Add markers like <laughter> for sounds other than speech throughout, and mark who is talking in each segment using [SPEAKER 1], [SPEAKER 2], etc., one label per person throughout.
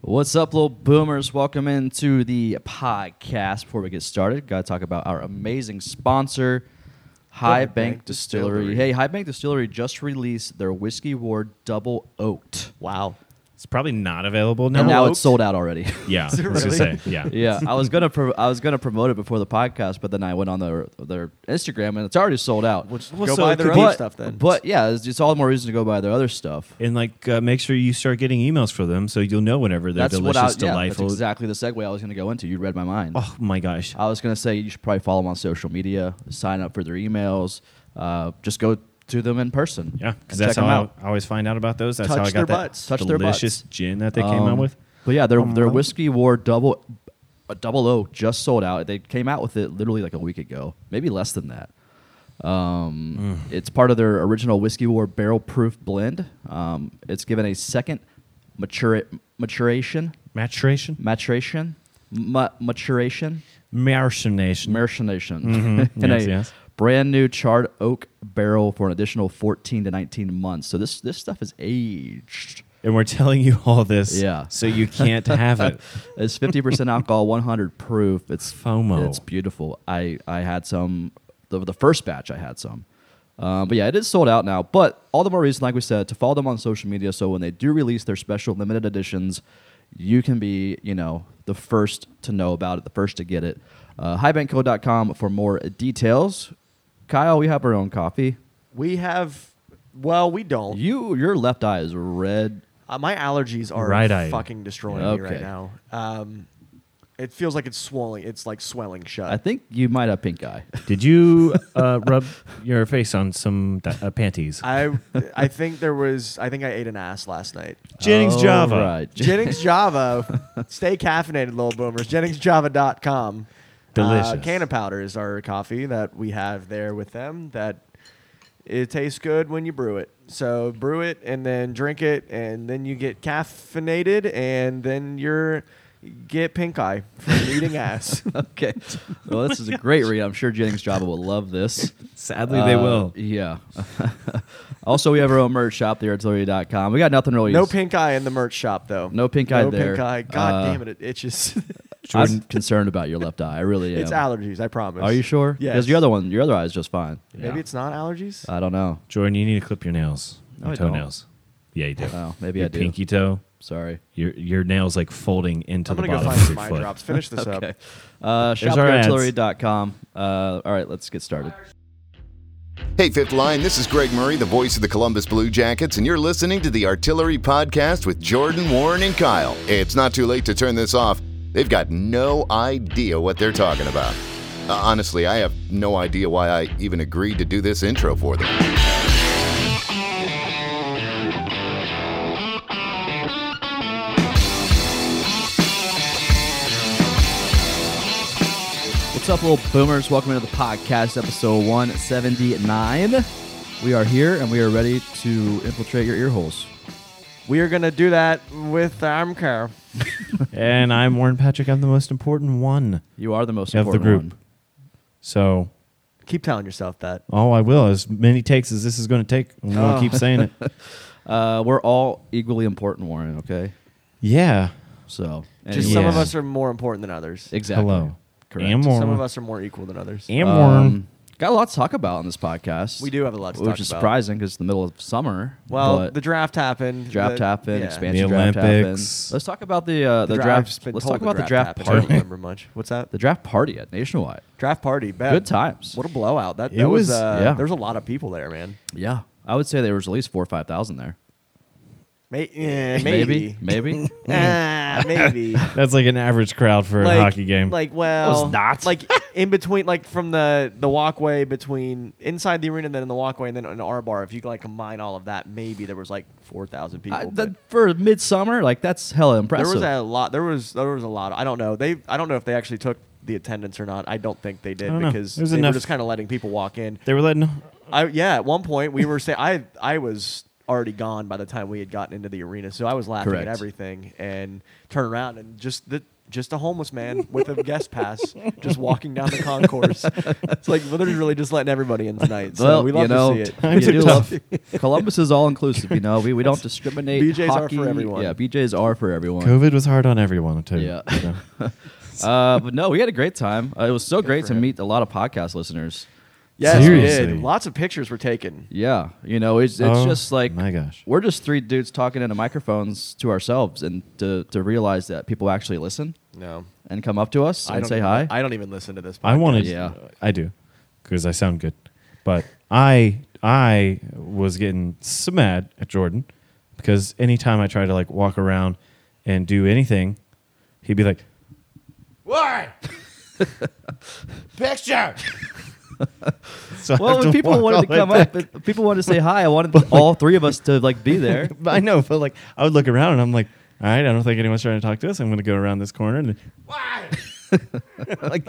[SPEAKER 1] What's up, little boomers? Welcome into the podcast. Before we get started, got to talk about our amazing sponsor, High Bank,
[SPEAKER 2] Bank
[SPEAKER 1] Distillery.
[SPEAKER 2] Distillery.
[SPEAKER 1] Hey, High Bank Distillery just released their Whiskey Ward Double Oaked.
[SPEAKER 2] Wow.
[SPEAKER 3] It's probably not available now.
[SPEAKER 1] and now it's
[SPEAKER 2] oaked?
[SPEAKER 1] sold out already. <laughs>
[SPEAKER 3] Yeah,
[SPEAKER 2] Is it
[SPEAKER 3] I was gonna
[SPEAKER 2] really?
[SPEAKER 3] say, yeah.
[SPEAKER 1] yeah, I was gonna pro- I was gonna promote it before the podcast, but then I went on their their Instagram and it's already sold out.
[SPEAKER 2] Which
[SPEAKER 3] Well,
[SPEAKER 2] go
[SPEAKER 3] so
[SPEAKER 2] buy
[SPEAKER 3] it
[SPEAKER 2] their
[SPEAKER 3] could
[SPEAKER 2] own
[SPEAKER 3] be-
[SPEAKER 2] stuff then.
[SPEAKER 1] But yeah, it's, it's all the more reason to go buy their other stuff.
[SPEAKER 3] And like, uh, make sure you start getting emails for them so you'll know whenever they're
[SPEAKER 1] that's what I,
[SPEAKER 3] delicious,
[SPEAKER 1] yeah,
[SPEAKER 3] delightful.
[SPEAKER 1] That's exactly the segue I was gonna go into. You read my mind.
[SPEAKER 3] oh my gosh,
[SPEAKER 1] I was gonna say you should probably follow them on social media, sign up for their emails, uh, just go to them in person.
[SPEAKER 3] yeah, because
[SPEAKER 1] and
[SPEAKER 3] that's
[SPEAKER 1] check 'em
[SPEAKER 3] how
[SPEAKER 1] out.
[SPEAKER 3] I, I always find out about those. That's
[SPEAKER 2] Touch
[SPEAKER 3] how I
[SPEAKER 2] their
[SPEAKER 3] got that
[SPEAKER 2] butts.
[SPEAKER 1] Touch their
[SPEAKER 3] delicious gin that they came
[SPEAKER 1] Um,
[SPEAKER 3] out with.
[SPEAKER 1] But yeah, their their whiskey war double a double O just sold out. They came out with it literally like a week ago, maybe less than that. Um,
[SPEAKER 3] Mm.
[SPEAKER 1] It's part of their original whiskey war barrel proof blend. Um, it's given a second mature maturation
[SPEAKER 3] Maturation,
[SPEAKER 1] maturation ma- maturation
[SPEAKER 3] marination.
[SPEAKER 1] marination <laughs>
[SPEAKER 3] Mhm.
[SPEAKER 1] in
[SPEAKER 3] Yes,
[SPEAKER 1] a
[SPEAKER 3] yes.
[SPEAKER 1] brand new charred oak barrel for an additional 14 to 19 months. So this this stuff is aged.
[SPEAKER 3] and we're telling you all this,
[SPEAKER 1] Yeah.
[SPEAKER 3] so you can't have
[SPEAKER 1] <laughs>
[SPEAKER 3] it.
[SPEAKER 1] It's 50% alcohol, 100 proof. It's
[SPEAKER 3] FOMO.
[SPEAKER 1] It's beautiful. I I had some the, the first batch I had some. Um, but yeah, it is sold out now. But all the more reason, like we said, to follow them on social media. So when they do release their special limited editions, you can be, you know, the first to know about it, the first to get it. Uh, highbankco.com for more details. Kyle, we have our own coffee.
[SPEAKER 2] we have, well, we don't.
[SPEAKER 1] You, your left eye is red.
[SPEAKER 2] Uh, my allergies are
[SPEAKER 3] Right-eyed.
[SPEAKER 2] fucking destroying
[SPEAKER 1] Yeah,
[SPEAKER 2] me
[SPEAKER 1] okay.
[SPEAKER 2] right now. Um, it feels like it's swelling. It's like swelling shut.
[SPEAKER 1] I think you might have pink eye.
[SPEAKER 3] Did you uh, rub your face on some da- uh, panties?
[SPEAKER 2] I I think there was. I think I ate an ass
[SPEAKER 1] <laughs>
[SPEAKER 2] last night.
[SPEAKER 3] Jennings
[SPEAKER 1] All
[SPEAKER 3] Java.
[SPEAKER 1] right. <laughs>
[SPEAKER 2] Jennings Java, stay caffeinated, little boomers. JenningsJava.com. Uh,
[SPEAKER 3] Delicious.
[SPEAKER 2] can of powder is our coffee that we have there with them. That it tastes good when you brew it. So brew it and then drink it, and then you get caffeinated, and then you're get pink eye from
[SPEAKER 1] <laughs>
[SPEAKER 2] eating ass.
[SPEAKER 1] okay. Well, this is a great read. I'm sure Jennings Java will love this.
[SPEAKER 3] Sadly, they
[SPEAKER 1] Uh,
[SPEAKER 3] will.
[SPEAKER 1] Yeah. <laughs> also, we have our own merch shop, theartillery.com. We got nothing really.
[SPEAKER 2] No pink eye in the merch shop though.
[SPEAKER 1] No pink eye
[SPEAKER 2] No
[SPEAKER 1] there.
[SPEAKER 2] pink eye. God
[SPEAKER 1] Uh,
[SPEAKER 2] damn it, it itches. <laughs>
[SPEAKER 1] I'm concerned about your left eye. I
[SPEAKER 3] <laughs>
[SPEAKER 1] really am.
[SPEAKER 2] it's allergies. I promise.
[SPEAKER 1] Are you sure?
[SPEAKER 2] Yes.
[SPEAKER 1] Because the other one, your other eye is just fine.
[SPEAKER 2] Maybe
[SPEAKER 3] Yeah.
[SPEAKER 2] it's not allergies.
[SPEAKER 1] I don't know.
[SPEAKER 3] Jordan, you need to clip your nails,
[SPEAKER 1] No,
[SPEAKER 3] your
[SPEAKER 1] I don't.
[SPEAKER 3] toenails. Yeah, you do.
[SPEAKER 1] Oh, maybe
[SPEAKER 3] your
[SPEAKER 1] I do.
[SPEAKER 3] pinky toe.
[SPEAKER 1] Sorry.
[SPEAKER 3] Your your nails like folding into
[SPEAKER 2] I'm
[SPEAKER 3] the
[SPEAKER 2] gonna go
[SPEAKER 3] bottom
[SPEAKER 2] find
[SPEAKER 3] of
[SPEAKER 2] some
[SPEAKER 3] your
[SPEAKER 2] eye
[SPEAKER 3] foot.
[SPEAKER 2] drops. Finish
[SPEAKER 1] <laughs>
[SPEAKER 2] this up.
[SPEAKER 1] Okay. Uh, shop,
[SPEAKER 3] our ads.
[SPEAKER 1] theartillery.com. Uh, all right, let's get started.
[SPEAKER 4] Hey, Fifth Line, this is Greg Murray, the voice of the Columbus Blue Jackets, and you're listening to the Artillery Podcast with Jordan, Warren, and Kyle. It's not too late to turn this off. They've got no idea what they're talking about. Uh, honestly, I have no idea why I even agreed to do this intro for them.
[SPEAKER 1] What's up, little boomers? Welcome into the podcast, episode 179. We are here and we are ready to infiltrate your ear holes.
[SPEAKER 2] We are gonna do that with arm care.
[SPEAKER 3] And I'm Warren Patrick. I'm the most important one
[SPEAKER 1] You are the most
[SPEAKER 3] of the
[SPEAKER 1] important
[SPEAKER 3] group.
[SPEAKER 1] one.
[SPEAKER 3] So
[SPEAKER 2] Keep telling yourself that.
[SPEAKER 3] all I will as many takes as this is going to take. I'm going
[SPEAKER 2] Oh.
[SPEAKER 3] to keep saying
[SPEAKER 2] <laughs>
[SPEAKER 3] it.
[SPEAKER 1] Uh, we're all equally important, Warren. Okay,
[SPEAKER 3] Yeah.
[SPEAKER 1] so
[SPEAKER 2] Just
[SPEAKER 1] anyway.
[SPEAKER 2] some
[SPEAKER 3] Yeah.
[SPEAKER 2] of us are more important than others.
[SPEAKER 1] exactly.
[SPEAKER 3] Hello.
[SPEAKER 1] Correct.
[SPEAKER 3] Am
[SPEAKER 2] Some
[SPEAKER 3] Warren.
[SPEAKER 2] of us are more equal than others.
[SPEAKER 3] Am
[SPEAKER 1] Um,
[SPEAKER 3] Warren.
[SPEAKER 1] got a lot to talk about on this podcast.
[SPEAKER 2] We do have a lot to
[SPEAKER 1] which
[SPEAKER 2] talk
[SPEAKER 1] is
[SPEAKER 2] about.
[SPEAKER 1] surprising because it's the middle of summer.
[SPEAKER 2] Well,
[SPEAKER 1] but
[SPEAKER 2] the draft happened.
[SPEAKER 1] draft
[SPEAKER 2] The-
[SPEAKER 1] happened,
[SPEAKER 2] yeah.
[SPEAKER 1] expansion
[SPEAKER 3] The
[SPEAKER 1] draft happened.
[SPEAKER 3] Olympics.
[SPEAKER 1] Let's talk about the uh, the,
[SPEAKER 2] draft's
[SPEAKER 1] draft.
[SPEAKER 2] been
[SPEAKER 1] Let's
[SPEAKER 2] told
[SPEAKER 1] talk about the draft,
[SPEAKER 2] happened. I don't
[SPEAKER 1] party.
[SPEAKER 2] remember much. What's that?
[SPEAKER 1] the draft party at Nationwide.
[SPEAKER 2] draft party. Bet.
[SPEAKER 1] Good times.
[SPEAKER 2] What a blowout! That,
[SPEAKER 3] It
[SPEAKER 2] that was.
[SPEAKER 3] was-
[SPEAKER 2] uh,
[SPEAKER 1] yeah.
[SPEAKER 2] There was a lot of people there, man.
[SPEAKER 1] Yeah, I would say there was at least four or five thousand there.
[SPEAKER 2] May- eh, maybe.
[SPEAKER 1] maybe.
[SPEAKER 2] <laughs>
[SPEAKER 1] maybe.
[SPEAKER 2] Ah,
[SPEAKER 1] <laughs>
[SPEAKER 2] maybe.
[SPEAKER 3] That's like an average crowd for a hockey game.
[SPEAKER 2] Like, well,
[SPEAKER 3] It was not.
[SPEAKER 2] like in between, like from the the walkway between inside the arena, and then in the walkway, and then in our bar. If you could like combine all of that, maybe there was like four thousand people.
[SPEAKER 1] I,
[SPEAKER 2] but
[SPEAKER 1] that, for midsummer, like that's hella
[SPEAKER 2] there
[SPEAKER 1] Uh, impressive.
[SPEAKER 2] was a lot. There was there was a lot. I don't know. They I don't know if they actually took the attendance or not. I don't think they did
[SPEAKER 3] don't know.
[SPEAKER 2] because
[SPEAKER 3] There's
[SPEAKER 2] they were
[SPEAKER 3] enough-
[SPEAKER 2] just kind of letting people walk in.
[SPEAKER 3] they were letting.
[SPEAKER 2] I yeah. At one point, we were saying I I was already gone by the time we had gotten into the arena. So I was laughing
[SPEAKER 1] Correct.
[SPEAKER 2] at everything and turn around and just the just a homeless man with a guest pass just walking down
[SPEAKER 1] <laughs>
[SPEAKER 2] the concourse. it's like literally just letting everybody in tonight. So
[SPEAKER 1] well,
[SPEAKER 2] we love
[SPEAKER 1] you know,
[SPEAKER 2] to see
[SPEAKER 1] <laughs>
[SPEAKER 2] it.
[SPEAKER 1] you
[SPEAKER 3] Times are
[SPEAKER 1] do
[SPEAKER 2] <laughs>
[SPEAKER 3] tough.
[SPEAKER 1] love- Columbus is all inclusive. You know, we, we don't discriminate.
[SPEAKER 2] BJ's are for
[SPEAKER 1] Hockey-
[SPEAKER 2] everyone.
[SPEAKER 1] Yeah, BJ's are for everyone.
[SPEAKER 3] COVID was hard on everyone too.
[SPEAKER 1] Yeah.
[SPEAKER 3] you
[SPEAKER 2] <laughs>
[SPEAKER 3] know.
[SPEAKER 1] Uh, but no, we had a great time. Uh, it was so great
[SPEAKER 2] for
[SPEAKER 1] to
[SPEAKER 2] him.
[SPEAKER 1] meet a lot of podcast listeners.
[SPEAKER 2] Yes, we did.
[SPEAKER 3] Seriously.
[SPEAKER 2] Lots of pictures were taken.
[SPEAKER 1] Yeah, you know, it's, it's
[SPEAKER 3] Oh,
[SPEAKER 1] just like
[SPEAKER 3] my gosh.
[SPEAKER 1] we're just three dudes talking into microphones to ourselves, and to to realize that people actually listen
[SPEAKER 2] No.
[SPEAKER 1] and come up to us
[SPEAKER 2] I
[SPEAKER 1] and
[SPEAKER 2] don't
[SPEAKER 1] say
[SPEAKER 2] even-
[SPEAKER 3] <laughs>
[SPEAKER 1] hi.
[SPEAKER 2] I don't even listen to this.
[SPEAKER 3] I wanted.
[SPEAKER 1] Yeah.
[SPEAKER 3] I do, because I sound good. But I I was getting so mad at Jordan because anytime I tried to like walk around and do anything, he'd be like, <laughs>
[SPEAKER 2] <laughs>
[SPEAKER 5] Why? Picture.
[SPEAKER 3] so I
[SPEAKER 1] well,
[SPEAKER 3] have
[SPEAKER 1] when
[SPEAKER 3] to
[SPEAKER 1] people
[SPEAKER 3] walk all
[SPEAKER 1] wanted
[SPEAKER 3] the
[SPEAKER 1] to
[SPEAKER 3] way
[SPEAKER 1] come
[SPEAKER 3] <laughs> back.
[SPEAKER 1] up, if people wanted to say hi. I
[SPEAKER 3] <laughs>
[SPEAKER 1] wanted all three of us to like be there.
[SPEAKER 3] But I know, but like I would look around and I'm like, all right, I don't think anyone's trying to talk to us. I'm going to go around this corner and
[SPEAKER 5] Why?
[SPEAKER 2] <laughs>
[SPEAKER 3] like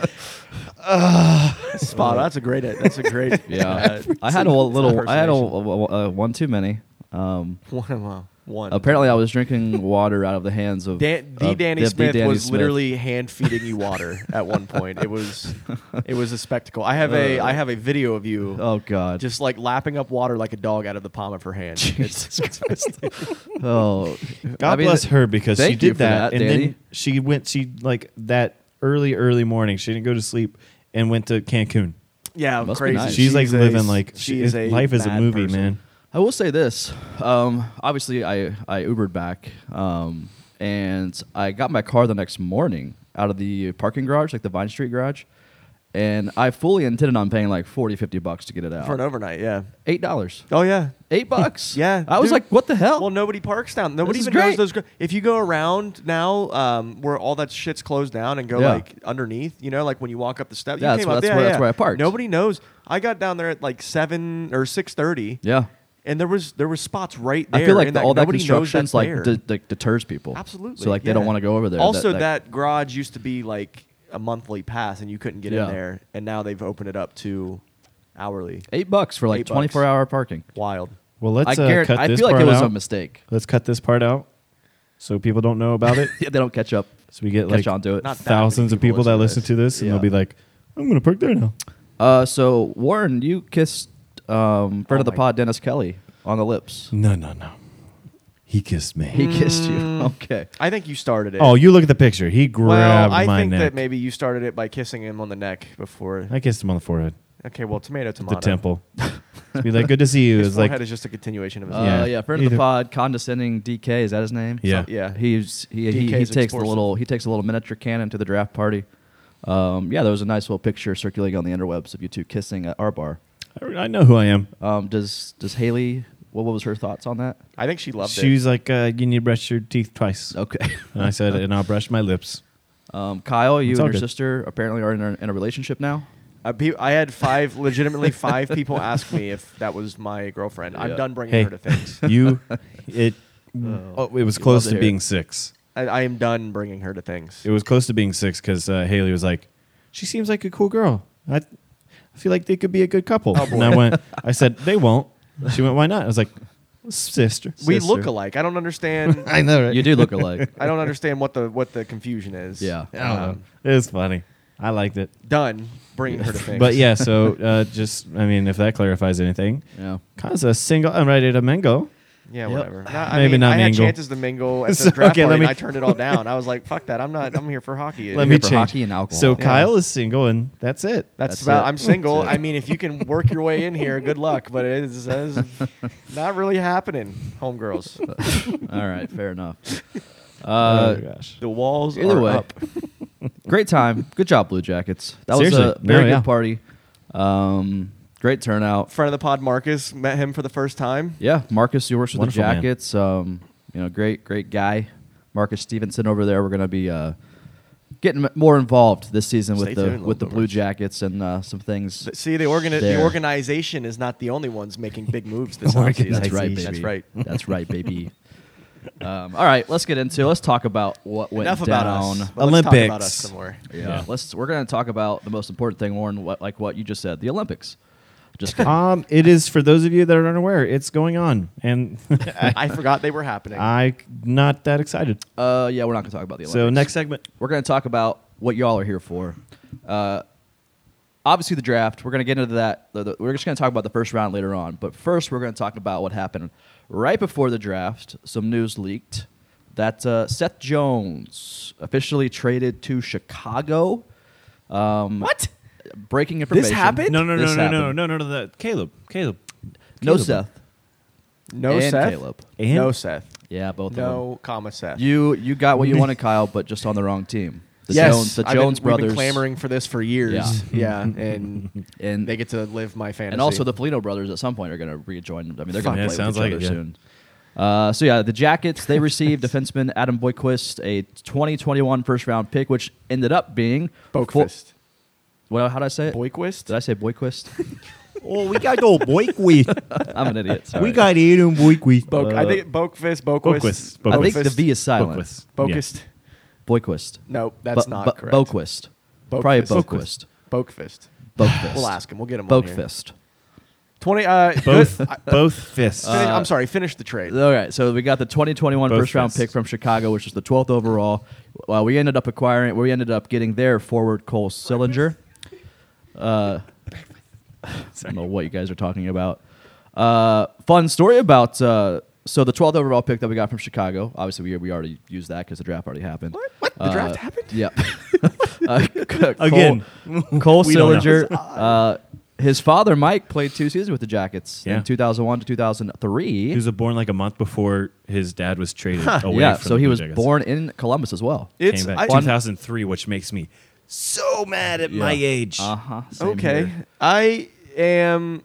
[SPEAKER 2] Spot. on. That's a great. That's a great.
[SPEAKER 1] Ah. <laughs> Yeah,
[SPEAKER 2] <laughs> uh,
[SPEAKER 1] I had a little. I had a,
[SPEAKER 2] impersonation.
[SPEAKER 1] a- a- one too many. Um,
[SPEAKER 2] <laughs> One. wow. One.
[SPEAKER 1] apparently, I was drinking water out of the hands of
[SPEAKER 2] Dan, the
[SPEAKER 1] of
[SPEAKER 2] Danny
[SPEAKER 1] uh, the
[SPEAKER 2] Smith
[SPEAKER 1] Danny
[SPEAKER 2] was
[SPEAKER 1] Smith.
[SPEAKER 2] literally hand feeding you water at one point. It was, it was a spectacle. I have a, I have a video of you,
[SPEAKER 1] Uh, Oh God!
[SPEAKER 2] just like lapping up water like a dog out of the palm of
[SPEAKER 1] <laughs>
[SPEAKER 2] her hand. It's-
[SPEAKER 1] oh,
[SPEAKER 3] God
[SPEAKER 1] I mean,
[SPEAKER 3] bless her because she
[SPEAKER 1] thank you
[SPEAKER 3] did
[SPEAKER 1] for
[SPEAKER 3] that,
[SPEAKER 1] that,
[SPEAKER 3] and
[SPEAKER 1] Danny.
[SPEAKER 3] then she went. She like that early, early morning. She didn't go to sleep and went to Cancun.
[SPEAKER 2] yeah,
[SPEAKER 1] Must be
[SPEAKER 2] crazy.
[SPEAKER 1] nice.
[SPEAKER 3] She's, like
[SPEAKER 2] a-
[SPEAKER 3] living like
[SPEAKER 2] she
[SPEAKER 3] she
[SPEAKER 2] is a
[SPEAKER 3] life is a
[SPEAKER 2] mad
[SPEAKER 3] movie,
[SPEAKER 2] person.
[SPEAKER 3] man.
[SPEAKER 1] I will say this. Um, obviously, I, I Ubered back, um, and I got my car the next morning out of the parking garage, like the Vine Street garage, and I fully intended on paying like 40, 50 bucks to get it out.
[SPEAKER 2] for an overnight. Yeah.
[SPEAKER 1] Eight dollars.
[SPEAKER 2] Oh yeah.
[SPEAKER 1] Eight bucks.
[SPEAKER 2] <laughs> Yeah,
[SPEAKER 1] I was
[SPEAKER 2] dude.
[SPEAKER 1] like, what the hell?
[SPEAKER 2] Well, nobody parks down. Nobody
[SPEAKER 1] Oh. is
[SPEAKER 2] even
[SPEAKER 1] great.
[SPEAKER 2] knows those. gr- If you go around now, um, where all that shit's closed down, and go
[SPEAKER 1] Yeah.
[SPEAKER 2] like underneath, you know, like when you walk up the steps,
[SPEAKER 1] Yeah,
[SPEAKER 2] you
[SPEAKER 1] that's
[SPEAKER 2] came
[SPEAKER 1] where-
[SPEAKER 2] up,
[SPEAKER 1] that's
[SPEAKER 2] yeah,
[SPEAKER 1] where-
[SPEAKER 2] yeah.
[SPEAKER 1] that's where I parked.
[SPEAKER 2] Nobody knows. I got down there at like seven or six thirty.
[SPEAKER 1] Yeah.
[SPEAKER 2] and there was there was spots right there.
[SPEAKER 1] I feel like
[SPEAKER 2] and
[SPEAKER 1] the- all that
[SPEAKER 2] nobody knows
[SPEAKER 1] construction's
[SPEAKER 2] that's
[SPEAKER 1] like
[SPEAKER 2] there.
[SPEAKER 1] d- d- deters people.
[SPEAKER 2] absolutely.
[SPEAKER 1] So like they don't
[SPEAKER 2] yeah.
[SPEAKER 1] want to go over there.
[SPEAKER 2] Also, that, garage used to be like a monthly pass, and you couldn't get
[SPEAKER 1] Yeah.
[SPEAKER 2] in there, and now they've opened it up to hourly.
[SPEAKER 1] eight bucks for like
[SPEAKER 2] Eight bucks.
[SPEAKER 1] twenty four hour parking.
[SPEAKER 2] Wild.
[SPEAKER 3] Well, let's
[SPEAKER 1] I
[SPEAKER 3] uh,
[SPEAKER 1] guarantee.
[SPEAKER 3] cut
[SPEAKER 1] I
[SPEAKER 3] this
[SPEAKER 1] feel like
[SPEAKER 3] part
[SPEAKER 1] it was
[SPEAKER 3] out.
[SPEAKER 1] a mistake. <laughs>
[SPEAKER 3] Let's cut this part out so people don't know about it.
[SPEAKER 1] Yeah, they don't catch up.
[SPEAKER 3] So we get
[SPEAKER 1] Catch
[SPEAKER 3] like
[SPEAKER 1] on to it.
[SPEAKER 2] Not that many
[SPEAKER 3] thousands of
[SPEAKER 2] people
[SPEAKER 3] people that
[SPEAKER 2] listen
[SPEAKER 3] listen
[SPEAKER 2] to
[SPEAKER 3] to this, and
[SPEAKER 1] Yeah.
[SPEAKER 3] they'll be like, "I'm going to park there now."
[SPEAKER 1] Uh, so Warren, you kissed um, friend
[SPEAKER 2] Oh
[SPEAKER 1] of the
[SPEAKER 2] my-
[SPEAKER 1] pod Dennis Kelly on the lips.
[SPEAKER 3] No, no, no. He kissed me.
[SPEAKER 1] He kissed you. <laughs>
[SPEAKER 2] Mm.
[SPEAKER 1] Okay.
[SPEAKER 2] I think you started it.
[SPEAKER 3] Mm. Oh, you look at the picture. He grabbed
[SPEAKER 2] Well, I
[SPEAKER 3] my
[SPEAKER 2] think
[SPEAKER 3] neck.
[SPEAKER 2] that maybe you started it by kissing him on the neck before.
[SPEAKER 3] I kissed him on the forehead,
[SPEAKER 2] Okay, well, tomato,
[SPEAKER 3] the
[SPEAKER 2] tomato.
[SPEAKER 3] temple. To be like, good to see you. It
[SPEAKER 2] His
[SPEAKER 3] was like,
[SPEAKER 2] forehead is just a continuation of his.
[SPEAKER 1] Uh,
[SPEAKER 3] Yeah.
[SPEAKER 1] yeah. Friend of the
[SPEAKER 3] Either-
[SPEAKER 1] pod, condescending DK. Is that his name?
[SPEAKER 3] Yeah.
[SPEAKER 1] So-
[SPEAKER 2] Yeah.
[SPEAKER 1] He's he he, he
[SPEAKER 2] DK's
[SPEAKER 1] takes a
[SPEAKER 2] explosive.
[SPEAKER 1] little he takes a little miniature cannon to the draft party. Um, yeah, there was a nice little picture circulating on the interwebs of you two kissing at our bar.
[SPEAKER 3] I I know who I am.
[SPEAKER 1] Um, does does Haley? What, what was her thoughts on that?
[SPEAKER 2] I think she loved
[SPEAKER 3] She
[SPEAKER 2] it.
[SPEAKER 3] was like, uh, you need to brush your teeth twice.
[SPEAKER 1] Okay.
[SPEAKER 3] And I said, and I'll brush my lips.
[SPEAKER 1] Um, Kyle, you
[SPEAKER 3] It's
[SPEAKER 1] and
[SPEAKER 3] all
[SPEAKER 1] your
[SPEAKER 3] good.
[SPEAKER 1] sister apparently are in a, in a relationship now.
[SPEAKER 2] Uh, pe- I had
[SPEAKER 3] <laughs>
[SPEAKER 2] five, legitimately five people ask me if that was my girlfriend. I'm
[SPEAKER 1] Yeah.
[SPEAKER 2] done bringing
[SPEAKER 3] Hey,
[SPEAKER 2] her to things.
[SPEAKER 3] you, it, oh, it was close
[SPEAKER 1] to
[SPEAKER 3] to,
[SPEAKER 1] hear it.
[SPEAKER 3] being six.
[SPEAKER 2] I, I am done bringing her to things.
[SPEAKER 3] It was close to being six because uh, Haley was like, she seems like a cool girl. I, I feel like they could be a good
[SPEAKER 1] Oh,
[SPEAKER 3] couple. and I went, I said, they won't. She went, why not? I was like, sister.
[SPEAKER 2] We
[SPEAKER 1] Sister.
[SPEAKER 2] look alike. I don't understand.
[SPEAKER 3] <laughs> I know, right?
[SPEAKER 1] You do look
[SPEAKER 3] <laughs>
[SPEAKER 1] alike.
[SPEAKER 2] I don't understand what the what the confusion is. Um,
[SPEAKER 1] Yeah.
[SPEAKER 3] I don't know. It was funny. I liked it.
[SPEAKER 2] Done bringing her to things.
[SPEAKER 3] But yeah, so uh, just I mean, if that clarifies anything,
[SPEAKER 1] yeah.
[SPEAKER 3] cause a single. I'm ready to mingle.
[SPEAKER 2] yeah,
[SPEAKER 1] Yep.
[SPEAKER 2] whatever. No, I
[SPEAKER 3] Maybe
[SPEAKER 2] mean,
[SPEAKER 3] not
[SPEAKER 2] I had
[SPEAKER 3] mingle.
[SPEAKER 2] chances to mingle at the
[SPEAKER 3] <laughs> So,
[SPEAKER 2] draft
[SPEAKER 3] okay, let
[SPEAKER 2] party, and
[SPEAKER 3] me-
[SPEAKER 2] I turned it all down. I was like, "Fuck that! I'm not. I'm here for hockey."
[SPEAKER 3] <laughs>
[SPEAKER 1] You're
[SPEAKER 3] Let me
[SPEAKER 1] here for
[SPEAKER 3] change.
[SPEAKER 1] hockey and alcohol.
[SPEAKER 3] So
[SPEAKER 1] Yeah. Uh,
[SPEAKER 3] Kyle is single, and that's it.
[SPEAKER 2] That's,
[SPEAKER 1] That's
[SPEAKER 2] about.
[SPEAKER 1] it.
[SPEAKER 2] I'm single.
[SPEAKER 1] That's it.
[SPEAKER 2] I mean, if you can work your way in here, good luck. But it is, that is not really happening,
[SPEAKER 3] <laughs>
[SPEAKER 2] homegirls.
[SPEAKER 1] All right. Fair enough.
[SPEAKER 3] oh
[SPEAKER 1] Uh,
[SPEAKER 3] gosh.
[SPEAKER 2] The walls
[SPEAKER 1] Either
[SPEAKER 2] are
[SPEAKER 1] way,
[SPEAKER 2] up.
[SPEAKER 1] great time. Good job, Blue Jackets. That was a
[SPEAKER 3] Seriously.
[SPEAKER 1] very
[SPEAKER 3] No,
[SPEAKER 1] good
[SPEAKER 3] yeah.
[SPEAKER 1] party. Um, great turnout.
[SPEAKER 2] Friend of the pod, Marcus, met him for the first time.
[SPEAKER 1] Yeah, Marcus, who works with
[SPEAKER 3] Wonderful
[SPEAKER 1] the
[SPEAKER 3] man.
[SPEAKER 1] Jackets. Um, you know, great, great guy. Marcus Stevenson over there. We're going to be uh, getting m- more involved this season
[SPEAKER 2] Stay
[SPEAKER 1] with the
[SPEAKER 2] tuned,
[SPEAKER 1] with the
[SPEAKER 2] Lil
[SPEAKER 1] Blue
[SPEAKER 2] Boomers.
[SPEAKER 1] Jackets and uh, some things.
[SPEAKER 2] Th- See, the, organi- the
[SPEAKER 1] There.
[SPEAKER 2] organization is not the only ones making big
[SPEAKER 1] <laughs>
[SPEAKER 2] moves this offseason.
[SPEAKER 3] Organization.
[SPEAKER 1] That's right, baby.
[SPEAKER 2] That's right.
[SPEAKER 1] That's right, baby. Um, all right, let's get into. Let's talk about what went
[SPEAKER 2] Enough about
[SPEAKER 1] down.
[SPEAKER 2] us. but Let's talk about
[SPEAKER 3] Olympics.
[SPEAKER 2] us some more.
[SPEAKER 1] Yeah, let's. We're going to talk about the most important thing, Warren. What, like what you just said, the Olympics. Just kidding.
[SPEAKER 3] Um, it is for those of you that are unaware, it's going on,
[SPEAKER 1] <laughs>
[SPEAKER 3] and <laughs>
[SPEAKER 2] I forgot they were happening.
[SPEAKER 1] Um,
[SPEAKER 3] I'm not that excited.
[SPEAKER 1] uh, yeah, we're not gonna talk about the Olympics.
[SPEAKER 3] So next segment,
[SPEAKER 1] we're going to talk about what y'all are here for. Uh, obviously, the draft. We're going to get into that. The- the- We're just going to talk about the first round later on. But first, we're going to talk about what happened right before the draft. Some news leaked that uh, Seth Jones officially traded to Chicago. Um, what? Breaking information.
[SPEAKER 2] happened?
[SPEAKER 3] no, no, no,
[SPEAKER 1] This
[SPEAKER 3] no, no,
[SPEAKER 1] happened.
[SPEAKER 3] no, no, no, that Caleb, Caleb,
[SPEAKER 1] No,
[SPEAKER 3] Caleb.
[SPEAKER 1] Seth.
[SPEAKER 2] no
[SPEAKER 1] and
[SPEAKER 2] Seth.
[SPEAKER 1] Caleb.
[SPEAKER 3] And-
[SPEAKER 2] no Seth.
[SPEAKER 1] Yeah, both of them.
[SPEAKER 2] No comma Seth.
[SPEAKER 1] You you got what you wanted, Kyle, but just on the wrong team. The
[SPEAKER 2] yes,
[SPEAKER 1] Jones, the
[SPEAKER 2] I've been-
[SPEAKER 1] Jones
[SPEAKER 2] We've
[SPEAKER 1] brothers,
[SPEAKER 2] been clamoring for this for years.
[SPEAKER 1] Yeah.
[SPEAKER 2] Yeah, and
[SPEAKER 1] and
[SPEAKER 2] they get to live my fantasy.
[SPEAKER 1] And also, the Polino brothers at some point are going to rejoin. I mean, they're going
[SPEAKER 3] Yeah,
[SPEAKER 1] to
[SPEAKER 3] it
[SPEAKER 1] play with
[SPEAKER 3] sounds
[SPEAKER 1] each
[SPEAKER 3] like
[SPEAKER 1] other
[SPEAKER 3] it, yeah.
[SPEAKER 1] soon. Uh, so yeah, the Jackets they
[SPEAKER 3] <laughs>
[SPEAKER 1] received defenseman Adam Boyquist, a 2021 first round pick, which ended up being four-
[SPEAKER 2] Boakfist.
[SPEAKER 1] What? How did I say it?
[SPEAKER 2] Boyquist.
[SPEAKER 1] Did I say
[SPEAKER 3] <laughs>
[SPEAKER 1] Boyquist?
[SPEAKER 3] Oh, we got old Boykwe.
[SPEAKER 1] I'm an idiot. Sorry.
[SPEAKER 3] Adam Boykwe.
[SPEAKER 2] Boak.
[SPEAKER 1] Uh,
[SPEAKER 2] I think Boakfist. Boakquist.
[SPEAKER 3] Boakquist, Boakquist.
[SPEAKER 1] I think the V is silent.
[SPEAKER 3] Boakquist.
[SPEAKER 2] Boakist.
[SPEAKER 1] Boyquist.
[SPEAKER 2] Nope, that's
[SPEAKER 1] Bo-
[SPEAKER 2] not
[SPEAKER 1] Bo-
[SPEAKER 2] correct.
[SPEAKER 1] Boquist.
[SPEAKER 2] Boakfist.
[SPEAKER 1] Probably Boquist.
[SPEAKER 2] Boakfist.
[SPEAKER 1] Boquist.
[SPEAKER 2] We'll ask him. We'll get him. on here.
[SPEAKER 1] Boquist.
[SPEAKER 2] Twenty. Uh, <laughs>
[SPEAKER 3] both
[SPEAKER 2] good- I-
[SPEAKER 3] both fists.
[SPEAKER 2] finish-
[SPEAKER 1] Uh,
[SPEAKER 2] I'm sorry. Finish the trade.
[SPEAKER 1] All right, so we got the 2021
[SPEAKER 3] Both
[SPEAKER 1] first round
[SPEAKER 3] fists.
[SPEAKER 1] pick from Chicago, which is the 12th overall. Well, we ended up acquiring, we ended up getting their forward Cole Sillinger. Uh, <laughs> I don't know what you guys are talking about. Uh, fun story about uh, so the 12th overall pick that we got from Chicago. Obviously, we, we already used that because the draft already happened.
[SPEAKER 2] What? What? The draft happened? <laughs>
[SPEAKER 1] Yep. <laughs> Uh, Cole-
[SPEAKER 3] Again.
[SPEAKER 1] <laughs> Cole
[SPEAKER 3] We don't know.
[SPEAKER 1] Sillinger. Uh, his father Mike played two seasons with the Jackets
[SPEAKER 3] Yeah.
[SPEAKER 1] in 2001 to 2003.
[SPEAKER 3] He was born like a month before his dad was traded away.
[SPEAKER 1] Yeah,
[SPEAKER 3] from
[SPEAKER 1] so
[SPEAKER 3] the
[SPEAKER 1] he
[SPEAKER 3] Blue
[SPEAKER 1] was
[SPEAKER 3] Jackets.
[SPEAKER 1] born in Columbus as well.
[SPEAKER 2] It's
[SPEAKER 3] Came
[SPEAKER 2] I-
[SPEAKER 3] back 2003, which makes me so mad at my
[SPEAKER 1] Yeah.
[SPEAKER 3] age.
[SPEAKER 1] Uh huh.
[SPEAKER 2] okay. I am.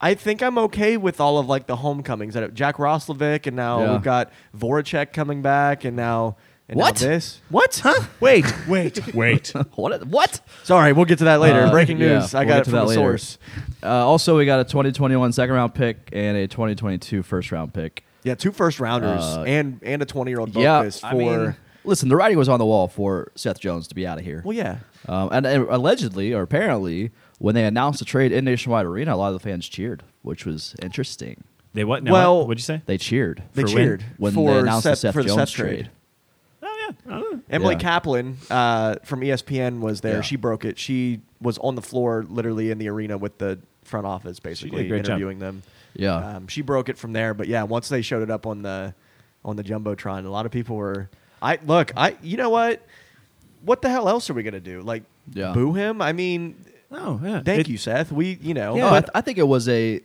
[SPEAKER 2] I think I'm okay with all of like the homecomings. That Jack Roslovic, and now
[SPEAKER 1] Yeah.
[SPEAKER 2] we've got Voracek coming back, and now and now
[SPEAKER 1] What?
[SPEAKER 2] this?
[SPEAKER 3] What? Huh? Wait, wait, wait.
[SPEAKER 1] What? What?
[SPEAKER 2] Sorry, we'll get to that later.
[SPEAKER 1] Uh,
[SPEAKER 2] Breaking
[SPEAKER 1] yeah,
[SPEAKER 2] news. I
[SPEAKER 1] we'll
[SPEAKER 2] got
[SPEAKER 1] get to
[SPEAKER 2] it from
[SPEAKER 1] that
[SPEAKER 2] the
[SPEAKER 1] later.
[SPEAKER 2] source.
[SPEAKER 1] Uh, also, we got a 2021 second round pick and a 2022 first round pick.
[SPEAKER 2] Yeah, two first rounders
[SPEAKER 1] Uh,
[SPEAKER 2] and and a 20 year old
[SPEAKER 1] yeah.
[SPEAKER 2] Boakfist for.
[SPEAKER 1] I mean, listen, the writing was on the wall for Seth Jones to be out of here.
[SPEAKER 2] well, yeah.
[SPEAKER 1] Um, and, and allegedly, or apparently, when they announced the trade in Nationwide Arena, a lot of the fans cheered, which was interesting.
[SPEAKER 3] They what? Now,
[SPEAKER 2] Well-
[SPEAKER 3] what? would you say?
[SPEAKER 1] They cheered
[SPEAKER 2] They
[SPEAKER 3] For when?
[SPEAKER 2] cheered
[SPEAKER 1] when
[SPEAKER 2] for
[SPEAKER 1] they announced the
[SPEAKER 2] Seth,
[SPEAKER 1] Seth
[SPEAKER 2] for the
[SPEAKER 1] Jones
[SPEAKER 2] Seth trade.
[SPEAKER 3] oh yeah. I don't know.
[SPEAKER 2] Emily
[SPEAKER 1] Yeah.
[SPEAKER 2] Kaplan uh, from ESPN was there.
[SPEAKER 1] Yeah.
[SPEAKER 2] She broke it. She was on the floor, literally in the arena with the front office, basically
[SPEAKER 3] great job.
[SPEAKER 2] interviewing them.
[SPEAKER 1] Yeah.
[SPEAKER 2] um, she broke it from there. But yeah, once they showed it up on the on the jumbotron, a lot of people were. I look. I you know what? What the hell else are we gonna do? Like
[SPEAKER 1] Yeah.
[SPEAKER 2] boo him? I mean,
[SPEAKER 3] Oh yeah.
[SPEAKER 2] thank
[SPEAKER 3] It-
[SPEAKER 2] you, Seth. We you know.
[SPEAKER 1] Yeah, Oh, I, th- I think it was a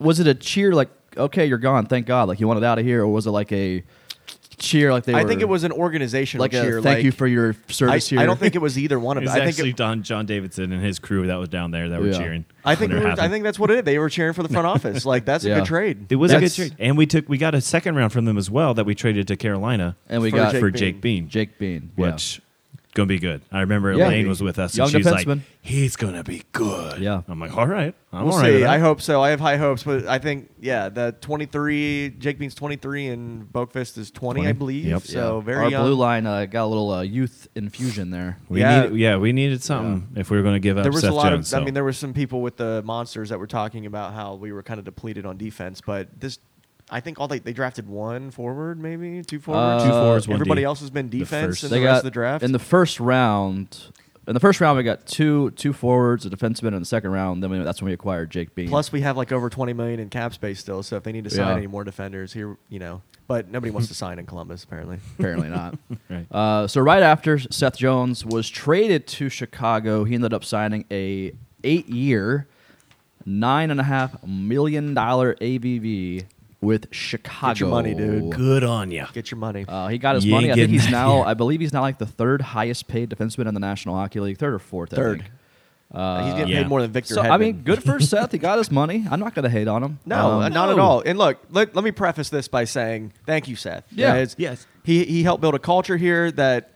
[SPEAKER 1] was it a cheer like okay you're gone thank God like you wanted out of here or was it like a cheer like they
[SPEAKER 2] I
[SPEAKER 1] were-
[SPEAKER 2] think it was an organizational
[SPEAKER 1] like
[SPEAKER 2] cheer.
[SPEAKER 1] a thank
[SPEAKER 2] like,
[SPEAKER 1] you for your
[SPEAKER 2] I,
[SPEAKER 1] service here
[SPEAKER 2] I don't think it was either one of
[SPEAKER 3] <laughs> It
[SPEAKER 2] them.
[SPEAKER 3] was
[SPEAKER 2] I think
[SPEAKER 3] actually
[SPEAKER 2] it,
[SPEAKER 3] Don John Davidson and his crew that was down there that were
[SPEAKER 1] Yeah.
[SPEAKER 3] cheering.
[SPEAKER 2] I think
[SPEAKER 3] when
[SPEAKER 2] we
[SPEAKER 3] it
[SPEAKER 2] were, I
[SPEAKER 3] happened.
[SPEAKER 2] think that's what it is. They were cheering for the front office. Like that's
[SPEAKER 1] Yeah.
[SPEAKER 2] a good trade.
[SPEAKER 3] it was
[SPEAKER 1] That's-
[SPEAKER 3] a good trade, and we took we got a second round from them as well that we traded to Carolina
[SPEAKER 1] and we
[SPEAKER 2] for
[SPEAKER 1] got
[SPEAKER 2] Jake
[SPEAKER 3] for
[SPEAKER 2] Bean.
[SPEAKER 3] Jake
[SPEAKER 1] <laughs>
[SPEAKER 3] Bean,
[SPEAKER 1] Jake Bean yeah.
[SPEAKER 3] which gonna be good. I remember
[SPEAKER 1] Yeah.
[SPEAKER 3] Elaine was with us,
[SPEAKER 1] Young
[SPEAKER 3] and she's like,
[SPEAKER 1] defenseman.
[SPEAKER 3] "He's gonna be good."
[SPEAKER 1] Yeah.
[SPEAKER 3] I'm like, "All right, I'm
[SPEAKER 2] We'll
[SPEAKER 3] all right."
[SPEAKER 2] see.
[SPEAKER 3] with that."
[SPEAKER 2] I hope so. I have high hopes, but I think yeah, the 23 Jake Bean's 23 and Boakfist is 20, I
[SPEAKER 3] 20?
[SPEAKER 2] believe.
[SPEAKER 3] Yep.
[SPEAKER 2] So
[SPEAKER 1] Yeah.
[SPEAKER 2] very
[SPEAKER 1] our
[SPEAKER 2] young.
[SPEAKER 1] blue line uh, got a little uh, youth infusion there
[SPEAKER 3] We
[SPEAKER 2] Yeah.
[SPEAKER 3] need, yeah, we needed something if we were going to give up.
[SPEAKER 2] there was
[SPEAKER 3] Seth
[SPEAKER 2] a lot
[SPEAKER 3] Jones,
[SPEAKER 2] of. I
[SPEAKER 3] so.
[SPEAKER 2] mean, there were some people with the monsters that were talking about how we were kind of depleted on defense, but this. I think all they, they drafted one forward, maybe two forwards.
[SPEAKER 1] Two forwards,
[SPEAKER 3] one
[SPEAKER 2] Everybody
[SPEAKER 3] D.
[SPEAKER 2] else has been defense
[SPEAKER 3] first.
[SPEAKER 2] in
[SPEAKER 1] they
[SPEAKER 2] the
[SPEAKER 1] got
[SPEAKER 2] rest of the draft.
[SPEAKER 1] in the first round in the first round we got two two forwards a defenseman in the second round then we, that's when we acquired Jake Bean
[SPEAKER 2] Plus, we have like over 20 million in cap space still. So if they need to sign
[SPEAKER 1] Yeah.
[SPEAKER 2] any more defenders here, you know, but
[SPEAKER 1] <laughs>
[SPEAKER 2] nobody wants to sign in Columbus apparently.
[SPEAKER 1] apparently not
[SPEAKER 3] right.
[SPEAKER 1] Uh, so right after Seth Jones was traded to Chicago, he ended up signing a eight-year, nine and a half million dollar AVV with Chicago.
[SPEAKER 2] money, dude.
[SPEAKER 3] Good on you.
[SPEAKER 2] Get your money.
[SPEAKER 1] Uh, he got his
[SPEAKER 3] You
[SPEAKER 1] money.
[SPEAKER 3] ain't
[SPEAKER 1] I think
[SPEAKER 3] getting
[SPEAKER 1] he's
[SPEAKER 2] <laughs>
[SPEAKER 3] that
[SPEAKER 1] now.
[SPEAKER 3] here.
[SPEAKER 1] I believe he's now like the third highest paid defenseman in the National Hockey League, third or fourth.
[SPEAKER 2] Third.
[SPEAKER 1] I think.
[SPEAKER 2] Uh, He's getting
[SPEAKER 3] Yeah.
[SPEAKER 2] paid more than Victor.
[SPEAKER 1] So I
[SPEAKER 2] Hedman.
[SPEAKER 1] mean, good
[SPEAKER 2] <laughs>
[SPEAKER 1] for Seth. He got his money. I'm not gonna hate on him.
[SPEAKER 2] No, uh,
[SPEAKER 1] Um,
[SPEAKER 2] not at
[SPEAKER 3] no.
[SPEAKER 2] all. And look, let, let me preface this by saying thank you, Seth.
[SPEAKER 1] Yeah.
[SPEAKER 2] It's-
[SPEAKER 3] Yes.
[SPEAKER 2] He he helped build a culture here that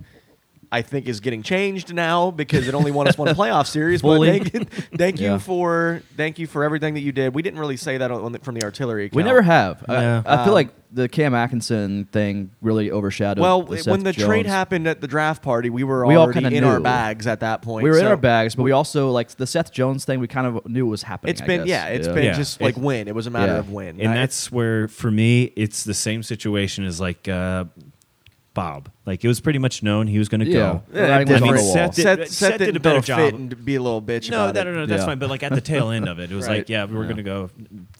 [SPEAKER 2] I think is getting changed now because it only won
[SPEAKER 1] <laughs>
[SPEAKER 2] us one playoff series. But
[SPEAKER 1] Bully.
[SPEAKER 2] thank, thank you
[SPEAKER 1] Yeah.
[SPEAKER 2] for thank you for everything that you did. We didn't really say that on the, from the artillery.
[SPEAKER 1] We
[SPEAKER 2] account.
[SPEAKER 1] never have. I-
[SPEAKER 3] Yeah.
[SPEAKER 1] I, feel
[SPEAKER 2] Um,
[SPEAKER 1] like the Cam Atkinson thing really overshadowed.
[SPEAKER 2] Well,
[SPEAKER 1] the
[SPEAKER 2] it-
[SPEAKER 1] Seth
[SPEAKER 2] when the trade
[SPEAKER 1] Jones.
[SPEAKER 2] happened at the draft party, we were
[SPEAKER 1] We all
[SPEAKER 2] already
[SPEAKER 1] kinda
[SPEAKER 2] in our
[SPEAKER 1] knew.
[SPEAKER 2] bags at that point.
[SPEAKER 1] we were in
[SPEAKER 2] so
[SPEAKER 1] our bags, but we also like the Seth Jones thing. We kind of knew was happening.
[SPEAKER 2] It's
[SPEAKER 1] I
[SPEAKER 2] been
[SPEAKER 1] guess.
[SPEAKER 2] yeah, it's been
[SPEAKER 3] Yeah.
[SPEAKER 2] just
[SPEAKER 3] It-
[SPEAKER 2] like win. It was a matter
[SPEAKER 1] yeah.
[SPEAKER 2] of win.
[SPEAKER 3] and
[SPEAKER 2] I-
[SPEAKER 3] that's where for me it's the same situation as like uh, Bob. Like it was pretty much known he was going to
[SPEAKER 1] Yeah.
[SPEAKER 3] go.
[SPEAKER 1] The writing was
[SPEAKER 3] I mean,
[SPEAKER 1] on the wall.
[SPEAKER 3] Seth did-
[SPEAKER 2] Seth, Seth did a better
[SPEAKER 3] job.
[SPEAKER 2] fit and be a little bitch.
[SPEAKER 3] No,
[SPEAKER 2] about
[SPEAKER 3] no,
[SPEAKER 2] it.
[SPEAKER 3] no, no, that's
[SPEAKER 1] Yeah.
[SPEAKER 3] fine. But like at the tail end of it, <laughs> it was
[SPEAKER 2] Right.
[SPEAKER 3] like, yeah, we're gonna go.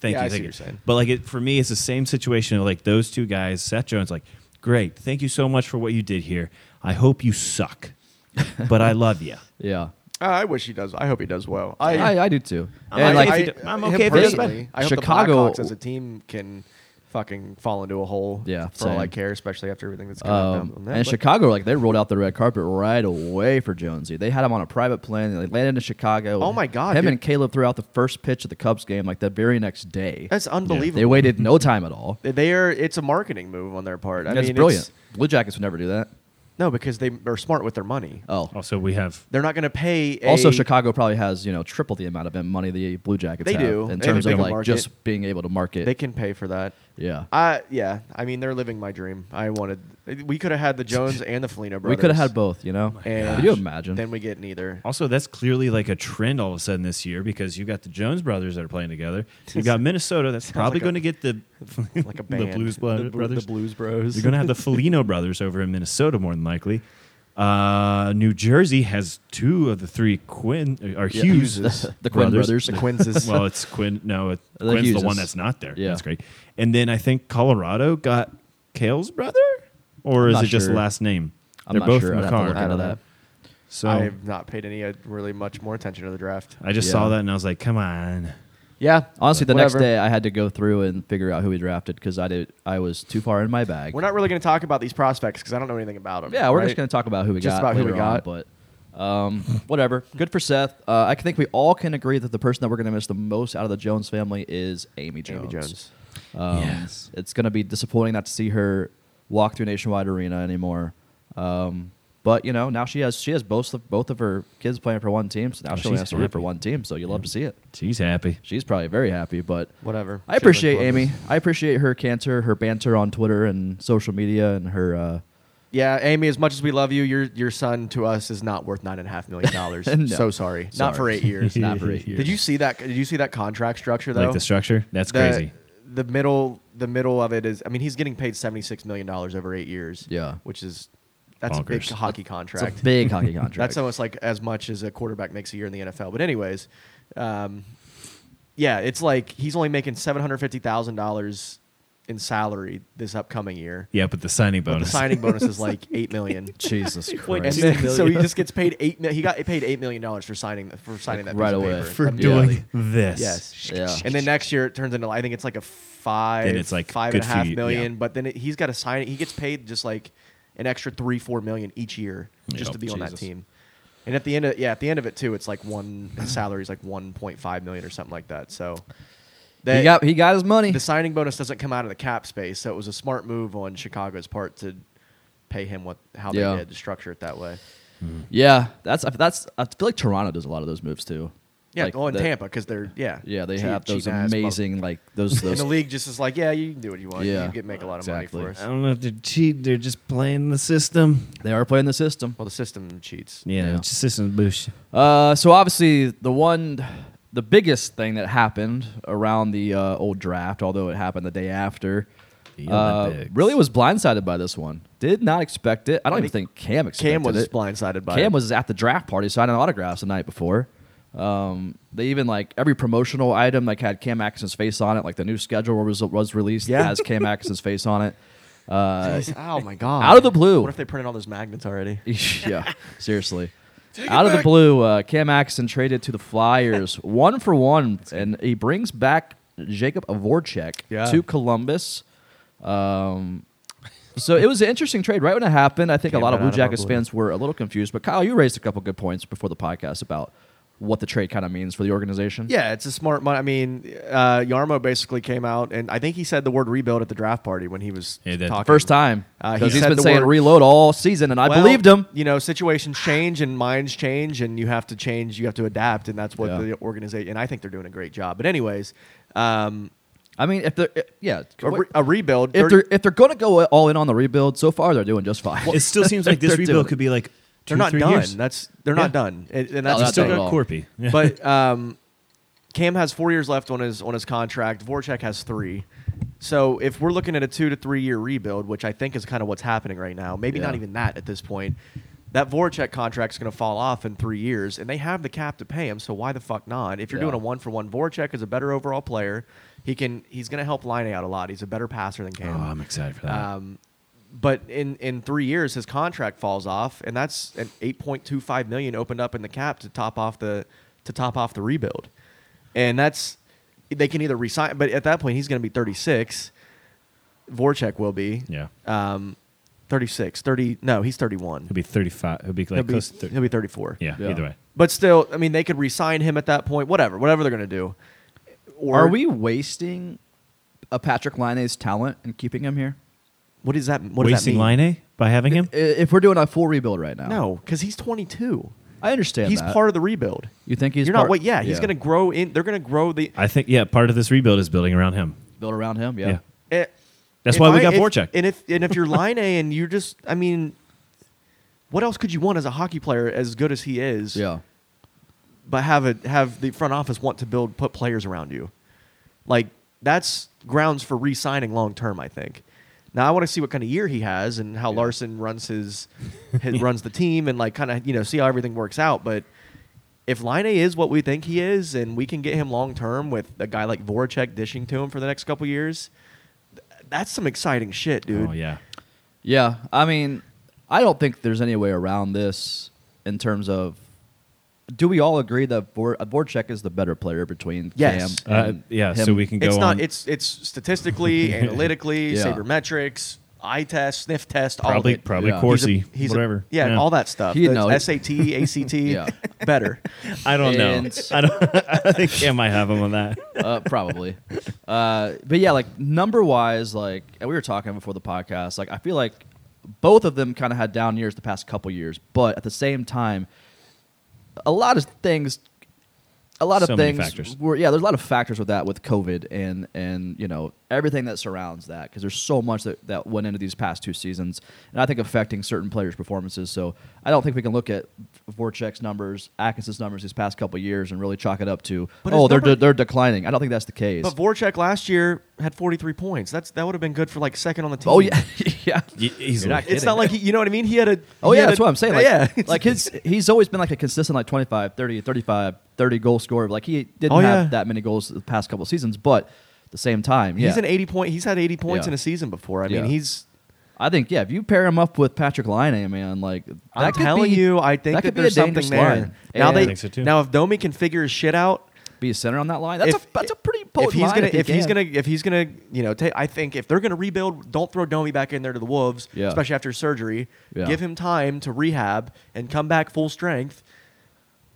[SPEAKER 3] Thank
[SPEAKER 2] Yeah, I
[SPEAKER 3] you,
[SPEAKER 2] see what
[SPEAKER 3] thank
[SPEAKER 2] you're
[SPEAKER 3] you.
[SPEAKER 2] saying.
[SPEAKER 3] But like it, for me, it's the same situation. of, Like those two guys, Seth Jones, like, great, thank you so much for what you did here. I hope you suck, but I love you.
[SPEAKER 1] yeah.
[SPEAKER 2] Uh, I wish he does. I hope he does well. I,
[SPEAKER 1] I, I do too.
[SPEAKER 3] I'm
[SPEAKER 1] And
[SPEAKER 3] okay
[SPEAKER 1] like,
[SPEAKER 3] if he d- I'm
[SPEAKER 2] him
[SPEAKER 3] okay if he does
[SPEAKER 2] personally,
[SPEAKER 3] better.
[SPEAKER 2] I hope
[SPEAKER 1] Chicago-
[SPEAKER 2] the Blackhawks as a team can fucking fall into a hole.
[SPEAKER 1] Yeah,
[SPEAKER 2] for all I
[SPEAKER 1] same.
[SPEAKER 2] care, especially after everything that's going on.
[SPEAKER 1] um,
[SPEAKER 2] down- on. that,
[SPEAKER 1] and
[SPEAKER 2] but-
[SPEAKER 1] Chicago, like they rolled out the red carpet right away for Jonesy. They had him on a private plane. And they landed in Chicago.
[SPEAKER 2] Oh my God,
[SPEAKER 1] Him
[SPEAKER 2] dude.
[SPEAKER 1] and Caleb threw out the first pitch of the Cubs game, like the very next day.
[SPEAKER 2] that's unbelievable.
[SPEAKER 1] they waited no time at all.
[SPEAKER 2] They are. It's a marketing move on their part. I
[SPEAKER 1] That's
[SPEAKER 2] mean,
[SPEAKER 1] brilliant.
[SPEAKER 2] It's,
[SPEAKER 1] Blue Jackets would never do that.
[SPEAKER 2] no, because they are smart with their money.
[SPEAKER 1] Oh,
[SPEAKER 3] <laughs> Also, we have
[SPEAKER 2] They're not going to pay. A,
[SPEAKER 1] Also, Chicago probably has you know triple the amount of money the Blue Jackets
[SPEAKER 2] They
[SPEAKER 1] have
[SPEAKER 2] do.
[SPEAKER 1] in terms
[SPEAKER 2] They have a
[SPEAKER 1] of
[SPEAKER 2] bigger
[SPEAKER 1] like
[SPEAKER 2] market.
[SPEAKER 1] just being able to market.
[SPEAKER 2] They can pay for that.
[SPEAKER 1] yeah,
[SPEAKER 2] I yeah. I mean, they're living my dream. I wanted. We could have
[SPEAKER 1] <laughs>
[SPEAKER 2] had the Jones and the Felino brothers.
[SPEAKER 1] we could have had both. You know,
[SPEAKER 2] And
[SPEAKER 1] could you imagine?
[SPEAKER 2] Then we get neither.
[SPEAKER 3] also that's clearly like a trend all of a sudden this year because you got the Jones brothers that are playing together. You got Minnesota that's probably
[SPEAKER 2] like a-
[SPEAKER 3] going to get the
[SPEAKER 2] <laughs> Like a
[SPEAKER 3] <laughs> the
[SPEAKER 2] band.
[SPEAKER 3] Blues
[SPEAKER 2] The
[SPEAKER 3] Bro-
[SPEAKER 2] Blu-
[SPEAKER 3] brothers.
[SPEAKER 2] The Blues Bros.
[SPEAKER 3] You're going to have the
[SPEAKER 1] <laughs>
[SPEAKER 3] Felino brothers over in Minnesota more than likely. Uh, New Jersey has two of the three Quinn uh, or Hughes
[SPEAKER 1] <laughs> the Quinn brothers. <laughs>
[SPEAKER 2] the Quinces.
[SPEAKER 3] <laughs> well, it's Quinn. No, it,
[SPEAKER 1] The
[SPEAKER 3] Quinn's
[SPEAKER 1] Hugheses.
[SPEAKER 3] the one that's not there.
[SPEAKER 1] Yeah.
[SPEAKER 3] That's great. And then I think Colorado got Kale's brother, or is
[SPEAKER 1] not
[SPEAKER 3] it just
[SPEAKER 1] sure.
[SPEAKER 3] last name?
[SPEAKER 1] I'm
[SPEAKER 3] They're
[SPEAKER 1] not
[SPEAKER 3] both
[SPEAKER 1] sure. I'd have to
[SPEAKER 3] McCarr.
[SPEAKER 1] look
[SPEAKER 2] I
[SPEAKER 1] into
[SPEAKER 2] don't
[SPEAKER 1] that.
[SPEAKER 2] know.
[SPEAKER 3] So I,
[SPEAKER 2] I've not paid any uh, really much more attention to the draft.
[SPEAKER 3] just
[SPEAKER 1] Yeah.
[SPEAKER 3] saw that and I was like, come on.
[SPEAKER 2] Yeah,
[SPEAKER 1] Uh, Honestly, the next
[SPEAKER 2] whatever.
[SPEAKER 1] day I had to go through and figure out who we drafted because I did. I was too far in my bag.
[SPEAKER 2] we're not really going to talk about these prospects because I don't know anything about them.
[SPEAKER 1] yeah, we're just gonna talk about who we
[SPEAKER 2] Just
[SPEAKER 1] got.
[SPEAKER 2] about who we
[SPEAKER 1] later on,
[SPEAKER 2] got.
[SPEAKER 1] but um, <laughs> whatever. Good for Seth. Uh, I think we all can agree that the person that we're gonna miss the most out of the Jones family is Amy Jones.
[SPEAKER 2] Amy Jones.
[SPEAKER 1] Um,
[SPEAKER 3] Yes.
[SPEAKER 1] It's going to be disappointing not to see her walk through Nationwide Arena anymore. Um, but you know, now she has she has both of, both of her kids playing for one team, so now she only
[SPEAKER 3] Oh,
[SPEAKER 1] has
[SPEAKER 3] she's
[SPEAKER 1] to root for
[SPEAKER 3] happy.
[SPEAKER 1] one team. So you love to see it.
[SPEAKER 3] She's happy.
[SPEAKER 1] She's probably very happy, but
[SPEAKER 2] Whatever.
[SPEAKER 1] I
[SPEAKER 2] Should've been
[SPEAKER 1] appreciate
[SPEAKER 2] Columbus.
[SPEAKER 1] Amy. I appreciate her canter, her banter on Twitter and social media, and her. Uh,
[SPEAKER 2] Yeah, Amy. As much as we love you, your your son to us is not worth nine and a half million
[SPEAKER 1] <laughs>
[SPEAKER 2] dollars.
[SPEAKER 1] No.
[SPEAKER 2] So sorry. Not
[SPEAKER 1] Sorry.
[SPEAKER 2] for eight
[SPEAKER 1] <laughs>
[SPEAKER 2] years.
[SPEAKER 1] Not for eight
[SPEAKER 2] Did you see that? Did you see that contract structure though?
[SPEAKER 3] Like the structure? That's
[SPEAKER 2] The-
[SPEAKER 3] crazy.
[SPEAKER 2] The middle, the middle of it is. I mean, he's getting paid seventy six million dollars over eight years.
[SPEAKER 1] Yeah.
[SPEAKER 2] which is that's a big
[SPEAKER 3] Bonkers.
[SPEAKER 2] hockey
[SPEAKER 1] it's a
[SPEAKER 2] contract.
[SPEAKER 1] big hockey contract.
[SPEAKER 2] That's <laughs> almost like as much as a quarterback makes a year in the NFL. But anyways, um, yeah, it's like he's only making seven hundred fifty thousand dollars in salary this upcoming year.
[SPEAKER 3] Yeah, but the signing
[SPEAKER 2] But
[SPEAKER 3] bonus.
[SPEAKER 2] the signing bonus is
[SPEAKER 1] <laughs>
[SPEAKER 2] like eight million.
[SPEAKER 1] Jesus
[SPEAKER 2] And
[SPEAKER 1] Christ.
[SPEAKER 2] then- <laughs> so he just gets paid eight. mi- He got paid eight million dollars for signing for signing that piece
[SPEAKER 1] right
[SPEAKER 2] of
[SPEAKER 1] away.
[SPEAKER 2] paper.
[SPEAKER 3] for
[SPEAKER 1] Yeah.
[SPEAKER 3] doing this.
[SPEAKER 2] yes,
[SPEAKER 1] Yeah.
[SPEAKER 2] and then next year it turns into I think it's like a five.
[SPEAKER 3] Then it's like
[SPEAKER 2] five
[SPEAKER 3] good
[SPEAKER 2] and a half
[SPEAKER 3] for you,
[SPEAKER 2] million,
[SPEAKER 3] yeah.
[SPEAKER 2] But then it, he's got to sign. He gets paid just like an extra three four million each year just
[SPEAKER 3] Yep.
[SPEAKER 2] to be on that
[SPEAKER 3] Jesus.
[SPEAKER 2] team. And at the end of yeah, at the end of it too, it's like one his salary is like one point five million or something like that. So that,
[SPEAKER 1] he got he got his money.
[SPEAKER 2] the signing bonus doesn't come out of the cap space, so it was a smart move on Chicago's part to pay him what how they
[SPEAKER 1] Yeah.
[SPEAKER 2] did to structure it that way.
[SPEAKER 1] yeah, that's that's. I feel like Toronto does a lot of those moves too.
[SPEAKER 2] Yeah,
[SPEAKER 1] Like
[SPEAKER 2] well, in
[SPEAKER 1] the-
[SPEAKER 2] Tampa because they're yeah
[SPEAKER 1] Yeah, they
[SPEAKER 2] cheap,
[SPEAKER 1] have those
[SPEAKER 2] cheap ass
[SPEAKER 1] amazing like those
[SPEAKER 2] <laughs> motherfuckers. And
[SPEAKER 1] those
[SPEAKER 2] the league just is like, yeah, you can do what you want.
[SPEAKER 1] Yeah,
[SPEAKER 2] you get make a lot of
[SPEAKER 1] exactly.
[SPEAKER 2] money for
[SPEAKER 3] I
[SPEAKER 2] us.
[SPEAKER 3] don't know if they're cheating. They're just playing the system.
[SPEAKER 1] They are playing the system.
[SPEAKER 2] Well, the system cheats.
[SPEAKER 3] Yeah,
[SPEAKER 1] Yeah.
[SPEAKER 3] it's just system bullshit.
[SPEAKER 1] Uh, so obviously the one, the biggest thing that happened around the uh, old draft, although it happened the day after,
[SPEAKER 3] The
[SPEAKER 1] uh,
[SPEAKER 3] Olympics.
[SPEAKER 1] really was blindsided by this one. Did not expect it. I don't
[SPEAKER 2] I
[SPEAKER 1] even think Cam expected
[SPEAKER 2] Cam was
[SPEAKER 1] it.
[SPEAKER 2] blindsided by
[SPEAKER 1] Cam
[SPEAKER 2] it.
[SPEAKER 1] was at the draft party signing autographs the night before. Um, they even like every promotional item like had Cam Atkinson's face on it. Like the new schedule was was released
[SPEAKER 2] Yeah.
[SPEAKER 1] has Cam Atkinson's face on it. Uh,
[SPEAKER 2] Jeez, oh my god!
[SPEAKER 1] Out of the blue.
[SPEAKER 2] What if they printed all those magnets already?
[SPEAKER 1] <laughs> yeah, seriously. Out of the blue, uh, Cam Axon traded to the
[SPEAKER 2] <laughs>
[SPEAKER 1] Flyers one for one, and he brings back Jacob Voracek
[SPEAKER 2] Yeah.
[SPEAKER 1] to Columbus. Um, so it was an interesting trade. Right when it happened, I think a
[SPEAKER 2] Came
[SPEAKER 1] lot of
[SPEAKER 2] right
[SPEAKER 1] Blue
[SPEAKER 2] out of my
[SPEAKER 1] Jackets
[SPEAKER 2] blue.
[SPEAKER 1] fans were a little confused. But Kyle, you raised a couple good points before the podcast about what the trade kind of means for the organization.
[SPEAKER 2] Yeah, it's a smart money. I mean, uh, Yarmo basically came out, and I think he said the word rebuild at the draft party when he was
[SPEAKER 5] He did.
[SPEAKER 2] talking.
[SPEAKER 1] First time.
[SPEAKER 2] Uh, he
[SPEAKER 1] Because he's
[SPEAKER 2] said
[SPEAKER 1] been
[SPEAKER 2] the
[SPEAKER 1] saying
[SPEAKER 2] word-
[SPEAKER 1] reload all season, and I
[SPEAKER 2] Well,
[SPEAKER 1] believed him.
[SPEAKER 2] You know, situations change and minds change, and you have to change. You have to adapt, and that's what
[SPEAKER 1] Yeah.
[SPEAKER 2] the organization. And I think they're doing a great job. But anyways, um,
[SPEAKER 1] I mean, if they're, yeah.
[SPEAKER 2] a, re- a rebuild.
[SPEAKER 1] if
[SPEAKER 2] 30
[SPEAKER 1] they're if they're going to go all in on the rebuild, so far they're doing just fine.
[SPEAKER 5] It still
[SPEAKER 1] <laughs>
[SPEAKER 5] seems
[SPEAKER 3] <laughs>
[SPEAKER 5] like this
[SPEAKER 1] They're doing-
[SPEAKER 5] rebuild could be like two,
[SPEAKER 2] they're not
[SPEAKER 5] three
[SPEAKER 2] done.
[SPEAKER 5] years.
[SPEAKER 2] That's they're
[SPEAKER 5] Yeah.
[SPEAKER 2] not done, and, and
[SPEAKER 1] No,
[SPEAKER 2] that's
[SPEAKER 1] not
[SPEAKER 5] still
[SPEAKER 1] done at
[SPEAKER 5] got
[SPEAKER 1] all.
[SPEAKER 5] Corpy. Yeah.
[SPEAKER 3] <laughs>
[SPEAKER 2] but um, Cam has four years left on his on his contract. Voracek has three. So if we're looking at a two to three year rebuild, which I think is kind of what's happening right now, maybe not
[SPEAKER 1] Yeah.
[SPEAKER 2] even that at this point, that Voracek contract's going to fall off in three years, and they have the cap to pay him. So why the fuck not? If you're
[SPEAKER 1] Yeah.
[SPEAKER 2] doing a one for one, Voracek is a better overall player. He can he's going to help Line out a lot. He's a better passer than Cam.
[SPEAKER 5] Oh, I'm excited for that.
[SPEAKER 2] Um, but in in three years, his contract falls off, and that's an eight point two five million opened up in the cap to top off the to top off the rebuild, and that's they can either resign, but at that point he's going to be thirty six. Voracek will be
[SPEAKER 3] Yeah.
[SPEAKER 2] um, 36, 30 No, he's thirty one.
[SPEAKER 3] He'll be 35. He'll be like
[SPEAKER 2] He'll be,
[SPEAKER 3] close to 30.
[SPEAKER 2] he'll be thirty four.
[SPEAKER 3] Yeah,
[SPEAKER 1] Yeah.
[SPEAKER 3] either way.
[SPEAKER 2] but still, I mean, they could resign him at that point. Whatever, whatever they're going to do. Or
[SPEAKER 1] Are we wasting a Patrick Line's talent and keeping him here?
[SPEAKER 2] What is that? What
[SPEAKER 3] Wasting
[SPEAKER 2] does that mean?
[SPEAKER 3] line A by having him?
[SPEAKER 1] I- If we're doing a full rebuild right now,
[SPEAKER 2] No, because he's twenty two.
[SPEAKER 1] I understand.
[SPEAKER 2] He's
[SPEAKER 1] that.
[SPEAKER 2] part of the rebuild.
[SPEAKER 1] You think he's
[SPEAKER 2] You're
[SPEAKER 1] part-
[SPEAKER 2] not. Wait, yeah, he's
[SPEAKER 1] yeah.
[SPEAKER 2] going to grow in. They're going to grow the.
[SPEAKER 3] I think, yeah, part of this rebuild is building around him.
[SPEAKER 1] built around him. Yeah.
[SPEAKER 3] Yeah.
[SPEAKER 2] eh,
[SPEAKER 3] That's
[SPEAKER 2] if
[SPEAKER 3] why we
[SPEAKER 2] I-
[SPEAKER 3] got
[SPEAKER 2] if-
[SPEAKER 3] Voracek.
[SPEAKER 2] And if and if you're line A and you're just, I mean, what else could you want as a hockey player as good as he is?
[SPEAKER 1] Yeah.
[SPEAKER 2] But have a have the front office want to build put players around you, like that's grounds for re-signing long term. I think. Now I want to see what kind of year he has and how Larson runs
[SPEAKER 3] <laughs>
[SPEAKER 2] his, his runs the team and like kind of you know see how everything works out, but. if Line A is what we think he is, and we can get him long term with a guy like Voracek dishing to him for the next couple years, th- that's some exciting shit, dude.
[SPEAKER 3] Oh, yeah.
[SPEAKER 1] Yeah, I mean, I don't think there's any way around this in terms of. Do we all agree that Vor- uh, Voracek is the better player between
[SPEAKER 2] Yes.
[SPEAKER 1] Cam?
[SPEAKER 3] Uh,
[SPEAKER 1] and
[SPEAKER 3] yeah,
[SPEAKER 1] him?
[SPEAKER 3] so we can go
[SPEAKER 2] It's not.
[SPEAKER 3] on.
[SPEAKER 2] It's it's
[SPEAKER 3] <laughs>
[SPEAKER 2] statistically, analytically,
[SPEAKER 1] Yeah.
[SPEAKER 2] sabermetrics, eye test, sniff test, all
[SPEAKER 3] probably,
[SPEAKER 2] of it.
[SPEAKER 3] probably
[SPEAKER 1] Yeah.
[SPEAKER 2] Uh, He's a-
[SPEAKER 3] Corsi,
[SPEAKER 2] he's a-
[SPEAKER 3] whatever.
[SPEAKER 2] yeah, all that stuff.
[SPEAKER 1] He'd
[SPEAKER 2] The
[SPEAKER 1] know it. <laughs>
[SPEAKER 2] SAT, ACT,
[SPEAKER 1] Yeah. <laughs>
[SPEAKER 2] better.
[SPEAKER 3] I don't know.
[SPEAKER 1] And-
[SPEAKER 3] I don't. <laughs> I think Cam might have him on that.
[SPEAKER 1] uh, probably. Uh, but yeah, like number wise, like and we were talking before the podcast. Like I feel like both of them kind of had down years the past couple years, but at the same time, a lot of things, a lot
[SPEAKER 3] So
[SPEAKER 1] of
[SPEAKER 3] many
[SPEAKER 1] things
[SPEAKER 3] factors.
[SPEAKER 1] were yeah. There's a lot of factors with that with COVID and and you know everything that surrounds that because there's so much that that went into these past two seasons and I think affecting certain players' performances. So I don't think we can look at Voracek's numbers, Atkinson's numbers these past couple years and really chalk it up to
[SPEAKER 2] But his
[SPEAKER 1] oh they're
[SPEAKER 2] number-
[SPEAKER 1] de- they're declining. I don't think that's the case.
[SPEAKER 2] But Voracek last year had 43 points. That's that would have been good for like second on the team.
[SPEAKER 1] Oh
[SPEAKER 3] <laughs>
[SPEAKER 1] yeah, <laughs> yeah.
[SPEAKER 3] He's
[SPEAKER 1] not
[SPEAKER 2] It's not like he, you know what I mean. He had a.
[SPEAKER 1] Oh
[SPEAKER 2] he
[SPEAKER 1] yeah,
[SPEAKER 2] had
[SPEAKER 1] that's
[SPEAKER 2] a-
[SPEAKER 1] what I'm saying. Like,
[SPEAKER 2] <laughs> yeah,
[SPEAKER 1] like his he's always been like a consistent like 25, 30, 35, 30 goal scorer. Like he didn't
[SPEAKER 2] Oh,
[SPEAKER 1] have
[SPEAKER 2] yeah.
[SPEAKER 1] that many goals the past couple seasons, but at the same time, yeah.
[SPEAKER 2] He's an 80 point. He's had 80 points
[SPEAKER 1] Yeah.
[SPEAKER 2] in a season before. I
[SPEAKER 1] Yeah.
[SPEAKER 2] mean, he's.
[SPEAKER 1] I think yeah, if you pair him up with Patrick Line, man, like that
[SPEAKER 2] I'm
[SPEAKER 1] could
[SPEAKER 2] telling
[SPEAKER 1] be-
[SPEAKER 2] you, I think
[SPEAKER 1] that
[SPEAKER 2] that,
[SPEAKER 1] could be
[SPEAKER 2] there's
[SPEAKER 1] a dangerous
[SPEAKER 2] something there.
[SPEAKER 1] line.
[SPEAKER 2] Now
[SPEAKER 1] And
[SPEAKER 2] they
[SPEAKER 3] think so, too.
[SPEAKER 2] now if Domi can figure his shit out,
[SPEAKER 1] be a center on that line. That's
[SPEAKER 2] if,
[SPEAKER 1] a that's a pretty potent
[SPEAKER 2] if he's
[SPEAKER 1] line
[SPEAKER 2] gonna
[SPEAKER 1] he
[SPEAKER 2] if he's
[SPEAKER 1] can.
[SPEAKER 2] gonna if he's gonna you know take I think if they're gonna rebuild, don't throw Domi back in there to the wolves,
[SPEAKER 1] Yeah.
[SPEAKER 2] especially after surgery.
[SPEAKER 1] Yeah.
[SPEAKER 2] Give him time to rehab and come back full strength.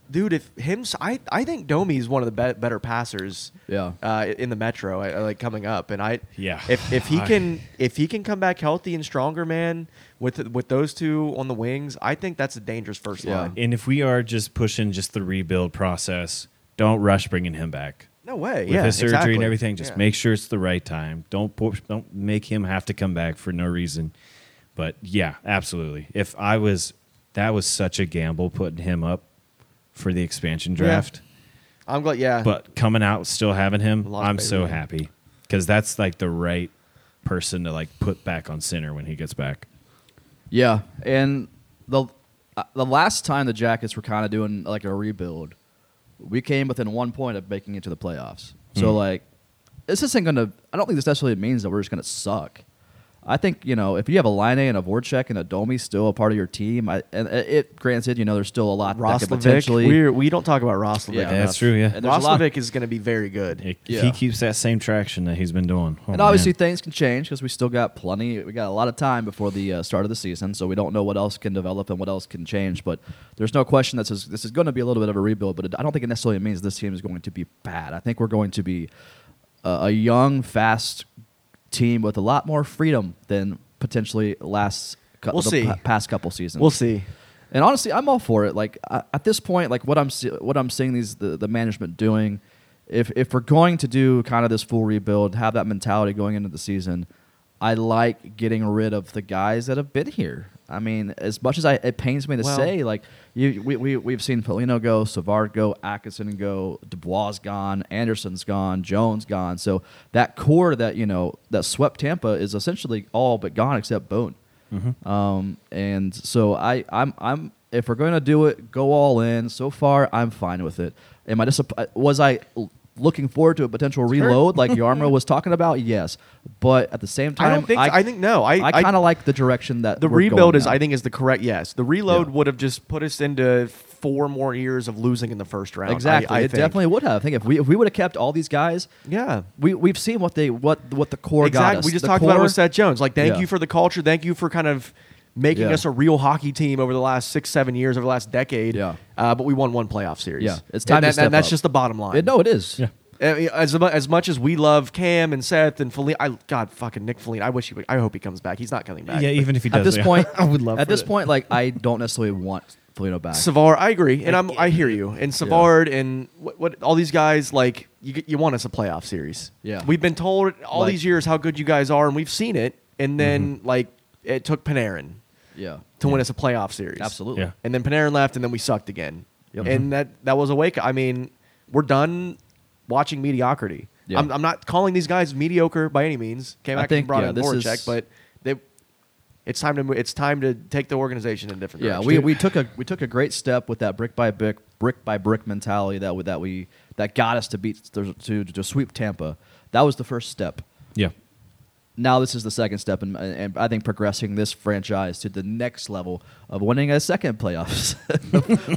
[SPEAKER 2] Dude, if him, I, I think Domi is one of the be- better passers.
[SPEAKER 1] Yeah.
[SPEAKER 2] Uh, in the metro, I, I like coming up, and I
[SPEAKER 3] Yeah.
[SPEAKER 2] If if he
[SPEAKER 3] I-
[SPEAKER 2] can if he can come back healthy and stronger, man, with with those two on the wings, I think that's a dangerous first
[SPEAKER 1] Yeah.
[SPEAKER 2] line.
[SPEAKER 3] And if we are just pushing just the rebuild process, don't rush bringing him back.
[SPEAKER 2] No way.
[SPEAKER 3] With
[SPEAKER 2] yeah.
[SPEAKER 3] his surgery and
[SPEAKER 2] exactly.
[SPEAKER 3] everything, just
[SPEAKER 2] Yeah.
[SPEAKER 3] make sure it's the right time. Don't push, don't make him have to come back for no reason. But yeah, absolutely. If I was, that was such a gamble putting him up for the expansion draft.
[SPEAKER 2] I'm glad. Yeah.
[SPEAKER 3] But coming out still having him,
[SPEAKER 2] Lost
[SPEAKER 3] I'm
[SPEAKER 2] baby.
[SPEAKER 3] so happy because that's like the right person to like put back on center when he gets back.
[SPEAKER 1] Yeah, and the uh, the last time the Jackets were kind of doing like a rebuild, we came within one point of making it to the playoffs. So like, this isn't gonna. I don't think this necessarily means that we're just gonna suck. I think you know if you have a Line and a Voracek and a Domi still a part of your team, I, and uh, it granted you know there's still a lot that could
[SPEAKER 2] Roslovic.
[SPEAKER 1] potentially
[SPEAKER 2] We're, we don't talk about Roslovic.
[SPEAKER 1] Yeah,
[SPEAKER 3] that's
[SPEAKER 2] enough.
[SPEAKER 3] true, yeah.
[SPEAKER 1] And there's a lot-
[SPEAKER 2] Roslovic is going to be very good.
[SPEAKER 3] If
[SPEAKER 1] Yeah.
[SPEAKER 3] He keeps that same traction that he's been doing. Oh,
[SPEAKER 1] and obviously
[SPEAKER 3] man.
[SPEAKER 1] things can change because we still got plenty. We got a lot of time before the uh, start of the season, so we don't know what else can develop and what else can change. But there's no question that this is, this is going to be a little bit of a rebuild. But it, I don't think it necessarily means this team is going to be bad. I think we're going to be uh, a young, fast team with a lot more freedom than potentially last. cou-
[SPEAKER 2] We'll
[SPEAKER 1] the
[SPEAKER 2] see.
[SPEAKER 1] pa- past couple seasons.
[SPEAKER 2] We'll see.
[SPEAKER 1] And honestly, I'm all for it. Like I, at this point, like what I'm see, what I'm seeing these the, the management doing, if if we're going to do kind of this full rebuild, have that mentality going into the season, I like getting rid of the guys that have been here. I mean, as much as I, it pains me to
[SPEAKER 2] Well-
[SPEAKER 1] say, like you, we, we we've seen Polino go, Savard go, Atkinson go, Dubois gone, Anderson's gone, Jones gone. So that core that you know that swept Tampa is essentially all but gone except Boone.
[SPEAKER 2] Mm-hmm.
[SPEAKER 1] Um, and so I, I'm, I'm. If we're going to do it, go all in. So far, I'm fine with it. Am I disapp- Was I l- looking forward to a potential reload
[SPEAKER 2] <laughs>
[SPEAKER 1] like Yarmo was talking about? Yes, but at the same
[SPEAKER 2] I
[SPEAKER 1] time,
[SPEAKER 2] don't think- I think no. I- I-
[SPEAKER 1] kind of like the direction that
[SPEAKER 2] The
[SPEAKER 1] we're
[SPEAKER 2] rebuild
[SPEAKER 1] going
[SPEAKER 2] is,
[SPEAKER 1] now.
[SPEAKER 2] I think, is the correct yes. The reload
[SPEAKER 1] Yeah.
[SPEAKER 2] would have just put us into four more years of losing in the first round. I-
[SPEAKER 1] exactly.
[SPEAKER 2] I
[SPEAKER 1] it
[SPEAKER 2] think.
[SPEAKER 1] definitely would have. I think if we if we would have kept all these guys,
[SPEAKER 2] Yeah.
[SPEAKER 1] we we've seen what they what what the core got
[SPEAKER 2] Exactly.
[SPEAKER 1] us.
[SPEAKER 2] We just
[SPEAKER 1] The
[SPEAKER 2] talked about it
[SPEAKER 1] core-
[SPEAKER 2] with Seth Jones. Like, thank
[SPEAKER 1] Yeah.
[SPEAKER 2] you for the culture. Thank you for kind of making
[SPEAKER 1] Yeah.
[SPEAKER 2] us a real hockey team over the last six, seven years, over the last decade.
[SPEAKER 1] Yeah.
[SPEAKER 2] Uh, but we won one playoff series.
[SPEAKER 1] Yeah. It's
[SPEAKER 2] And
[SPEAKER 1] time to
[SPEAKER 2] that-
[SPEAKER 1] step
[SPEAKER 2] and that's
[SPEAKER 1] up.
[SPEAKER 2] just the bottom line.
[SPEAKER 1] Yeah, no, it is.
[SPEAKER 3] Yeah.
[SPEAKER 2] I mean, Eh, As, mu- as much as we love Cam and Seth and Feline, I God fucking Nick Feline. I wish he would. I hope he comes back. He's not coming back.
[SPEAKER 3] Yeah,
[SPEAKER 2] But-
[SPEAKER 3] even if he
[SPEAKER 1] At
[SPEAKER 3] does.
[SPEAKER 1] this
[SPEAKER 3] yeah.
[SPEAKER 1] point,
[SPEAKER 3] <laughs> I would love
[SPEAKER 1] At
[SPEAKER 3] for
[SPEAKER 1] this
[SPEAKER 3] that.
[SPEAKER 1] point, like I don't necessarily want Felino back.
[SPEAKER 2] Savard, I agree, and I'm I hear you. And Savard and what, what all these guys like you get- you want us a playoff series.
[SPEAKER 1] Yeah.
[SPEAKER 2] we've been told all
[SPEAKER 1] Like- Mm-hmm.
[SPEAKER 2] these years how good you guys are, and we've seen it. And then like it took Panarin
[SPEAKER 1] yeah,
[SPEAKER 2] to win us a playoff series.
[SPEAKER 1] absolutely.
[SPEAKER 3] Yeah.
[SPEAKER 2] And then Panarin left, and then we sucked again.
[SPEAKER 1] Yep. Mm-hmm.
[SPEAKER 2] And that that was a wake. I mean, we're done watching mediocrity.
[SPEAKER 1] Yeah.
[SPEAKER 2] I'm, I'm not calling these guys mediocre by any means. Came
[SPEAKER 1] I
[SPEAKER 2] back
[SPEAKER 1] think,
[SPEAKER 2] and brought
[SPEAKER 1] yeah,
[SPEAKER 2] in
[SPEAKER 1] this
[SPEAKER 2] Voracek,
[SPEAKER 1] is-
[SPEAKER 2] but they. It's time to mo- it's time to take the organization in a different.
[SPEAKER 1] Yeah,
[SPEAKER 2] direction.
[SPEAKER 1] we, we took a we took a great step with that brick by brick brick by brick mentality that we, that we that got us to beat to, to to sweep Tampa. That was the first step.
[SPEAKER 3] Yeah.
[SPEAKER 1] Now this is the second step, and and I think progressing this franchise to the next level of winning a second playoffs.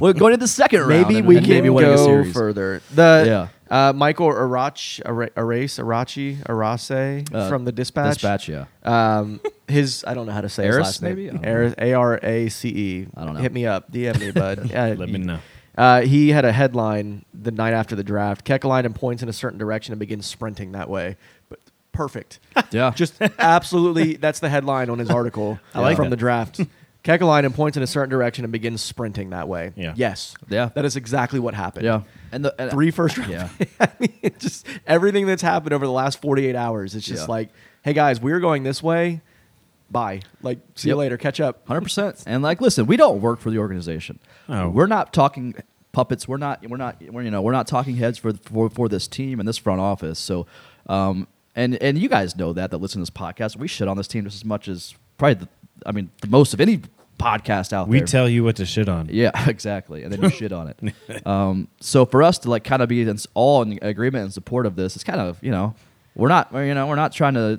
[SPEAKER 1] <laughs> We're going to the second round.
[SPEAKER 2] Maybe
[SPEAKER 1] and-
[SPEAKER 2] we
[SPEAKER 1] and
[SPEAKER 2] can
[SPEAKER 1] maybe winning a
[SPEAKER 2] go
[SPEAKER 1] series.
[SPEAKER 2] further. The uh, Michael Arach, Ara- Arace, Arachi, Arase
[SPEAKER 1] Uh,
[SPEAKER 2] from the Dispatch.
[SPEAKER 1] Dispatch, yeah. Uh,
[SPEAKER 2] Um, his I don't know how to say his
[SPEAKER 1] Arace,
[SPEAKER 2] last name.
[SPEAKER 1] maybe? I don't
[SPEAKER 2] Arace, A R A C E.
[SPEAKER 1] I don't know.
[SPEAKER 2] Hit me up. DM me,
[SPEAKER 1] <laughs>
[SPEAKER 2] bud. Uh,
[SPEAKER 3] Let me know.
[SPEAKER 2] Uh, he had a headline the night after the draft. Kekalainen points in a certain direction and begins sprinting that way. But
[SPEAKER 1] <laughs>
[SPEAKER 2] perfect.
[SPEAKER 1] Yeah.
[SPEAKER 2] Just absolutely. That's the headline on
[SPEAKER 1] <laughs>
[SPEAKER 2] his article
[SPEAKER 3] I like
[SPEAKER 2] from
[SPEAKER 3] that.
[SPEAKER 2] the draft. Kekalainen points in a certain direction and begins sprinting that way.
[SPEAKER 3] Yeah.
[SPEAKER 2] Yes.
[SPEAKER 1] Yeah.
[SPEAKER 2] That is exactly what happened.
[SPEAKER 1] Yeah, and the and-
[SPEAKER 2] Three first round.
[SPEAKER 1] Yeah.
[SPEAKER 2] <laughs> I mean, it just everything that's happened over the last 48 hours. It's just
[SPEAKER 1] Yeah.
[SPEAKER 2] like, hey guys, we're going this way. Bye. Like, see
[SPEAKER 1] Yep.
[SPEAKER 2] you later. Catch up.
[SPEAKER 1] Hundred percent. And like, listen, we don't work for the organization.
[SPEAKER 3] No.
[SPEAKER 1] We're not talking puppets. We're not. We're not. We're you know. We're not talking heads for for, for this team and this front office. So, um, and and you guys know that that listen to this podcast. We shit on this team just as much as probably. The, I mean, the most of any podcast out
[SPEAKER 3] We
[SPEAKER 1] there.
[SPEAKER 3] tell you what to shit on.
[SPEAKER 1] Yeah, <laughs> exactly. And then you shit on it. Um, so for us to like kind of be in, all in agreement and support of this, it's kind of you know we're not we're, you know we're not trying to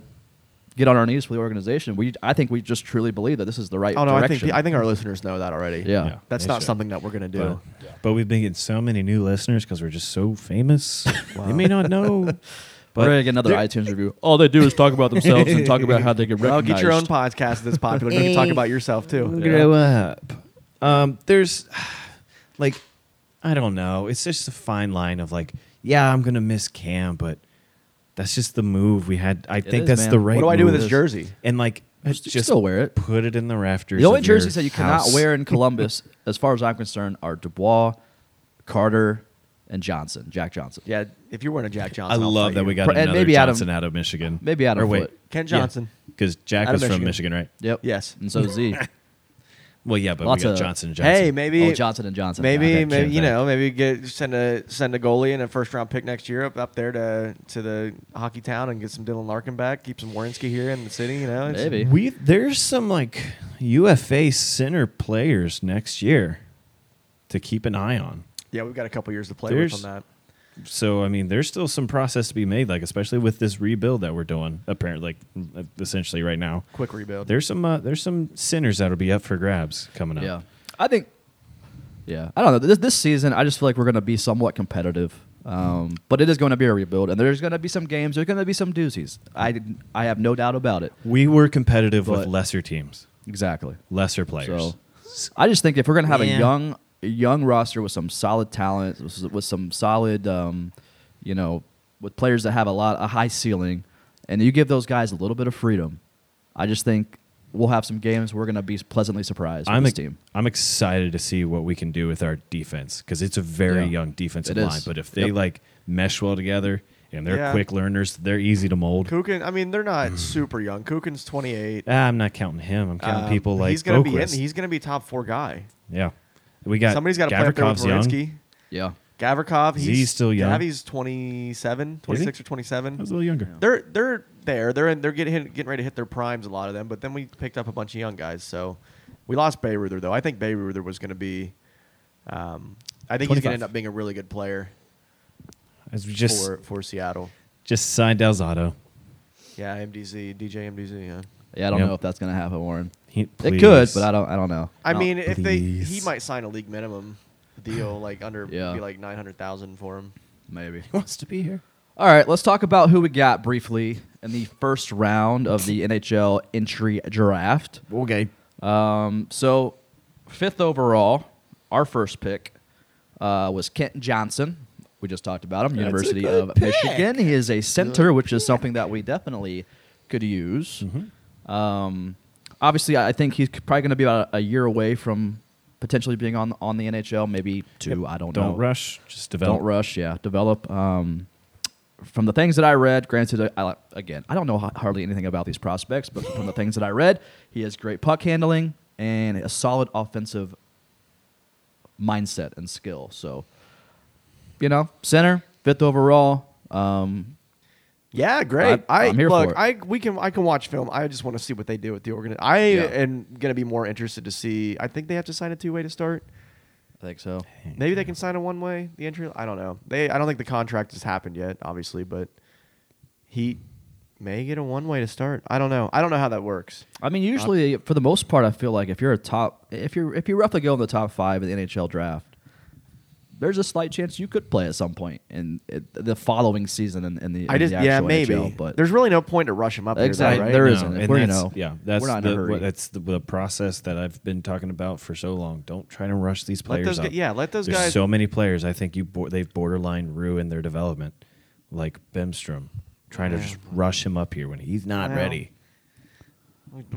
[SPEAKER 1] get on our knees for the organization. We I think we just truly believe that this is the right.
[SPEAKER 2] Oh no, I think
[SPEAKER 1] direction.
[SPEAKER 2] I think our listeners know that already.
[SPEAKER 1] Yeah.
[SPEAKER 3] Yeah.
[SPEAKER 2] That's
[SPEAKER 3] They
[SPEAKER 2] not
[SPEAKER 3] should.
[SPEAKER 2] something that we're gonna do.
[SPEAKER 3] But, but we've been getting so many new listeners because we're just
[SPEAKER 1] <laughs>
[SPEAKER 3] so famous. They may not know.
[SPEAKER 1] But
[SPEAKER 3] But
[SPEAKER 1] We're gonna get another
[SPEAKER 3] there-
[SPEAKER 1] iTunes review. All they do is talk about themselves and talk about how they get <laughs>
[SPEAKER 2] Well,
[SPEAKER 1] recognized.
[SPEAKER 2] get your own podcast
[SPEAKER 3] <laughs>
[SPEAKER 2] that's popular. You can talk about yourself too.
[SPEAKER 3] Grow up. Um, there's <sighs> like I don't know. It's just a fine line of like, yeah, I'm gonna miss Cam, but that's just the move we had. I think
[SPEAKER 1] is,
[SPEAKER 3] that's
[SPEAKER 1] man.
[SPEAKER 3] the
[SPEAKER 1] What
[SPEAKER 3] right.
[SPEAKER 2] What do I do with
[SPEAKER 3] move.
[SPEAKER 2] this jersey?
[SPEAKER 3] And like,
[SPEAKER 1] Just-
[SPEAKER 3] just,
[SPEAKER 1] you still wear it.
[SPEAKER 3] Put it in the rafters.
[SPEAKER 1] The only
[SPEAKER 3] of your
[SPEAKER 1] jerseys that you
[SPEAKER 3] house.
[SPEAKER 1] cannot wear <laughs> in Columbus, as far as I'm concerned, are Dubois, Carter, and Johnson. Jack Johnson.
[SPEAKER 2] Yeah, if you're wearing a Jack
[SPEAKER 3] I
[SPEAKER 2] Johnson, I'll
[SPEAKER 3] love
[SPEAKER 2] fight
[SPEAKER 3] that
[SPEAKER 2] you.
[SPEAKER 3] we got
[SPEAKER 1] Pr- and
[SPEAKER 3] another
[SPEAKER 1] maybe Adam-
[SPEAKER 3] Johnson out of Michigan.
[SPEAKER 1] maybe Adam
[SPEAKER 3] or wait,
[SPEAKER 1] Foote.
[SPEAKER 2] Ken Johnson.
[SPEAKER 3] because Jack
[SPEAKER 2] Out of
[SPEAKER 3] was from
[SPEAKER 2] Michigan.
[SPEAKER 3] Michigan, right?
[SPEAKER 1] Yep.
[SPEAKER 2] Yes.
[SPEAKER 1] And so is <laughs> Z.
[SPEAKER 3] Well, yeah, but
[SPEAKER 1] Lots
[SPEAKER 3] we got
[SPEAKER 1] of-
[SPEAKER 3] Johnson and Johnson.
[SPEAKER 2] Hey, maybe
[SPEAKER 1] Oh, Johnson and Johnson.
[SPEAKER 2] Maybe,
[SPEAKER 1] Yeah, okay.
[SPEAKER 2] maybe you
[SPEAKER 3] Sure.
[SPEAKER 2] know, maybe get send a send a goalie and a first round pick next year up, up there to to the hockey town and get some Dylan Larkin back, keep some Warinsky here in the city, you know. It's-
[SPEAKER 1] Maybe.
[SPEAKER 3] we there's some like UFA center players next year to keep an eye on.
[SPEAKER 2] Yeah, we've got a couple years to play
[SPEAKER 3] There's-
[SPEAKER 2] with on that.
[SPEAKER 3] So I mean, there's still some process to be made, like especially with this rebuild that we're doing. Apparently, like mm, essentially right now,
[SPEAKER 2] Quick rebuild.
[SPEAKER 3] there's some uh, there's some sinners that'll be up for grabs coming up.
[SPEAKER 1] Yeah, I think. Yeah, I don't know. This this season, I just feel like we're going to be somewhat competitive. Um, but it is going to be a rebuild, and there's going to be some games. There's going to be some doozies. I I have no doubt about it.
[SPEAKER 3] We were competitive with
[SPEAKER 1] But-
[SPEAKER 3] lesser teams,
[SPEAKER 1] Exactly.
[SPEAKER 3] lesser players.
[SPEAKER 1] So I just think if we're going to have
[SPEAKER 3] Yeah.
[SPEAKER 1] a young a young roster with some solid talent, with, with some solid, um, you know, with players that have a lot a high ceiling, and you give those guys a little bit of freedom, I just think we'll have some games we're going to be pleasantly surprised with
[SPEAKER 3] I'm
[SPEAKER 1] this
[SPEAKER 3] ex-
[SPEAKER 1] team.
[SPEAKER 3] I'm excited to see what we can do with our defense because it's a very
[SPEAKER 1] Yeah.
[SPEAKER 3] young defensive
[SPEAKER 1] It is.
[SPEAKER 3] line. But if they
[SPEAKER 1] Yep.
[SPEAKER 3] like mesh well together and they're
[SPEAKER 2] Yeah.
[SPEAKER 3] quick learners, they're easy to mold.
[SPEAKER 2] Kukin, I mean, they're
[SPEAKER 3] Mm.
[SPEAKER 2] not super young. Kukin's 28.
[SPEAKER 3] Ah, I'm not counting him. I'm counting
[SPEAKER 2] Um,
[SPEAKER 3] people like
[SPEAKER 2] he's gonna be in,
[SPEAKER 3] Boquist.
[SPEAKER 2] he's gonna be top four guy.
[SPEAKER 3] yeah, we got
[SPEAKER 2] Somebody's got to play up there with
[SPEAKER 3] Gavrikov's young.
[SPEAKER 2] Wierenski.
[SPEAKER 1] Yeah.
[SPEAKER 2] Gavrikov,
[SPEAKER 3] Is
[SPEAKER 2] he's,
[SPEAKER 3] he still young?
[SPEAKER 2] Gavi's 27, 26 or
[SPEAKER 3] I was
[SPEAKER 2] 27.
[SPEAKER 3] a little younger.
[SPEAKER 2] They're they're there. They're in, they're getting hit, getting ready to hit their primes. A lot of them, but then we picked up a bunch of young guys. So we lost Bayreuther though. I think Bayreuther was going to be. Um, I think he's
[SPEAKER 3] 25.
[SPEAKER 2] going to end up being a really good player
[SPEAKER 3] It's just
[SPEAKER 2] for for Seattle.
[SPEAKER 3] just signed Delzato.
[SPEAKER 2] Yeah, MDZ, DJ MDZ. Yeah.
[SPEAKER 1] Yeah, I don't
[SPEAKER 3] Yep.
[SPEAKER 1] know if that's going to happen, Warren.
[SPEAKER 3] He,
[SPEAKER 1] It could,
[SPEAKER 3] please.
[SPEAKER 1] but I don't. I don't know.
[SPEAKER 2] I
[SPEAKER 1] No.
[SPEAKER 2] mean, if they he
[SPEAKER 3] please.
[SPEAKER 2] might sign a league minimum deal, like under
[SPEAKER 1] Yeah.
[SPEAKER 2] be like nine hundred thousand for him.
[SPEAKER 1] maybe.
[SPEAKER 3] He wants to be here.
[SPEAKER 1] All right, let's talk about who we got briefly in the first round of the NHL entry draft.
[SPEAKER 2] Okay.
[SPEAKER 1] Um, so, fifth overall, our first pick uh, was Kent Johnson. We just talked about him, University
[SPEAKER 3] good
[SPEAKER 1] of
[SPEAKER 3] pick.
[SPEAKER 1] Michigan. He is a center, which is something that we definitely could use.
[SPEAKER 3] Mm-hmm.
[SPEAKER 1] Um, obviously, I I think he's probably going to be about a year away from potentially being on on the NHL, maybe two. I don't,
[SPEAKER 3] Don't
[SPEAKER 1] know.
[SPEAKER 3] rush. Just develop.
[SPEAKER 1] Don't rush. Yeah, develop. Um, from the things that I read, granted, I, again, I don't know ha- hardly anything about these prospects, but from the things that I read, he has great puck handling and a solid offensive mindset and skill. So, you know, center, fifth overall. Um,
[SPEAKER 2] Yeah, great.
[SPEAKER 1] I-
[SPEAKER 2] I,
[SPEAKER 1] I'm here
[SPEAKER 2] look.
[SPEAKER 1] for it.
[SPEAKER 2] I we can I can watch film. I just want to see what they do with the organ. I
[SPEAKER 1] Yeah.
[SPEAKER 2] am gonna be more interested to see. I think they have to sign a two way to start.
[SPEAKER 1] I think so.
[SPEAKER 2] Maybe they can sign a one way. The entry. I don't know. They. I don't think the contract has happened yet. Obviously, but he may get a one way to start. I don't know. I don't know how that works.
[SPEAKER 1] I mean, usually for the most part, I feel like if you're a top, if you're if you roughly go in the top five in the NHL draft, there's a slight chance you could play at some point in, in the following season in, in the in
[SPEAKER 2] I
[SPEAKER 1] the
[SPEAKER 2] just yeah
[SPEAKER 1] actual
[SPEAKER 2] maybe.
[SPEAKER 1] NHL, but
[SPEAKER 2] There's really no point to rush him up. here, though,
[SPEAKER 1] Exactly.
[SPEAKER 2] right?
[SPEAKER 1] There isn't. If
[SPEAKER 3] and
[SPEAKER 1] we're, you
[SPEAKER 3] that's-
[SPEAKER 1] know,
[SPEAKER 3] yeah, that's
[SPEAKER 1] we're not in a
[SPEAKER 3] the,
[SPEAKER 1] hurry.
[SPEAKER 3] what- that's the, the process that I've been talking about for so long. Don't try to rush these
[SPEAKER 2] Let
[SPEAKER 3] players.
[SPEAKER 2] those
[SPEAKER 3] up.
[SPEAKER 2] gu- yeah, let those
[SPEAKER 3] There's
[SPEAKER 2] guys-
[SPEAKER 3] So many players, I think you bo- they've borderline ruined their development, like Bemstrom, trying to just rush him up here when he's not
[SPEAKER 2] Well,
[SPEAKER 3] ready.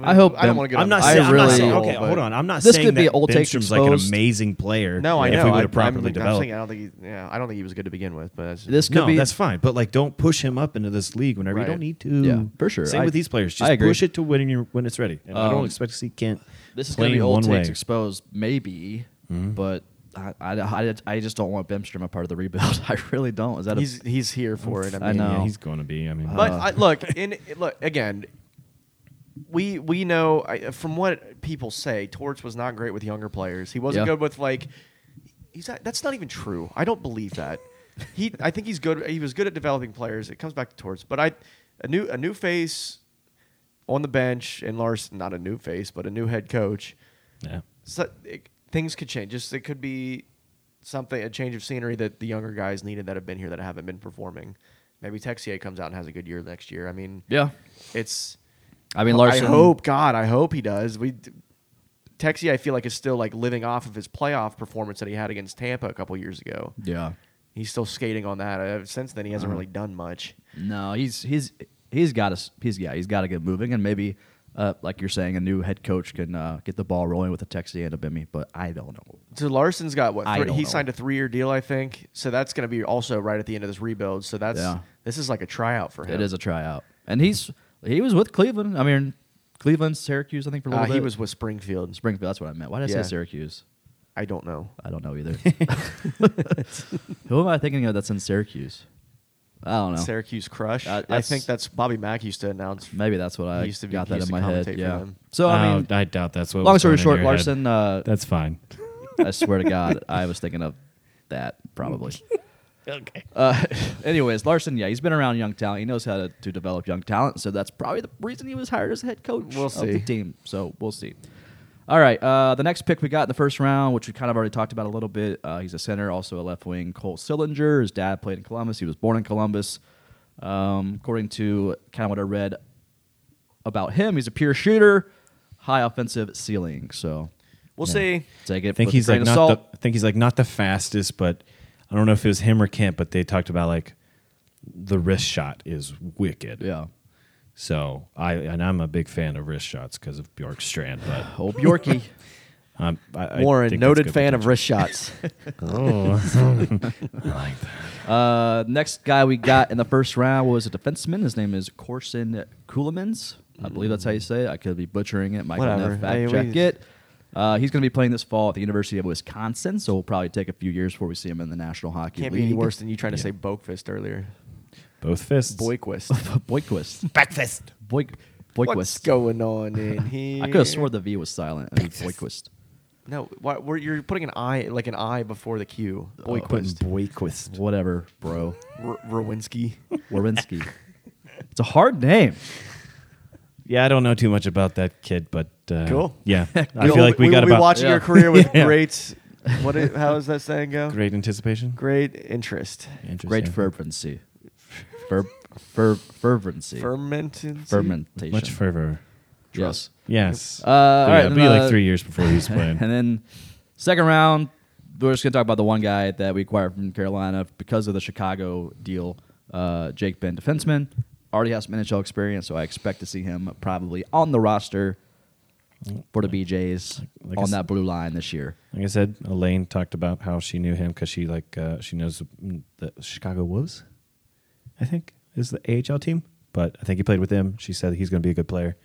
[SPEAKER 1] I hope
[SPEAKER 2] I don't
[SPEAKER 1] them-
[SPEAKER 2] want to get.
[SPEAKER 1] I'm
[SPEAKER 2] on
[SPEAKER 1] not
[SPEAKER 2] the-
[SPEAKER 1] saying-
[SPEAKER 2] I
[SPEAKER 1] I'm not
[SPEAKER 2] really-
[SPEAKER 1] saying-
[SPEAKER 3] okay,
[SPEAKER 2] but-
[SPEAKER 3] hold on. I'm not
[SPEAKER 1] This
[SPEAKER 3] saying
[SPEAKER 1] could be
[SPEAKER 3] that
[SPEAKER 1] an old take
[SPEAKER 3] Bemstrom's like an
[SPEAKER 1] exposed.
[SPEAKER 3] amazing player.
[SPEAKER 2] No, I know.
[SPEAKER 3] If we would
[SPEAKER 2] I-
[SPEAKER 3] have properly
[SPEAKER 2] I'm, I'm
[SPEAKER 3] developed.
[SPEAKER 2] saying I don't think he. Yeah, I don't think he was good to begin with. But that's just,
[SPEAKER 1] this could
[SPEAKER 3] no,
[SPEAKER 1] be
[SPEAKER 3] that's fine. But like, don't push him up into this league whenever
[SPEAKER 2] Right.
[SPEAKER 3] you don't need to.
[SPEAKER 1] Yeah, for sure.
[SPEAKER 3] Same
[SPEAKER 1] I-
[SPEAKER 3] with these players.
[SPEAKER 1] I
[SPEAKER 3] Just
[SPEAKER 1] agree.
[SPEAKER 3] push it to when you when it's ready. And I
[SPEAKER 1] Um,
[SPEAKER 3] don't expect to see Kent.
[SPEAKER 1] this is going
[SPEAKER 3] playing
[SPEAKER 1] to be old
[SPEAKER 3] one
[SPEAKER 1] takes
[SPEAKER 3] way. Mm-hmm.
[SPEAKER 1] exposed, maybe, but. I, I, I, I just don't want Bemstrom a part of the rebuild. <laughs> I really don't. Is that
[SPEAKER 2] he's he's here for it. I, mean,
[SPEAKER 1] I know.
[SPEAKER 3] Yeah, he's going to be. I mean,
[SPEAKER 2] But I, look, in look again, we we know I, from what people say, Torts was not great with younger players. He wasn't
[SPEAKER 1] Yeah.
[SPEAKER 2] good with like he's not, that's not even true. I don't believe that. He I think he's good. He was good at developing players. It comes back to Torts, but I a new a new face on the bench and Lars not a new face, but a new head coach.
[SPEAKER 3] yeah.
[SPEAKER 2] So, it, things could change. Just it could be something a change of scenery that the younger guys needed that have been here that haven't been performing. Maybe Texier comes out and has a good year next year. I mean,
[SPEAKER 1] a, yeah?
[SPEAKER 2] it's.
[SPEAKER 1] I mean, Larson.
[SPEAKER 2] I hope God, I hope he does. We Texier, I feel like is still like living off of his playoff performance that he had against Tampa a couple years ago.
[SPEAKER 1] Yeah.
[SPEAKER 2] He's still skating on that. Uh, Since then, he hasn't
[SPEAKER 1] Mm.
[SPEAKER 2] really done much.
[SPEAKER 1] No, he's he's he's got to he's yeah he's got to get moving and maybe uh, like you're saying a new head coach can uh, get the ball rolling with a Texi and a Bimmy, but I don't know.
[SPEAKER 2] So Larson's got what?
[SPEAKER 1] I
[SPEAKER 2] Three,
[SPEAKER 1] don't
[SPEAKER 2] he
[SPEAKER 1] know.
[SPEAKER 2] signed a three-year deal, I think. So that's going to be also right at the end of this rebuild. So that's
[SPEAKER 1] Yeah.
[SPEAKER 2] this is like a tryout for him.
[SPEAKER 1] It is a tryout, and he's he was with Cleveland. I mean, Cleveland, Syracuse, I think for a
[SPEAKER 2] Uh,
[SPEAKER 1] little bit.
[SPEAKER 2] he was with Springfield.
[SPEAKER 1] Springfield. That's what I meant. Why did I
[SPEAKER 2] Yeah.
[SPEAKER 1] say Syracuse?
[SPEAKER 2] I don't know.
[SPEAKER 1] I don't know
[SPEAKER 2] <laughs>
[SPEAKER 1] either. <laughs> Who am I thinking of that's in Syracuse? I don't know.
[SPEAKER 2] Syracuse Crush.
[SPEAKER 1] Uh,
[SPEAKER 2] I
[SPEAKER 1] that's-
[SPEAKER 2] think that's Bobby Mack used to announce. <laughs>
[SPEAKER 1] Maybe that's what I
[SPEAKER 2] He used to be-
[SPEAKER 1] got
[SPEAKER 2] he
[SPEAKER 1] that in
[SPEAKER 2] used
[SPEAKER 1] my
[SPEAKER 2] to
[SPEAKER 1] head.
[SPEAKER 2] commentate for
[SPEAKER 1] Yeah.
[SPEAKER 2] them.
[SPEAKER 1] So I
[SPEAKER 3] Oh,
[SPEAKER 1] mean,
[SPEAKER 3] I doubt that's what.
[SPEAKER 1] long
[SPEAKER 3] was
[SPEAKER 1] story
[SPEAKER 3] going in
[SPEAKER 1] short,
[SPEAKER 3] your head.
[SPEAKER 1] Larson. Uh,
[SPEAKER 2] <laughs>
[SPEAKER 3] That's fine.
[SPEAKER 1] I swear to God, I was thinking of that probably.
[SPEAKER 3] Okay.
[SPEAKER 1] Uh, anyways, Larson, yeah, he's been around young talent. He knows how to, to develop young talent, so that's probably the reason he was hired as head coach
[SPEAKER 2] We'll
[SPEAKER 1] of
[SPEAKER 2] see.
[SPEAKER 1] the team. So we'll see. All right, uh, the next pick we got in the first round, which we kind of already talked about a little bit. Uh, he's a center, also a left wing. Cole Sillinger. His dad played in Columbus. He was born in Columbus. Um, according to kind of what I read about him, he's a pure shooter, high offensive ceiling. So
[SPEAKER 2] We'll see.
[SPEAKER 1] take it. <laughs>
[SPEAKER 3] I
[SPEAKER 1] with
[SPEAKER 3] think
[SPEAKER 1] a
[SPEAKER 3] he's
[SPEAKER 1] grain
[SPEAKER 3] like
[SPEAKER 1] of
[SPEAKER 3] not
[SPEAKER 1] salt.
[SPEAKER 3] the, I think he's like not the fastest, but I don't know if it was him or Kent, but they talked about like the wrist shot is wicked.
[SPEAKER 1] yeah.
[SPEAKER 3] So I and I'm a big fan of wrist shots because of Bjorkstrand, but
[SPEAKER 1] <sighs> Oh,
[SPEAKER 3] <laughs>
[SPEAKER 1] Bjorky.
[SPEAKER 3] um, I, I
[SPEAKER 2] Warren,
[SPEAKER 3] think that's
[SPEAKER 2] noted
[SPEAKER 3] good
[SPEAKER 2] fan of wrist shots.
[SPEAKER 1] Uh, next guy we got in the first round was a defenseman. His name is Corson Kulemans. I believe that's how you say it. I could be butchering it. Mike
[SPEAKER 2] Whatever.
[SPEAKER 1] Neff, fact
[SPEAKER 2] I-
[SPEAKER 1] check
[SPEAKER 2] we-
[SPEAKER 1] it. Uh, he's going to be playing this fall at the University of Wisconsin, so it'll probably take a few years before we see him in the National Hockey
[SPEAKER 2] Can't be
[SPEAKER 1] League.
[SPEAKER 2] any worse than you trying to say Boakfist <laughs> earlier.
[SPEAKER 3] <laughs> both fists.
[SPEAKER 2] Boyquist.
[SPEAKER 1] <laughs> Boyquist. Breakfast. Boy, Boyquist.
[SPEAKER 2] What's going on <laughs> in here?
[SPEAKER 1] I could have swore the V was silent. It was Boyquist.
[SPEAKER 2] No, why, we're, you're putting an I, like an I before the Q.
[SPEAKER 3] Boyquist.
[SPEAKER 2] Boyquist.
[SPEAKER 3] Boyquist.
[SPEAKER 1] Whatever, bro.
[SPEAKER 2] R-
[SPEAKER 3] <laughs>
[SPEAKER 2] Rowinski.
[SPEAKER 1] Warinsky. it's a hard name.
[SPEAKER 3] Yeah, I don't know too much about that kid, but uh,
[SPEAKER 2] Cool.
[SPEAKER 3] Yeah, I
[SPEAKER 2] We'll-
[SPEAKER 3] feel like we, got
[SPEAKER 2] will
[SPEAKER 3] about
[SPEAKER 2] be watching
[SPEAKER 1] Yeah.
[SPEAKER 2] your career with
[SPEAKER 3] <laughs> Yeah.
[SPEAKER 2] great. What? Is, how does that saying go? Great,
[SPEAKER 3] <laughs> great anticipation.
[SPEAKER 2] interest.
[SPEAKER 3] Interest,
[SPEAKER 1] Great
[SPEAKER 3] yeah.
[SPEAKER 1] fervency. Fer- fer- fervency.
[SPEAKER 2] Fermented.
[SPEAKER 1] Fermentation.
[SPEAKER 3] much fervor.
[SPEAKER 1] Yes.
[SPEAKER 3] Yes.
[SPEAKER 1] Uh, all right,
[SPEAKER 3] it'll
[SPEAKER 1] then,
[SPEAKER 3] be
[SPEAKER 1] uh,
[SPEAKER 3] like three years
[SPEAKER 1] <laughs>
[SPEAKER 3] before he's playing.
[SPEAKER 1] And then second round, we're just gonna talk about the one guy that we acquired from Carolina because of the Chicago deal. Uh, Jake Ben, defenseman, already has some NHL experience, so I expect to see him probably on the roster for the BJ's
[SPEAKER 3] Like I
[SPEAKER 1] on
[SPEAKER 3] s-
[SPEAKER 1] that blue line this year.
[SPEAKER 3] Like I said, Elaine talked about how she knew him because she like uh, she knows the, the Chicago Wolves. I think is the AHL team, but I think he played with them. She said he's going to be a good player,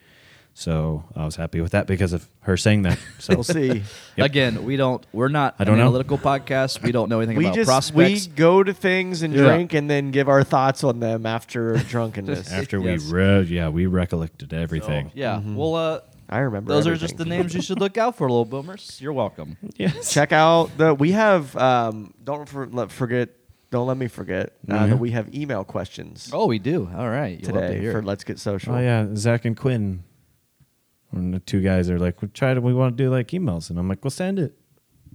[SPEAKER 3] so I was happy with that because of her saying that. So
[SPEAKER 2] <laughs> We'll see.
[SPEAKER 3] <laughs> Yep.
[SPEAKER 1] Again, we don't. We're not
[SPEAKER 3] I don't
[SPEAKER 1] an
[SPEAKER 3] know.
[SPEAKER 1] analytical podcast. We don't know anything
[SPEAKER 2] we
[SPEAKER 1] about
[SPEAKER 2] just
[SPEAKER 1] prospects.
[SPEAKER 2] we go to things and
[SPEAKER 1] Yeah.
[SPEAKER 2] drink and then give our thoughts on
[SPEAKER 1] <laughs>
[SPEAKER 2] them after drunkenness.
[SPEAKER 3] after
[SPEAKER 1] Yes.
[SPEAKER 3] we read, yeah, we recollected everything.
[SPEAKER 1] yeah. Well, uh,
[SPEAKER 2] I remember.
[SPEAKER 1] those are
[SPEAKER 2] everything.
[SPEAKER 1] just the names you should look out for, little boomers. You're
[SPEAKER 2] <laughs>
[SPEAKER 1] welcome.
[SPEAKER 3] Yes.
[SPEAKER 2] Check out the. We have. Um, don't for, let, forget. Don't let me forget uh,
[SPEAKER 3] Mhm.
[SPEAKER 1] Mm-hmm.
[SPEAKER 2] that we have email questions
[SPEAKER 1] Oh, we do. All right. You'll have to
[SPEAKER 2] today
[SPEAKER 1] hear
[SPEAKER 2] for
[SPEAKER 1] it.
[SPEAKER 2] Let's Get Social.
[SPEAKER 3] Oh yeah, Zach and Quinn. And the two guys are like, we try to we want to do like emails, and I'm like, well, send it.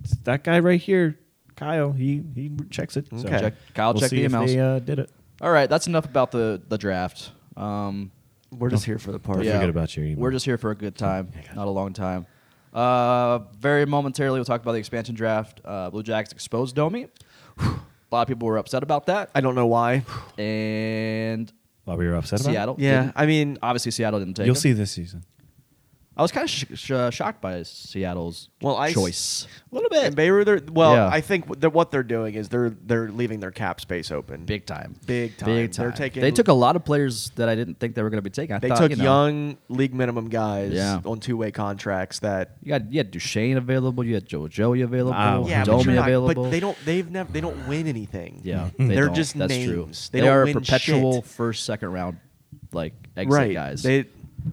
[SPEAKER 3] It's that guy right here, Kyle. He he checks it. So
[SPEAKER 2] Okay. Check-
[SPEAKER 1] Kyle
[SPEAKER 3] we'll
[SPEAKER 1] checked
[SPEAKER 3] see
[SPEAKER 1] the
[SPEAKER 3] if
[SPEAKER 1] emails.
[SPEAKER 3] They, uh, did it.
[SPEAKER 1] All right, that's enough about the the draft. Um,
[SPEAKER 2] We're just here for the party.
[SPEAKER 3] Don't forget about your email.
[SPEAKER 1] We're just here for a good time, not a long time. Uh, very momentarily, we'll talk about the expansion draft. Uh, Blue Jackets exposed Domi. <sighs> A lot of people were upset about that,
[SPEAKER 2] I don't
[SPEAKER 1] <sighs>
[SPEAKER 2] know why.
[SPEAKER 1] and
[SPEAKER 3] While we were upset about. it?
[SPEAKER 1] Seattle.
[SPEAKER 2] Yeah,
[SPEAKER 1] didn't-
[SPEAKER 2] I mean,
[SPEAKER 1] obviously Seattle didn't take.
[SPEAKER 3] You'll
[SPEAKER 1] him.
[SPEAKER 3] see this season.
[SPEAKER 1] I was kind of sh- sh- uh, shocked by Seattle's
[SPEAKER 2] Well, I s-
[SPEAKER 1] choice.
[SPEAKER 2] a little bit. And Beirut, they're, well,
[SPEAKER 1] Yeah.
[SPEAKER 2] I think that what they're doing is they're they're leaving their cap space open.
[SPEAKER 1] Big time.
[SPEAKER 2] Big time.
[SPEAKER 1] Big time.
[SPEAKER 2] They're taking-
[SPEAKER 1] they took a lot of players that I didn't think they were going to be taking. I
[SPEAKER 2] They
[SPEAKER 1] thought,
[SPEAKER 2] took
[SPEAKER 1] you know,
[SPEAKER 2] young league minimum guys
[SPEAKER 1] Yeah.
[SPEAKER 2] on two way contracts that.
[SPEAKER 1] You had, you had Duchesne available. You had Joe Joey available.
[SPEAKER 3] Wow. Yeah,
[SPEAKER 2] but,
[SPEAKER 1] Domi
[SPEAKER 2] you're not-
[SPEAKER 1] available.
[SPEAKER 2] but they don't. They've never. They don't win anything. <laughs>
[SPEAKER 1] Yeah,
[SPEAKER 3] Mm-hmm.
[SPEAKER 2] they are
[SPEAKER 1] don't.
[SPEAKER 2] just
[SPEAKER 1] That's
[SPEAKER 2] names.
[SPEAKER 1] True.
[SPEAKER 2] They,
[SPEAKER 1] They,
[SPEAKER 2] don't
[SPEAKER 1] are
[SPEAKER 2] win
[SPEAKER 1] a perpetual
[SPEAKER 2] shit.
[SPEAKER 1] first, second round like exit
[SPEAKER 2] right
[SPEAKER 1] guys.
[SPEAKER 2] They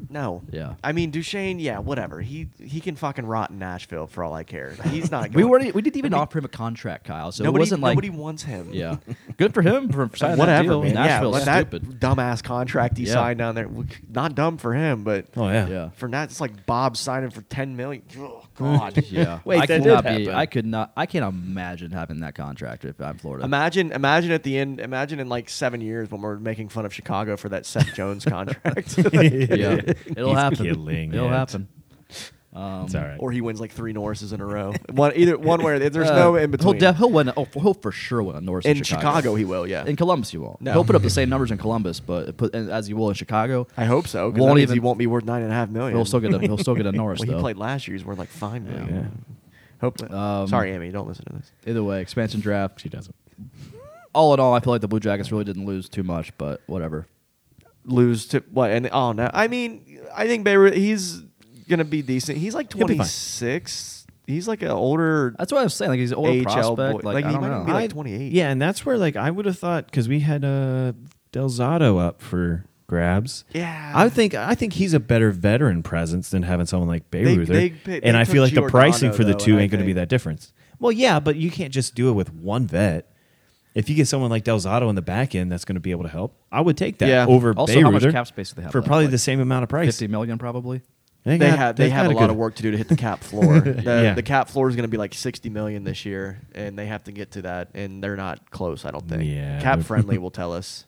[SPEAKER 2] no.
[SPEAKER 1] Yeah.
[SPEAKER 2] I mean Duchesne. Yeah, whatever. He he can fucking rot in Nashville for all I care. He's not.
[SPEAKER 1] <laughs> we
[SPEAKER 2] going-
[SPEAKER 1] were we didn't even offer him a contract, Kyle. So
[SPEAKER 2] Nobody,
[SPEAKER 1] it wasn't like
[SPEAKER 2] nobody wants him.
[SPEAKER 1] <laughs> yeah, good for him for signing
[SPEAKER 2] Whatever,
[SPEAKER 1] that deal.
[SPEAKER 2] man.
[SPEAKER 1] Nashville's
[SPEAKER 2] yeah, let
[SPEAKER 1] stupid.
[SPEAKER 2] that dumbass contract he
[SPEAKER 1] Yeah.
[SPEAKER 2] signed down there. Not dumb for him, but
[SPEAKER 3] Oh yeah.
[SPEAKER 1] yeah,
[SPEAKER 2] for not it's like Bob signing for ten million. Oh God,
[SPEAKER 1] <laughs>
[SPEAKER 2] <laughs>
[SPEAKER 1] yeah.
[SPEAKER 3] Wait,
[SPEAKER 1] I
[SPEAKER 3] that
[SPEAKER 1] could
[SPEAKER 3] did
[SPEAKER 1] not be.
[SPEAKER 3] happen.
[SPEAKER 1] I could not. I can't imagine having that contract if I'm Florida.
[SPEAKER 2] Imagine, imagine at the end. Imagine in like seven years when we're making fun of Chicago for that Seth
[SPEAKER 1] <laughs>
[SPEAKER 2] Jones contract,
[SPEAKER 1] <laughs>
[SPEAKER 2] <laughs>
[SPEAKER 1] yeah, <laughs> it'll
[SPEAKER 3] He's
[SPEAKER 1] happen.
[SPEAKER 3] killing
[SPEAKER 1] it'll
[SPEAKER 3] it.
[SPEAKER 1] happen. Um,
[SPEAKER 3] It's all right.
[SPEAKER 2] or he wins like three Norrises in a row. One, either one way. or the- There's no
[SPEAKER 1] Uh,
[SPEAKER 2] in between.
[SPEAKER 1] He'll, def- he'll win. Oh, he'll for sure win a Norris
[SPEAKER 2] in Chicago, he will. Yeah,
[SPEAKER 1] In Columbus, he won't.
[SPEAKER 2] No.
[SPEAKER 1] He'll put up the same numbers in Columbus, but put, as he will in Chicago.
[SPEAKER 2] I hope so. Won't
[SPEAKER 1] Won't
[SPEAKER 2] even, he
[SPEAKER 1] even-
[SPEAKER 2] won't be worth nine and a half million.
[SPEAKER 1] He'll still
[SPEAKER 2] <laughs>
[SPEAKER 1] get a he'll still get a Norris
[SPEAKER 2] well, he
[SPEAKER 1] though.
[SPEAKER 2] played last year. He's worth like five million.
[SPEAKER 3] Yeah.
[SPEAKER 2] Hope. That,
[SPEAKER 1] Um,
[SPEAKER 2] sorry, Amy. Don't listen to this.
[SPEAKER 1] Either way, expansion draft.
[SPEAKER 3] She doesn't.
[SPEAKER 1] All in all, I feel like the Blue Jackets really didn't lose too much, but whatever.
[SPEAKER 2] Lose to what? And oh no. I mean, I think Beirut. He's gonna be decent. He's like
[SPEAKER 3] He'll be fine.
[SPEAKER 2] 26. He's like an older.
[SPEAKER 1] That's what I was saying. Like he's an older
[SPEAKER 2] AHL
[SPEAKER 1] prospect.
[SPEAKER 2] boy.
[SPEAKER 1] Like,
[SPEAKER 2] Like,
[SPEAKER 1] I
[SPEAKER 2] he
[SPEAKER 1] don't
[SPEAKER 2] might even
[SPEAKER 1] know.
[SPEAKER 2] be like
[SPEAKER 3] I-
[SPEAKER 2] 28.
[SPEAKER 3] Yeah, and that's where like I would have thought because we had uh Del Zotto up for grabs.
[SPEAKER 2] Yeah.
[SPEAKER 3] I think I think he's a better veteran presence than having someone like Bayreuther.
[SPEAKER 2] they pi- they
[SPEAKER 3] and I feel
[SPEAKER 2] took
[SPEAKER 3] like the pricing
[SPEAKER 2] Giordano,
[SPEAKER 3] for the
[SPEAKER 2] though,
[SPEAKER 3] two
[SPEAKER 2] and I
[SPEAKER 3] ain't going to be
[SPEAKER 2] think-
[SPEAKER 3] that difference. Well, yeah, but you can't just do it with one vet. If you get someone like Delzato in the back end that's going to be able to help, I would take that
[SPEAKER 2] Yeah.
[SPEAKER 3] over
[SPEAKER 1] Also,
[SPEAKER 3] Bayreuther
[SPEAKER 1] how much cap space do they have
[SPEAKER 3] for
[SPEAKER 1] left?
[SPEAKER 3] probably
[SPEAKER 1] Like
[SPEAKER 3] the same amount of price.
[SPEAKER 1] Fifty million, probably.
[SPEAKER 2] They
[SPEAKER 3] got-
[SPEAKER 2] had they
[SPEAKER 3] they've
[SPEAKER 2] had
[SPEAKER 3] got
[SPEAKER 2] a lot
[SPEAKER 3] good-
[SPEAKER 2] of work to do to hit the cap floor. The,
[SPEAKER 3] Yeah.
[SPEAKER 2] the cap floor is going to be like sixty million this year, and they have to get to that, and they're not close. I don't think.
[SPEAKER 3] Yeah.
[SPEAKER 2] Cap friendly will tell us.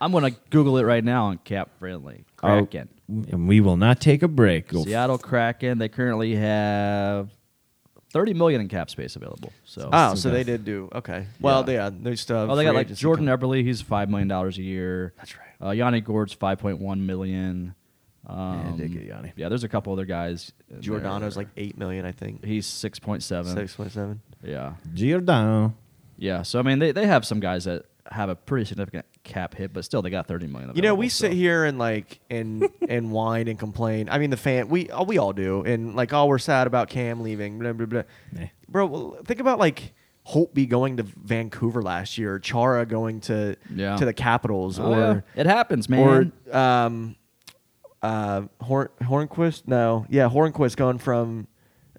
[SPEAKER 1] I'm gonna Google it right now on cap friendly
[SPEAKER 2] Oh.
[SPEAKER 1] Kraken.
[SPEAKER 3] Oh, And we will not take a break. Go
[SPEAKER 1] Seattle Kraken. They currently have thirty million in cap space available. So
[SPEAKER 2] Oh, so they did do okay. Well,
[SPEAKER 1] Yeah.
[SPEAKER 2] yeah, they still. have
[SPEAKER 1] Oh, they got
[SPEAKER 2] free
[SPEAKER 1] like
[SPEAKER 2] agency
[SPEAKER 1] Jordan
[SPEAKER 2] coming.
[SPEAKER 1] Eberle. He's five million dollars a year.
[SPEAKER 2] That's right.
[SPEAKER 1] Uh, Yanni Gord's five point one million. Um,
[SPEAKER 3] they did get Yanni.
[SPEAKER 1] Yeah, there's a couple other guys. in
[SPEAKER 2] Giordano's
[SPEAKER 1] there.
[SPEAKER 2] like eight million, I think.
[SPEAKER 1] he's six point seven.
[SPEAKER 2] Six point seven.
[SPEAKER 1] Yeah,
[SPEAKER 3] Giordano.
[SPEAKER 1] yeah. So I mean, they, they have some guys that have a pretty significant cap hit, but still they got thirty million.
[SPEAKER 2] You know,
[SPEAKER 1] available,
[SPEAKER 2] we
[SPEAKER 1] so.
[SPEAKER 2] sit here and like
[SPEAKER 1] <laughs>
[SPEAKER 2] and and whine and complain. I mean, the fan we oh, we all do, and like all we're sad about Cam leaving. Blah blah blah.
[SPEAKER 3] Nah.
[SPEAKER 2] Bro, well, think about like Holtby going to Vancouver last year, Chara going to
[SPEAKER 1] Yeah.
[SPEAKER 2] to the Capitals,
[SPEAKER 1] Oh,
[SPEAKER 2] or
[SPEAKER 1] yeah. it happens, man.
[SPEAKER 2] or um, uh, Horn Hornquist. No, yeah, Hornquist going from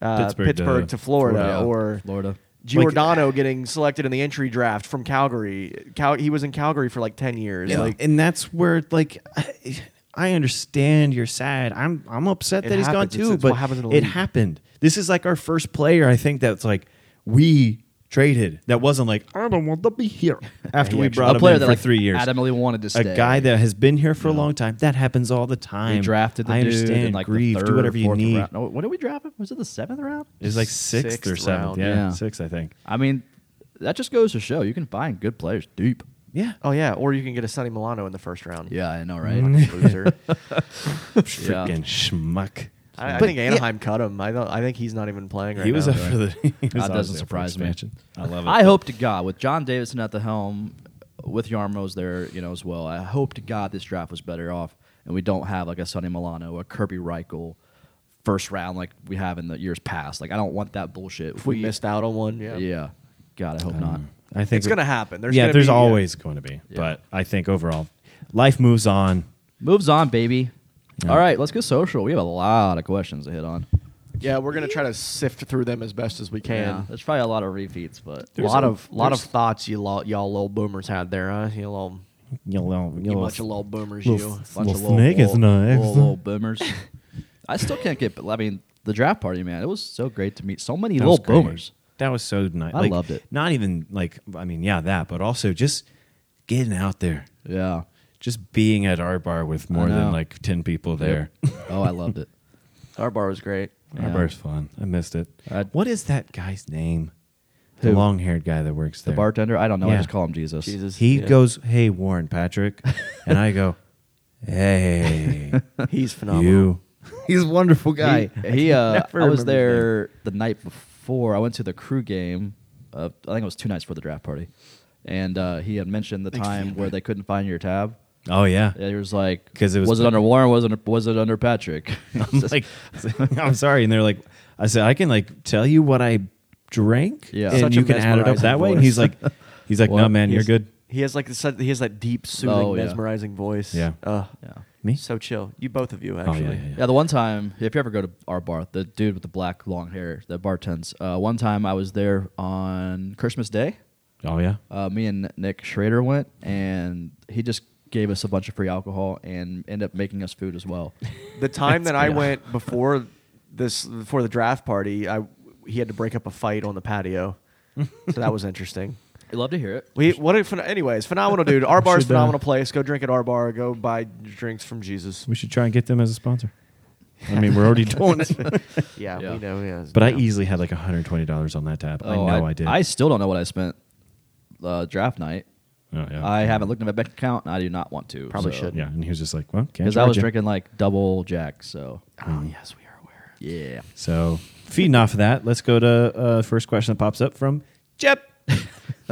[SPEAKER 2] uh,
[SPEAKER 3] Pittsburgh
[SPEAKER 2] Pittsburgh, to,
[SPEAKER 3] to
[SPEAKER 2] Florida,
[SPEAKER 1] Florida.
[SPEAKER 2] or
[SPEAKER 1] Florida.
[SPEAKER 2] Giordano getting selected in the entry draft from Calgary. Cal- he was in Calgary for like ten years.
[SPEAKER 3] And,
[SPEAKER 2] Like,
[SPEAKER 3] and that's where like I, I understand you're sad. I'm I'm upset
[SPEAKER 2] It
[SPEAKER 3] that he's gone
[SPEAKER 2] happens. It's-
[SPEAKER 3] too,
[SPEAKER 2] it's
[SPEAKER 3] but
[SPEAKER 2] what happens in the
[SPEAKER 3] it
[SPEAKER 2] league.
[SPEAKER 3] happened. This is like our first player I think that's like we traded. That wasn't like I don't want to
[SPEAKER 1] <laughs>
[SPEAKER 3] be here after we brought
[SPEAKER 1] a
[SPEAKER 3] him
[SPEAKER 1] player
[SPEAKER 3] in
[SPEAKER 1] that
[SPEAKER 3] for
[SPEAKER 1] like,
[SPEAKER 3] 3 years.
[SPEAKER 1] adamantly wanted to
[SPEAKER 3] a
[SPEAKER 1] stay.
[SPEAKER 3] guy that has been here for a long time. That happens all the time.
[SPEAKER 1] we drafted. The
[SPEAKER 3] I
[SPEAKER 1] dude in,
[SPEAKER 3] understand.
[SPEAKER 1] like the
[SPEAKER 3] Grieve.
[SPEAKER 1] third
[SPEAKER 3] do
[SPEAKER 1] or
[SPEAKER 3] whatever you
[SPEAKER 1] fourth
[SPEAKER 3] need.
[SPEAKER 1] round. No, what did we draft him? Was it the seventh round?
[SPEAKER 3] It's like sixth, or
[SPEAKER 2] Sixth
[SPEAKER 3] seventh.
[SPEAKER 2] round.
[SPEAKER 3] Yeah,
[SPEAKER 1] Yeah.
[SPEAKER 3] sixth, I think.
[SPEAKER 1] I mean, that just goes to show you can find good players deep.
[SPEAKER 3] Yeah,
[SPEAKER 2] oh yeah, or you can get a Sonny Milano in the first round.
[SPEAKER 1] Yeah, I know, right?
[SPEAKER 3] Mm. <laughs>
[SPEAKER 2] Loser.
[SPEAKER 3] freaking schmuck.
[SPEAKER 2] I, I
[SPEAKER 3] But
[SPEAKER 2] think
[SPEAKER 3] yeah,
[SPEAKER 2] Anaheim cut him. I don't. I think he's not even playing right
[SPEAKER 3] He was
[SPEAKER 2] now.
[SPEAKER 3] up for the. <laughs> he was
[SPEAKER 1] that
[SPEAKER 3] obviously
[SPEAKER 1] doesn't
[SPEAKER 3] up for
[SPEAKER 1] surprise me.
[SPEAKER 3] expansion. I love it.
[SPEAKER 1] I hope to God with John Davidson at the helm, with Yarmo's there, you know, as well. I hope to God this draft was better off, and we don't have like a Sonny Milano, a Kirby Reichel, first round like we have in the years past. Like I don't want that bullshit.
[SPEAKER 2] If we, missed out on one. Yeah.
[SPEAKER 1] yeah. God, I hope not.
[SPEAKER 3] I think
[SPEAKER 2] It's gonna happen. There's
[SPEAKER 3] yeah,
[SPEAKER 2] gonna
[SPEAKER 3] there's
[SPEAKER 1] uh,
[SPEAKER 2] be-
[SPEAKER 3] always going to be. But I think overall, life moves on.
[SPEAKER 1] Moves on, baby. All right, let's get social. We have a lot of questions to hit on.
[SPEAKER 2] Yeah, we're gonna try to sift through them as best as we
[SPEAKER 1] Yeah,
[SPEAKER 2] can.
[SPEAKER 1] there's probably a lot of refeats, but
[SPEAKER 2] A lot of lot of thoughts you lo- y'all little boomers had there, huh? You little
[SPEAKER 3] You know, you
[SPEAKER 2] you
[SPEAKER 3] know,
[SPEAKER 2] bunch of little boomers,
[SPEAKER 3] little
[SPEAKER 2] you.
[SPEAKER 3] f-
[SPEAKER 1] bunch
[SPEAKER 3] Little
[SPEAKER 1] of
[SPEAKER 3] snake is
[SPEAKER 1] little,
[SPEAKER 3] not
[SPEAKER 1] little,
[SPEAKER 3] excellent.
[SPEAKER 1] little boomers. I still can't get. I mean, the draft party, man. It was so great to meet so many
[SPEAKER 3] that
[SPEAKER 1] little
[SPEAKER 3] was great.
[SPEAKER 1] boomers.
[SPEAKER 3] That was so nice.
[SPEAKER 1] I loved it.
[SPEAKER 3] Not even like I mean, yeah, that, but also just getting out there,
[SPEAKER 1] Yeah.
[SPEAKER 3] just being at our bar with more than
[SPEAKER 1] know.
[SPEAKER 3] like ten people there.
[SPEAKER 1] Oh, I loved it.
[SPEAKER 2] Our bar was great.
[SPEAKER 3] Our
[SPEAKER 1] Yeah.
[SPEAKER 3] bar's fun. I missed it.
[SPEAKER 1] I-
[SPEAKER 3] what is that guy's name? The
[SPEAKER 1] Who?
[SPEAKER 3] long-haired guy that works there.
[SPEAKER 1] The bartender. I don't know. I
[SPEAKER 3] Yeah.
[SPEAKER 1] just call him Jesus.
[SPEAKER 2] Jesus,
[SPEAKER 3] He
[SPEAKER 2] yeah.
[SPEAKER 3] goes, "Hey, Warren Patrick," and
[SPEAKER 1] <laughs>
[SPEAKER 3] I go, "Hey,
[SPEAKER 2] He's phenomenal.
[SPEAKER 1] <laughs>
[SPEAKER 3] you." He's a wonderful
[SPEAKER 1] He,
[SPEAKER 3] <laughs>
[SPEAKER 1] he uh, <laughs>
[SPEAKER 3] never
[SPEAKER 1] I was
[SPEAKER 3] remember his name.
[SPEAKER 1] there the night before. I went to the crew game. Uh, I think it was two nights before the draft party, and uh, he had mentioned the time where they couldn't find your tab.
[SPEAKER 3] Oh yeah. <laughs>
[SPEAKER 1] It was like
[SPEAKER 3] 'Cause it was-
[SPEAKER 1] it under Warren? Was it under, was it under Patrick? <laughs>
[SPEAKER 3] <laughs> I'm like, I'm sorry. And they're like, I said, I can like tell you what I drank,
[SPEAKER 1] Yeah.
[SPEAKER 3] and
[SPEAKER 1] Such
[SPEAKER 3] you
[SPEAKER 2] a
[SPEAKER 3] can add it up
[SPEAKER 2] mesmerizing
[SPEAKER 3] that way. And
[SPEAKER 2] voice.
[SPEAKER 3] he's like, he's like,
[SPEAKER 1] Well,
[SPEAKER 3] no, man, you're
[SPEAKER 2] he's-
[SPEAKER 3] good.
[SPEAKER 2] He has like this, he has that deep, soothing,
[SPEAKER 1] Oh, yeah.
[SPEAKER 2] mesmerizing voice.
[SPEAKER 3] Yeah.
[SPEAKER 2] Ugh.
[SPEAKER 1] yeah.
[SPEAKER 3] Me?
[SPEAKER 2] So chill. You both of you
[SPEAKER 3] Oh
[SPEAKER 2] actually.
[SPEAKER 3] yeah, yeah, yeah.
[SPEAKER 1] Yeah, the one time, if you ever go to our bar, the dude with the black long hair that bartends, uh, one time I was there on Christmas Day.
[SPEAKER 3] Oh yeah.
[SPEAKER 1] Uh, me and Nick Schrader went, and he just gave us a bunch of free alcohol and ended up making us food as well.
[SPEAKER 2] The time that I
[SPEAKER 3] yeah.
[SPEAKER 2] went before this, before the draft party, I he had to break up a fight on the patio, so that was interesting.
[SPEAKER 1] I love to hear it.
[SPEAKER 2] We what? A, phen- anyways, phenomenal
[SPEAKER 3] <laughs>
[SPEAKER 2] dude. Our bar's
[SPEAKER 3] should, uh,
[SPEAKER 2] phenomenal place. Go drink at our bar. Go buy drinks from
[SPEAKER 3] <laughs>
[SPEAKER 2] Jesus.
[SPEAKER 3] We should try and get them as a sponsor. I mean, we're already doing it.
[SPEAKER 1] <laughs>
[SPEAKER 2] Yeah,
[SPEAKER 1] Yeah.
[SPEAKER 2] we know. Yeah,
[SPEAKER 3] But I
[SPEAKER 2] yeah.
[SPEAKER 3] easily had like 120 dollars on that tab. I
[SPEAKER 1] Oh,
[SPEAKER 3] know I, did.
[SPEAKER 1] I still don't know what I spent uh, draft night.
[SPEAKER 3] Oh, yeah.
[SPEAKER 1] I haven't looked at my bank account, and I do not want to.
[SPEAKER 2] Probably should.
[SPEAKER 3] Yeah, and he was just like, well, can't
[SPEAKER 1] Because I was
[SPEAKER 3] charge ya.
[SPEAKER 1] drinking like double Jack, so
[SPEAKER 3] um,
[SPEAKER 2] Oh yes, we are aware.
[SPEAKER 1] yeah.
[SPEAKER 3] So feeding off of that, let's go to uh, first question that pops up from Jeb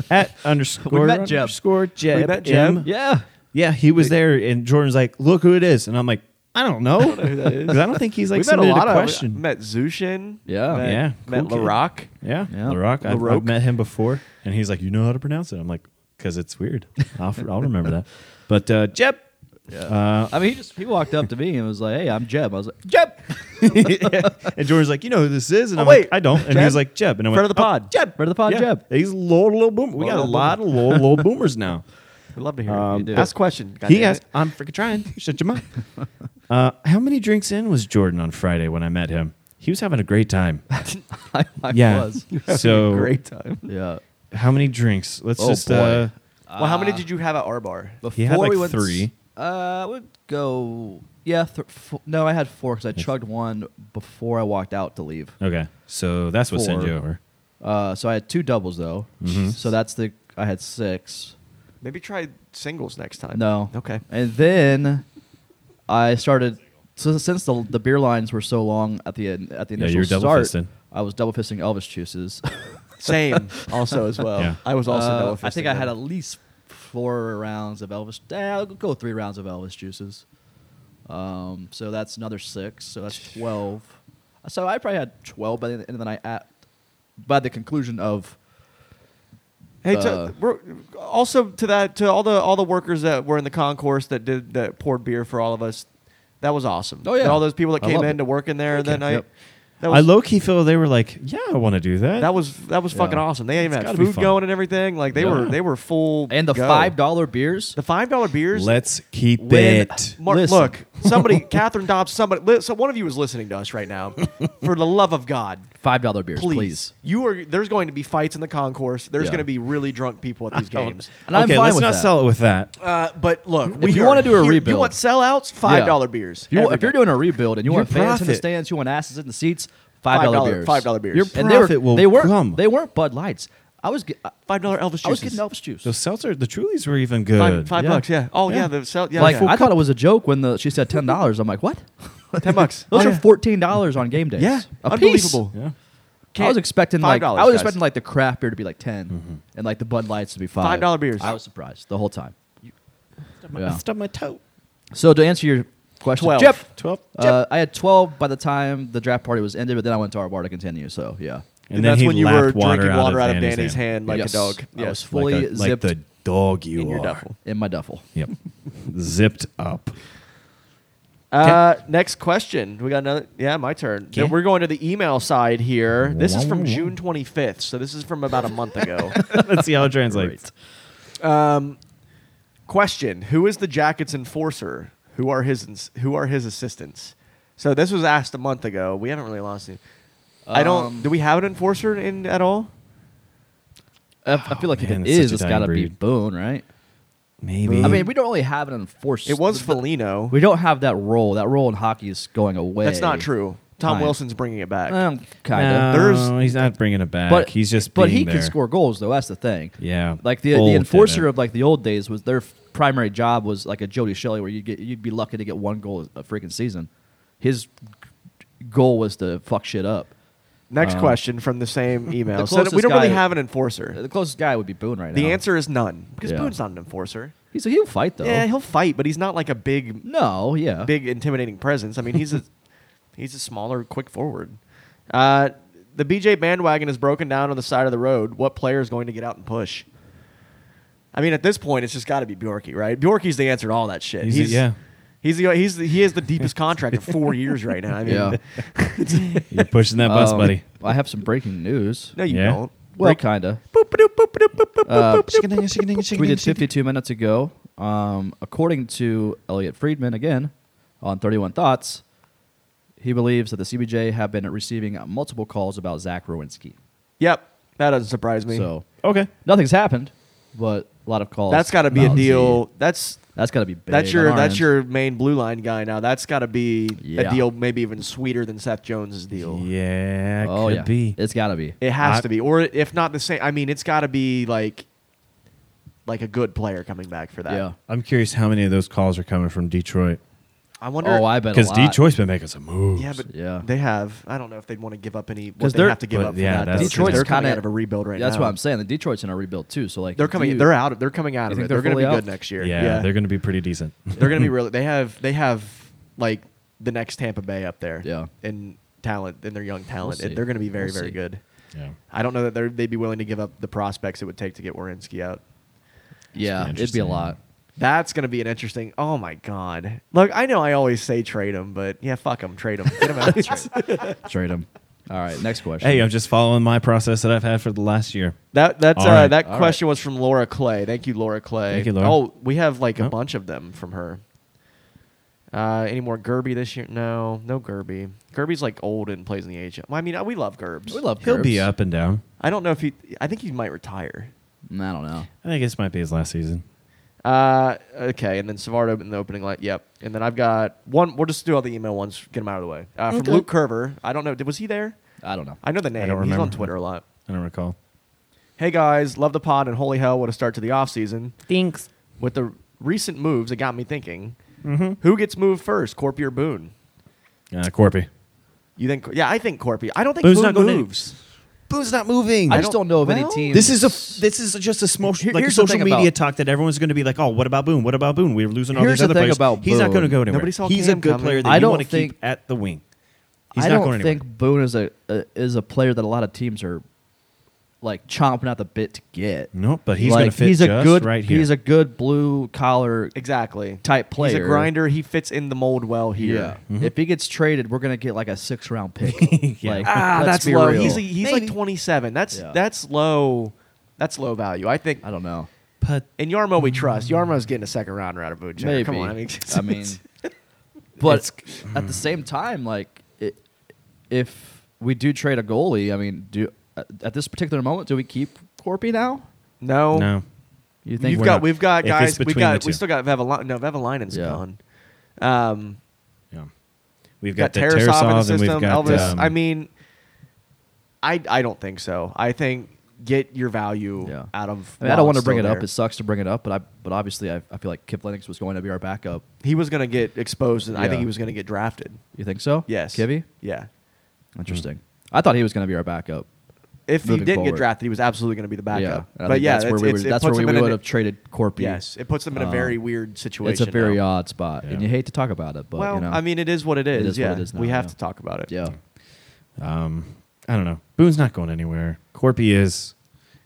[SPEAKER 3] at underscore
[SPEAKER 1] met Jeb.
[SPEAKER 3] underscore Jeb.
[SPEAKER 2] met Jeb.
[SPEAKER 3] M.
[SPEAKER 1] Yeah.
[SPEAKER 3] Yeah, he was there, and Jordan's like, "Look who it is," and I'm like, "I don't know, <laughs> because I don't think he's like
[SPEAKER 2] we met a
[SPEAKER 3] submitted
[SPEAKER 2] lot of. uh,
[SPEAKER 3] question."
[SPEAKER 2] Met Zushin.
[SPEAKER 1] Yeah.
[SPEAKER 2] Met,
[SPEAKER 3] Yeah,
[SPEAKER 2] Met
[SPEAKER 3] cool kid.
[SPEAKER 2] Laroque.
[SPEAKER 3] yeah,
[SPEAKER 1] Yeah.
[SPEAKER 3] Laroque. I've, I've
[SPEAKER 2] Laroque.
[SPEAKER 3] met him before, and he's like, "You know how to pronounce it?" I'm like, "Cause it's weird. I'll, I'll remember that." But uh, Jeb, <laughs> Uh,
[SPEAKER 1] I mean, he just he walked up to me and was like, "Hey, I'm Jeb." I was like, "Jeb."
[SPEAKER 3] and Jordan's like, you know who this is? And
[SPEAKER 2] Oh,
[SPEAKER 3] I'm
[SPEAKER 2] wait.
[SPEAKER 3] like, I don't. And he
[SPEAKER 2] Jeb?
[SPEAKER 3] was like, Jeb. And I went,
[SPEAKER 2] Friend of the
[SPEAKER 3] "Oh,
[SPEAKER 2] pod."
[SPEAKER 3] Jeb.
[SPEAKER 1] Friend of the pod,
[SPEAKER 3] Yeah.
[SPEAKER 1] Jeb.
[SPEAKER 3] He's Lord Little Boomer. We got a
[SPEAKER 2] Lord Little
[SPEAKER 3] lot of Lord Little Boomers now.
[SPEAKER 2] We'd love to hear
[SPEAKER 3] Um,
[SPEAKER 2] it.
[SPEAKER 1] do.
[SPEAKER 2] Ask a question.
[SPEAKER 3] he
[SPEAKER 2] goddamn
[SPEAKER 3] asked,
[SPEAKER 2] it. <laughs>
[SPEAKER 3] I'm freaking trying. <laughs> Shut your mouth. Uh, how many drinks in was Jordan on Friday when I met him? He was having a great time.
[SPEAKER 1] <laughs> I, I
[SPEAKER 3] yeah.
[SPEAKER 1] was.
[SPEAKER 3] So
[SPEAKER 2] Great time.
[SPEAKER 1] Yeah.
[SPEAKER 3] how many drinks? Let's
[SPEAKER 1] Oh,
[SPEAKER 3] just
[SPEAKER 1] boy.
[SPEAKER 3] uh,
[SPEAKER 2] well, how many did you have at our bar?
[SPEAKER 1] Before
[SPEAKER 3] He had, like,
[SPEAKER 1] we went,
[SPEAKER 3] three.
[SPEAKER 1] Uh, I would go. Yeah, th- four, no, I had four because I chugged one before I walked out to leave.
[SPEAKER 3] okay. So that's what sent
[SPEAKER 1] Four.
[SPEAKER 3] you over.
[SPEAKER 1] Uh, so I had two doubles though.
[SPEAKER 3] Mm-hmm.
[SPEAKER 1] So that's the I had six.
[SPEAKER 2] Maybe try singles next time.
[SPEAKER 1] No.
[SPEAKER 2] Okay.
[SPEAKER 1] And then I started. So since the, the beer lines were so long at the end, at the
[SPEAKER 3] Yeah,
[SPEAKER 1] initial
[SPEAKER 3] you were double
[SPEAKER 1] start,
[SPEAKER 3] fisting.
[SPEAKER 1] I was double fisting Elvis juices. <laughs>
[SPEAKER 2] Same. Also as well.
[SPEAKER 3] Yeah.
[SPEAKER 2] I was also.
[SPEAKER 1] Uh,
[SPEAKER 2] double
[SPEAKER 1] I
[SPEAKER 2] fisting
[SPEAKER 1] think I had
[SPEAKER 2] them.
[SPEAKER 1] at least four rounds of Elvis. eh, I'll go three rounds of Elvis juices. Um, so that's another six. So that's twelve. So I probably had twelve by the end of the night. At by the conclusion of
[SPEAKER 2] Hey, to,
[SPEAKER 1] uh,
[SPEAKER 2] we're, also to that to all the all the workers that were in the concourse that did that poured beer for all of us. That was awesome.
[SPEAKER 1] Oh, yeah.
[SPEAKER 2] And all those people that
[SPEAKER 1] I
[SPEAKER 2] came
[SPEAKER 1] love it.
[SPEAKER 2] in to work in there that night.
[SPEAKER 1] Yep.
[SPEAKER 2] That was,
[SPEAKER 3] I low key feel they were like, yeah, I want to do that.
[SPEAKER 2] that was that was fucking
[SPEAKER 1] Yeah.
[SPEAKER 2] awesome. They even
[SPEAKER 3] It's
[SPEAKER 2] had
[SPEAKER 3] gotta be
[SPEAKER 2] food
[SPEAKER 3] fun.
[SPEAKER 2] going and everything. Like they
[SPEAKER 3] Yeah.
[SPEAKER 2] were they were full
[SPEAKER 1] and the
[SPEAKER 2] go.
[SPEAKER 1] five dollar beers.
[SPEAKER 2] the five dollar beers.
[SPEAKER 3] Let's keep
[SPEAKER 1] When-
[SPEAKER 2] <laughs>
[SPEAKER 3] it.
[SPEAKER 2] Mark,
[SPEAKER 1] Listen.
[SPEAKER 2] look, somebody, <laughs> Catherine Dobbs, somebody. Li- so one of you is listening to us
[SPEAKER 1] <laughs>
[SPEAKER 2] right now. For the love of God,
[SPEAKER 1] Five dollar beers,
[SPEAKER 2] please.
[SPEAKER 1] please.
[SPEAKER 2] You are. There's going to be fights in the concourse. There's
[SPEAKER 1] Yeah.
[SPEAKER 2] going to be really drunk people at these games.
[SPEAKER 1] And I'm
[SPEAKER 3] okay,
[SPEAKER 1] fine
[SPEAKER 3] let's
[SPEAKER 1] with
[SPEAKER 3] not
[SPEAKER 1] that.
[SPEAKER 3] sell it with that.
[SPEAKER 2] Uh, but look, we
[SPEAKER 1] you
[SPEAKER 2] are
[SPEAKER 1] wanna do a
[SPEAKER 2] here- you
[SPEAKER 1] rebuild-
[SPEAKER 2] want sellouts, five dollar beers.
[SPEAKER 1] If, you,
[SPEAKER 2] every
[SPEAKER 1] if you're
[SPEAKER 2] day.
[SPEAKER 1] doing a rebuild and you
[SPEAKER 3] Your
[SPEAKER 1] want fans in the
[SPEAKER 3] profit.
[SPEAKER 1] stands, you want asses in the seats, five dollar
[SPEAKER 2] $5
[SPEAKER 1] beers,
[SPEAKER 2] $5 beers.
[SPEAKER 1] Your
[SPEAKER 2] Your
[SPEAKER 1] and they were,
[SPEAKER 3] profit will
[SPEAKER 1] they weren't,
[SPEAKER 3] come.
[SPEAKER 1] They weren't Bud Lights. I was get, I,
[SPEAKER 2] five dollar Elvis
[SPEAKER 1] I was
[SPEAKER 2] juices.
[SPEAKER 1] getting Elvis juice.
[SPEAKER 3] Those seltzer, the Trulies were even good.
[SPEAKER 2] five, five
[SPEAKER 1] Yeah.
[SPEAKER 2] bucks. Yeah. Oh yeah.
[SPEAKER 3] Yeah.
[SPEAKER 2] the sell. Yeah.
[SPEAKER 1] like
[SPEAKER 2] yeah.
[SPEAKER 1] I thought it was a joke when the she said ten dollars. I'm like, what? <laughs>
[SPEAKER 2] ten bucks.
[SPEAKER 1] Those
[SPEAKER 2] Oh,
[SPEAKER 1] are
[SPEAKER 2] yeah.
[SPEAKER 1] fourteen dollars on game days.
[SPEAKER 2] Yeah.
[SPEAKER 1] a piece.
[SPEAKER 2] Unbelievable.
[SPEAKER 3] Yeah.
[SPEAKER 1] I was expecting like
[SPEAKER 2] $5,
[SPEAKER 1] I was
[SPEAKER 2] guys.
[SPEAKER 1] expecting like the craft beer to be like 10
[SPEAKER 3] Mm-hmm.
[SPEAKER 1] and like the Bud Lights to be five.
[SPEAKER 2] $5 beers.
[SPEAKER 1] I was surprised the whole time.
[SPEAKER 3] I
[SPEAKER 1] Yeah.
[SPEAKER 3] stubbed my toe.
[SPEAKER 1] So to answer your question,
[SPEAKER 2] 12.
[SPEAKER 1] Jeff,
[SPEAKER 3] 12.
[SPEAKER 1] Uh, I had 12 by the time the draft party was ended, but then I went to our bar to continue. So, yeah.
[SPEAKER 3] And
[SPEAKER 2] that's
[SPEAKER 3] then he
[SPEAKER 2] when you
[SPEAKER 3] lapped
[SPEAKER 2] were drinking water out of
[SPEAKER 3] Danny's
[SPEAKER 2] Danny's hand, like
[SPEAKER 1] Yes.
[SPEAKER 2] a dog.
[SPEAKER 1] I was
[SPEAKER 2] Yes.
[SPEAKER 1] full fully
[SPEAKER 3] like, a, like
[SPEAKER 1] zipped
[SPEAKER 3] the dog you
[SPEAKER 2] In
[SPEAKER 3] are.
[SPEAKER 2] your duffel.
[SPEAKER 1] In my duffel.
[SPEAKER 3] Yep. Zipped up.
[SPEAKER 2] Uh, next question. We got another. Yeah, my turn.
[SPEAKER 3] Okay.
[SPEAKER 2] We're going to the email side here. This is from
[SPEAKER 3] Wah, wah, wah.
[SPEAKER 2] June 25th, so this is from about a
[SPEAKER 1] <laughs>
[SPEAKER 2] month ago.
[SPEAKER 3] <laughs> Let's see how it translates.
[SPEAKER 2] Um, question: Who is the Jackets enforcer? Who are his ins- Who are his assistants? So this was asked a month ago. We haven't really lost him. I
[SPEAKER 1] Um,
[SPEAKER 2] don't. Do we have an enforcer in at all?
[SPEAKER 1] I, I feel like
[SPEAKER 3] man,
[SPEAKER 1] if it
[SPEAKER 3] it's such
[SPEAKER 1] is,
[SPEAKER 3] a
[SPEAKER 1] it's
[SPEAKER 3] dying
[SPEAKER 1] got to be
[SPEAKER 3] breed.
[SPEAKER 1] Boone, right?
[SPEAKER 3] Maybe.
[SPEAKER 1] I mean, we don't really have an enforced.
[SPEAKER 2] It was
[SPEAKER 1] th- th-
[SPEAKER 2] Foligno.
[SPEAKER 1] We don't have that role. That role in hockey is going away.
[SPEAKER 2] That's not true. Tom
[SPEAKER 1] Fine.
[SPEAKER 2] Wilson's bringing it back.
[SPEAKER 1] Um, kind of.
[SPEAKER 3] no,
[SPEAKER 2] there's-
[SPEAKER 3] he's not bringing it back.
[SPEAKER 1] But
[SPEAKER 3] he's just.
[SPEAKER 1] But
[SPEAKER 3] being
[SPEAKER 1] he
[SPEAKER 3] there.
[SPEAKER 1] can score goals, though. That's the thing.
[SPEAKER 3] Yeah,
[SPEAKER 1] Like the,
[SPEAKER 3] Bull
[SPEAKER 1] the
[SPEAKER 3] did
[SPEAKER 1] enforcer
[SPEAKER 3] it.
[SPEAKER 1] of like the old days was their f- primary job was like a Jody Shelley, where you get you'd be lucky to get one goal a freaking season. His g- goal was to fuck shit up.
[SPEAKER 2] Next question from
[SPEAKER 1] <laughs>
[SPEAKER 2] the same email. So
[SPEAKER 1] um, closest
[SPEAKER 2] we don't really
[SPEAKER 1] guy-
[SPEAKER 2] have an enforcer.
[SPEAKER 1] The closest guy would be Boone right
[SPEAKER 2] The
[SPEAKER 1] now.
[SPEAKER 2] answer is none because
[SPEAKER 1] Yeah.
[SPEAKER 2] Boone's not an enforcer.
[SPEAKER 1] He's a, he'll fight though.
[SPEAKER 2] Yeah, he'll fight, but he's not like a big
[SPEAKER 1] no, yeah.
[SPEAKER 2] big intimidating presence. I
[SPEAKER 1] <laughs>
[SPEAKER 2] mean, he's a he's a smaller, quick forward. Uh, the BJ bandwagon is broken down on the side of the road. What player is going to get out and push? I mean, at this point, it's just got to be Bjorky, right? Bjorky's the answer to all that shit.
[SPEAKER 3] He's the- yeah.
[SPEAKER 2] He's the, he's the, he
[SPEAKER 1] <laughs>
[SPEAKER 2] has the deepest contract of four years right now. I mean,
[SPEAKER 1] Yeah.
[SPEAKER 3] You're pushing that bus,
[SPEAKER 1] Um,
[SPEAKER 3] buddy.
[SPEAKER 1] I have some breaking news.
[SPEAKER 2] <laughs> no, you
[SPEAKER 3] Yeah.
[SPEAKER 2] don't.
[SPEAKER 1] Well,
[SPEAKER 2] Break-
[SPEAKER 1] kind of.
[SPEAKER 2] boop, ba-doop, boop, ba-doop, boop, boop,
[SPEAKER 1] Uh,
[SPEAKER 2] boop, boop, boop.
[SPEAKER 1] We did 52 minutes ago. Um, according to Elliot Friedman, again, on 31 Thoughts, he believes that the CBJ have been receiving multiple calls about Zach Rowinski.
[SPEAKER 2] Yep, that doesn't surprise me.
[SPEAKER 1] So
[SPEAKER 3] Okay.
[SPEAKER 1] nothing's happened, but a lot of calls.
[SPEAKER 2] that's got to be a
[SPEAKER 1] about
[SPEAKER 2] deal.
[SPEAKER 1] Z.
[SPEAKER 2] That's
[SPEAKER 1] That's got to be big.
[SPEAKER 2] That's
[SPEAKER 1] on
[SPEAKER 2] your
[SPEAKER 1] our
[SPEAKER 2] that's
[SPEAKER 1] end.
[SPEAKER 2] your main blue line guy now. That's got to be a
[SPEAKER 1] Yeah.
[SPEAKER 2] deal, maybe even sweeter than Seth Jones's deal.
[SPEAKER 3] Yeah,
[SPEAKER 1] Oh
[SPEAKER 3] could
[SPEAKER 1] yeah,
[SPEAKER 3] be.
[SPEAKER 1] it's got to be.
[SPEAKER 2] It has
[SPEAKER 3] I-
[SPEAKER 2] to be, or if not the same, I mean, it's got to be like like a good player coming back for that.
[SPEAKER 1] yeah.
[SPEAKER 3] I'm curious how many of those calls are coming from Detroit
[SPEAKER 2] I wonder.
[SPEAKER 1] Oh, I bet a
[SPEAKER 3] because
[SPEAKER 1] lot.
[SPEAKER 3] Detroit's been making some moves.
[SPEAKER 2] yeah, but
[SPEAKER 1] Yeah.
[SPEAKER 2] they have. I don't know if they'd want to give up any. What
[SPEAKER 1] 'Cause
[SPEAKER 2] they
[SPEAKER 1] they're-
[SPEAKER 2] have to give
[SPEAKER 3] but
[SPEAKER 2] up.
[SPEAKER 3] yeah,
[SPEAKER 2] for that.
[SPEAKER 3] that's-
[SPEAKER 2] Because
[SPEAKER 1] Detroit's
[SPEAKER 2] they're coming
[SPEAKER 1] kinda-
[SPEAKER 2] out of a rebuild right
[SPEAKER 1] That's
[SPEAKER 2] now.
[SPEAKER 1] what I'm saying. The Detroit's in a rebuild too. So like
[SPEAKER 2] They're
[SPEAKER 1] if
[SPEAKER 2] coming.
[SPEAKER 1] you-
[SPEAKER 2] they're out. They're coming out
[SPEAKER 1] You
[SPEAKER 2] of
[SPEAKER 1] think
[SPEAKER 2] it.
[SPEAKER 1] they're
[SPEAKER 2] They're, going to be
[SPEAKER 1] fully
[SPEAKER 2] good
[SPEAKER 1] out?
[SPEAKER 2] next year.
[SPEAKER 3] Yeah,
[SPEAKER 2] Yeah,
[SPEAKER 3] they're
[SPEAKER 2] they're,
[SPEAKER 3] going to be pretty decent. <laughs>
[SPEAKER 2] going
[SPEAKER 1] <laughs>
[SPEAKER 2] to be really. They have. They have like the next Tampa Bay up there.
[SPEAKER 1] Yeah.
[SPEAKER 2] in talent, in their young talent,
[SPEAKER 1] see.
[SPEAKER 2] and they're going to be very,
[SPEAKER 1] We'll
[SPEAKER 2] very
[SPEAKER 1] see.
[SPEAKER 2] good.
[SPEAKER 3] yeah.
[SPEAKER 2] I don't know that they're- they'd be willing to give up the prospects it would take to get Warinsky out.
[SPEAKER 1] Yeah, it'd be a
[SPEAKER 3] Interesting.
[SPEAKER 1] lot.
[SPEAKER 2] That's gonna be an interesting. Oh my god! Look, I know I always say trade him, but yeah, fuck him, trade him, get him out. of trade.
[SPEAKER 1] Trade him. All right, next question.
[SPEAKER 3] Hey, I'm just following my process that I've had for the last year.
[SPEAKER 2] That that's
[SPEAKER 3] All
[SPEAKER 2] uh,
[SPEAKER 3] right,
[SPEAKER 2] that
[SPEAKER 1] all
[SPEAKER 2] question was from Laura Clay. Thank you, Laura Clay.
[SPEAKER 3] Thank you, Laura.
[SPEAKER 2] Oh, we have like a
[SPEAKER 3] Oh.
[SPEAKER 2] bunch of them from her. Uh, any more Gerby this year? No, no Gerby. Gerby's like old and plays in the AHL. Well, I mean, uh, we love Gerbs.
[SPEAKER 1] we love.
[SPEAKER 3] He'll be
[SPEAKER 1] curves.
[SPEAKER 3] up and down.
[SPEAKER 2] I don't know if he. I think he might retire.
[SPEAKER 1] I don't know.
[SPEAKER 3] I think this might be his last season.
[SPEAKER 2] Uh, okay, and then Savardo in the opening line. Yep, and then I've got one. We'll just do all the email ones. Get them out of the way. Uh, from
[SPEAKER 1] Okay.
[SPEAKER 2] Luke Kerber. I don't know. Did, was he there?
[SPEAKER 1] I don't know.
[SPEAKER 2] I know the name.
[SPEAKER 3] don't
[SPEAKER 2] He's on
[SPEAKER 3] remember.
[SPEAKER 2] Twitter a lot.
[SPEAKER 3] I don't recall.
[SPEAKER 2] Hey guys, love the pod and holy hell, what a start to the offseason.
[SPEAKER 3] Thanks.
[SPEAKER 2] With the recent moves, it got me thinking
[SPEAKER 3] Mm-hmm.
[SPEAKER 2] who gets moved first, Corpy or Boone?
[SPEAKER 3] Uh, Corpy.
[SPEAKER 2] You think? Yeah, I think Corpy. I don't think
[SPEAKER 3] Boone's
[SPEAKER 2] Boone
[SPEAKER 3] not going any-
[SPEAKER 2] moves.
[SPEAKER 3] Boone's not moving.
[SPEAKER 1] I just don't know of any
[SPEAKER 2] well,
[SPEAKER 1] team.
[SPEAKER 3] This is a this is just a small
[SPEAKER 1] Here-
[SPEAKER 3] like a
[SPEAKER 1] here's the
[SPEAKER 3] social
[SPEAKER 1] thing
[SPEAKER 3] media
[SPEAKER 1] about-
[SPEAKER 3] talk that everyone's going to be like, oh, what about Boone? What about Boone? We're losing all
[SPEAKER 1] Here's
[SPEAKER 3] these
[SPEAKER 1] the
[SPEAKER 3] other
[SPEAKER 1] thing
[SPEAKER 3] players.
[SPEAKER 1] about
[SPEAKER 3] He's not going to
[SPEAKER 1] Boone.
[SPEAKER 3] go anywhere.
[SPEAKER 2] Nobody saw
[SPEAKER 3] He's
[SPEAKER 2] Cam
[SPEAKER 3] a good
[SPEAKER 2] coming.
[SPEAKER 3] player that
[SPEAKER 1] I
[SPEAKER 3] you
[SPEAKER 1] don't
[SPEAKER 3] want to
[SPEAKER 1] think-
[SPEAKER 3] keep at the wing. He's
[SPEAKER 1] I
[SPEAKER 3] not
[SPEAKER 1] don't
[SPEAKER 3] going anywhere.
[SPEAKER 1] think Boone is a uh, is a player that a lot of teams are like chomping at the bit to get.
[SPEAKER 3] Nope, but he's
[SPEAKER 1] Like,
[SPEAKER 3] gonna fit
[SPEAKER 1] he's a
[SPEAKER 3] just
[SPEAKER 1] good,
[SPEAKER 3] right here.
[SPEAKER 1] He's a good blue collar
[SPEAKER 2] Exactly.
[SPEAKER 1] type
[SPEAKER 2] He's
[SPEAKER 1] player.
[SPEAKER 2] a grinder. He fits in the mold well here.
[SPEAKER 1] Yeah. If he gets traded, we're gonna get like a six round pick.
[SPEAKER 3] Mm-hmm. <laughs> Yeah.
[SPEAKER 1] Like,
[SPEAKER 2] Ah,
[SPEAKER 1] let's
[SPEAKER 2] that's
[SPEAKER 1] be
[SPEAKER 2] low.
[SPEAKER 1] real.
[SPEAKER 2] He's, he's like
[SPEAKER 3] Maybe.
[SPEAKER 2] 27. That's
[SPEAKER 1] Yeah.
[SPEAKER 2] that's low. That's low value. I think.
[SPEAKER 1] I don't know.
[SPEAKER 3] but
[SPEAKER 2] And Yarmo, we trust. Yarmo's getting a second rounder out of Boone. Jenner.
[SPEAKER 1] Maybe.
[SPEAKER 2] Come on. I mean, <laughs>
[SPEAKER 1] I mean, <laughs> mm. but at the same time, like, i if we do trade a goalie, I mean, do at- at this particular moment, do we keep Corpy now?
[SPEAKER 2] no.
[SPEAKER 3] no,
[SPEAKER 1] You think
[SPEAKER 2] You've
[SPEAKER 1] we're
[SPEAKER 2] got,
[SPEAKER 3] not-
[SPEAKER 2] we've got
[SPEAKER 3] if it's
[SPEAKER 2] guys. We
[SPEAKER 3] between
[SPEAKER 2] got,
[SPEAKER 3] the
[SPEAKER 2] we
[SPEAKER 3] two.
[SPEAKER 2] still got Vevalin. No, Vevalainen's
[SPEAKER 1] Yeah.
[SPEAKER 2] gone. Um,
[SPEAKER 3] yeah. we've
[SPEAKER 2] got
[SPEAKER 3] got,
[SPEAKER 2] Tarasov
[SPEAKER 3] the
[SPEAKER 2] in the
[SPEAKER 3] Tarasov and
[SPEAKER 2] system.
[SPEAKER 3] we've got
[SPEAKER 2] Elvis.
[SPEAKER 3] um,
[SPEAKER 2] I mean, I I don't think so. I think get your value
[SPEAKER 1] Yeah.
[SPEAKER 2] out of.
[SPEAKER 1] I, mean, I don't
[SPEAKER 2] while
[SPEAKER 1] want to
[SPEAKER 2] it's
[SPEAKER 1] bring it
[SPEAKER 2] still
[SPEAKER 1] up.
[SPEAKER 2] there.
[SPEAKER 1] It sucks to bring it up, but I but obviously I, I feel like Kip Lennox was going to be our backup.
[SPEAKER 2] He was going to get exposed, and I think
[SPEAKER 1] Yeah.
[SPEAKER 2] he was going to get drafted.
[SPEAKER 1] You think so?
[SPEAKER 2] Yes, Mm-hmm.
[SPEAKER 1] Kivy.
[SPEAKER 2] Yeah.
[SPEAKER 1] Interesting. I thought he was going to be our backup.
[SPEAKER 2] If he
[SPEAKER 1] Moving
[SPEAKER 2] didn't get
[SPEAKER 1] forward.
[SPEAKER 2] drafted, he was absolutely going to be the backup.
[SPEAKER 1] Yeah, and I
[SPEAKER 2] but
[SPEAKER 1] think
[SPEAKER 2] yeah,
[SPEAKER 1] that's where
[SPEAKER 2] it's-
[SPEAKER 1] we
[SPEAKER 2] it's-
[SPEAKER 1] would,
[SPEAKER 2] it
[SPEAKER 1] that's where
[SPEAKER 2] puts
[SPEAKER 1] we
[SPEAKER 2] him in
[SPEAKER 1] would
[SPEAKER 2] a-
[SPEAKER 1] have traded Corpy.
[SPEAKER 2] Yes, it puts them in a
[SPEAKER 1] Um,
[SPEAKER 2] very weird situation.
[SPEAKER 1] it's a very
[SPEAKER 2] now.
[SPEAKER 1] odd spot, and you
[SPEAKER 3] Yeah.
[SPEAKER 1] hate to talk about it, but
[SPEAKER 2] well,
[SPEAKER 1] you know,
[SPEAKER 2] I mean, it is what it is.
[SPEAKER 1] is what
[SPEAKER 2] yeah,
[SPEAKER 1] it is
[SPEAKER 2] we
[SPEAKER 1] now,
[SPEAKER 2] have
[SPEAKER 1] yeah.
[SPEAKER 2] to talk about it.
[SPEAKER 1] yeah,
[SPEAKER 3] um, I don't know. Boone's not going anywhere. Corpy is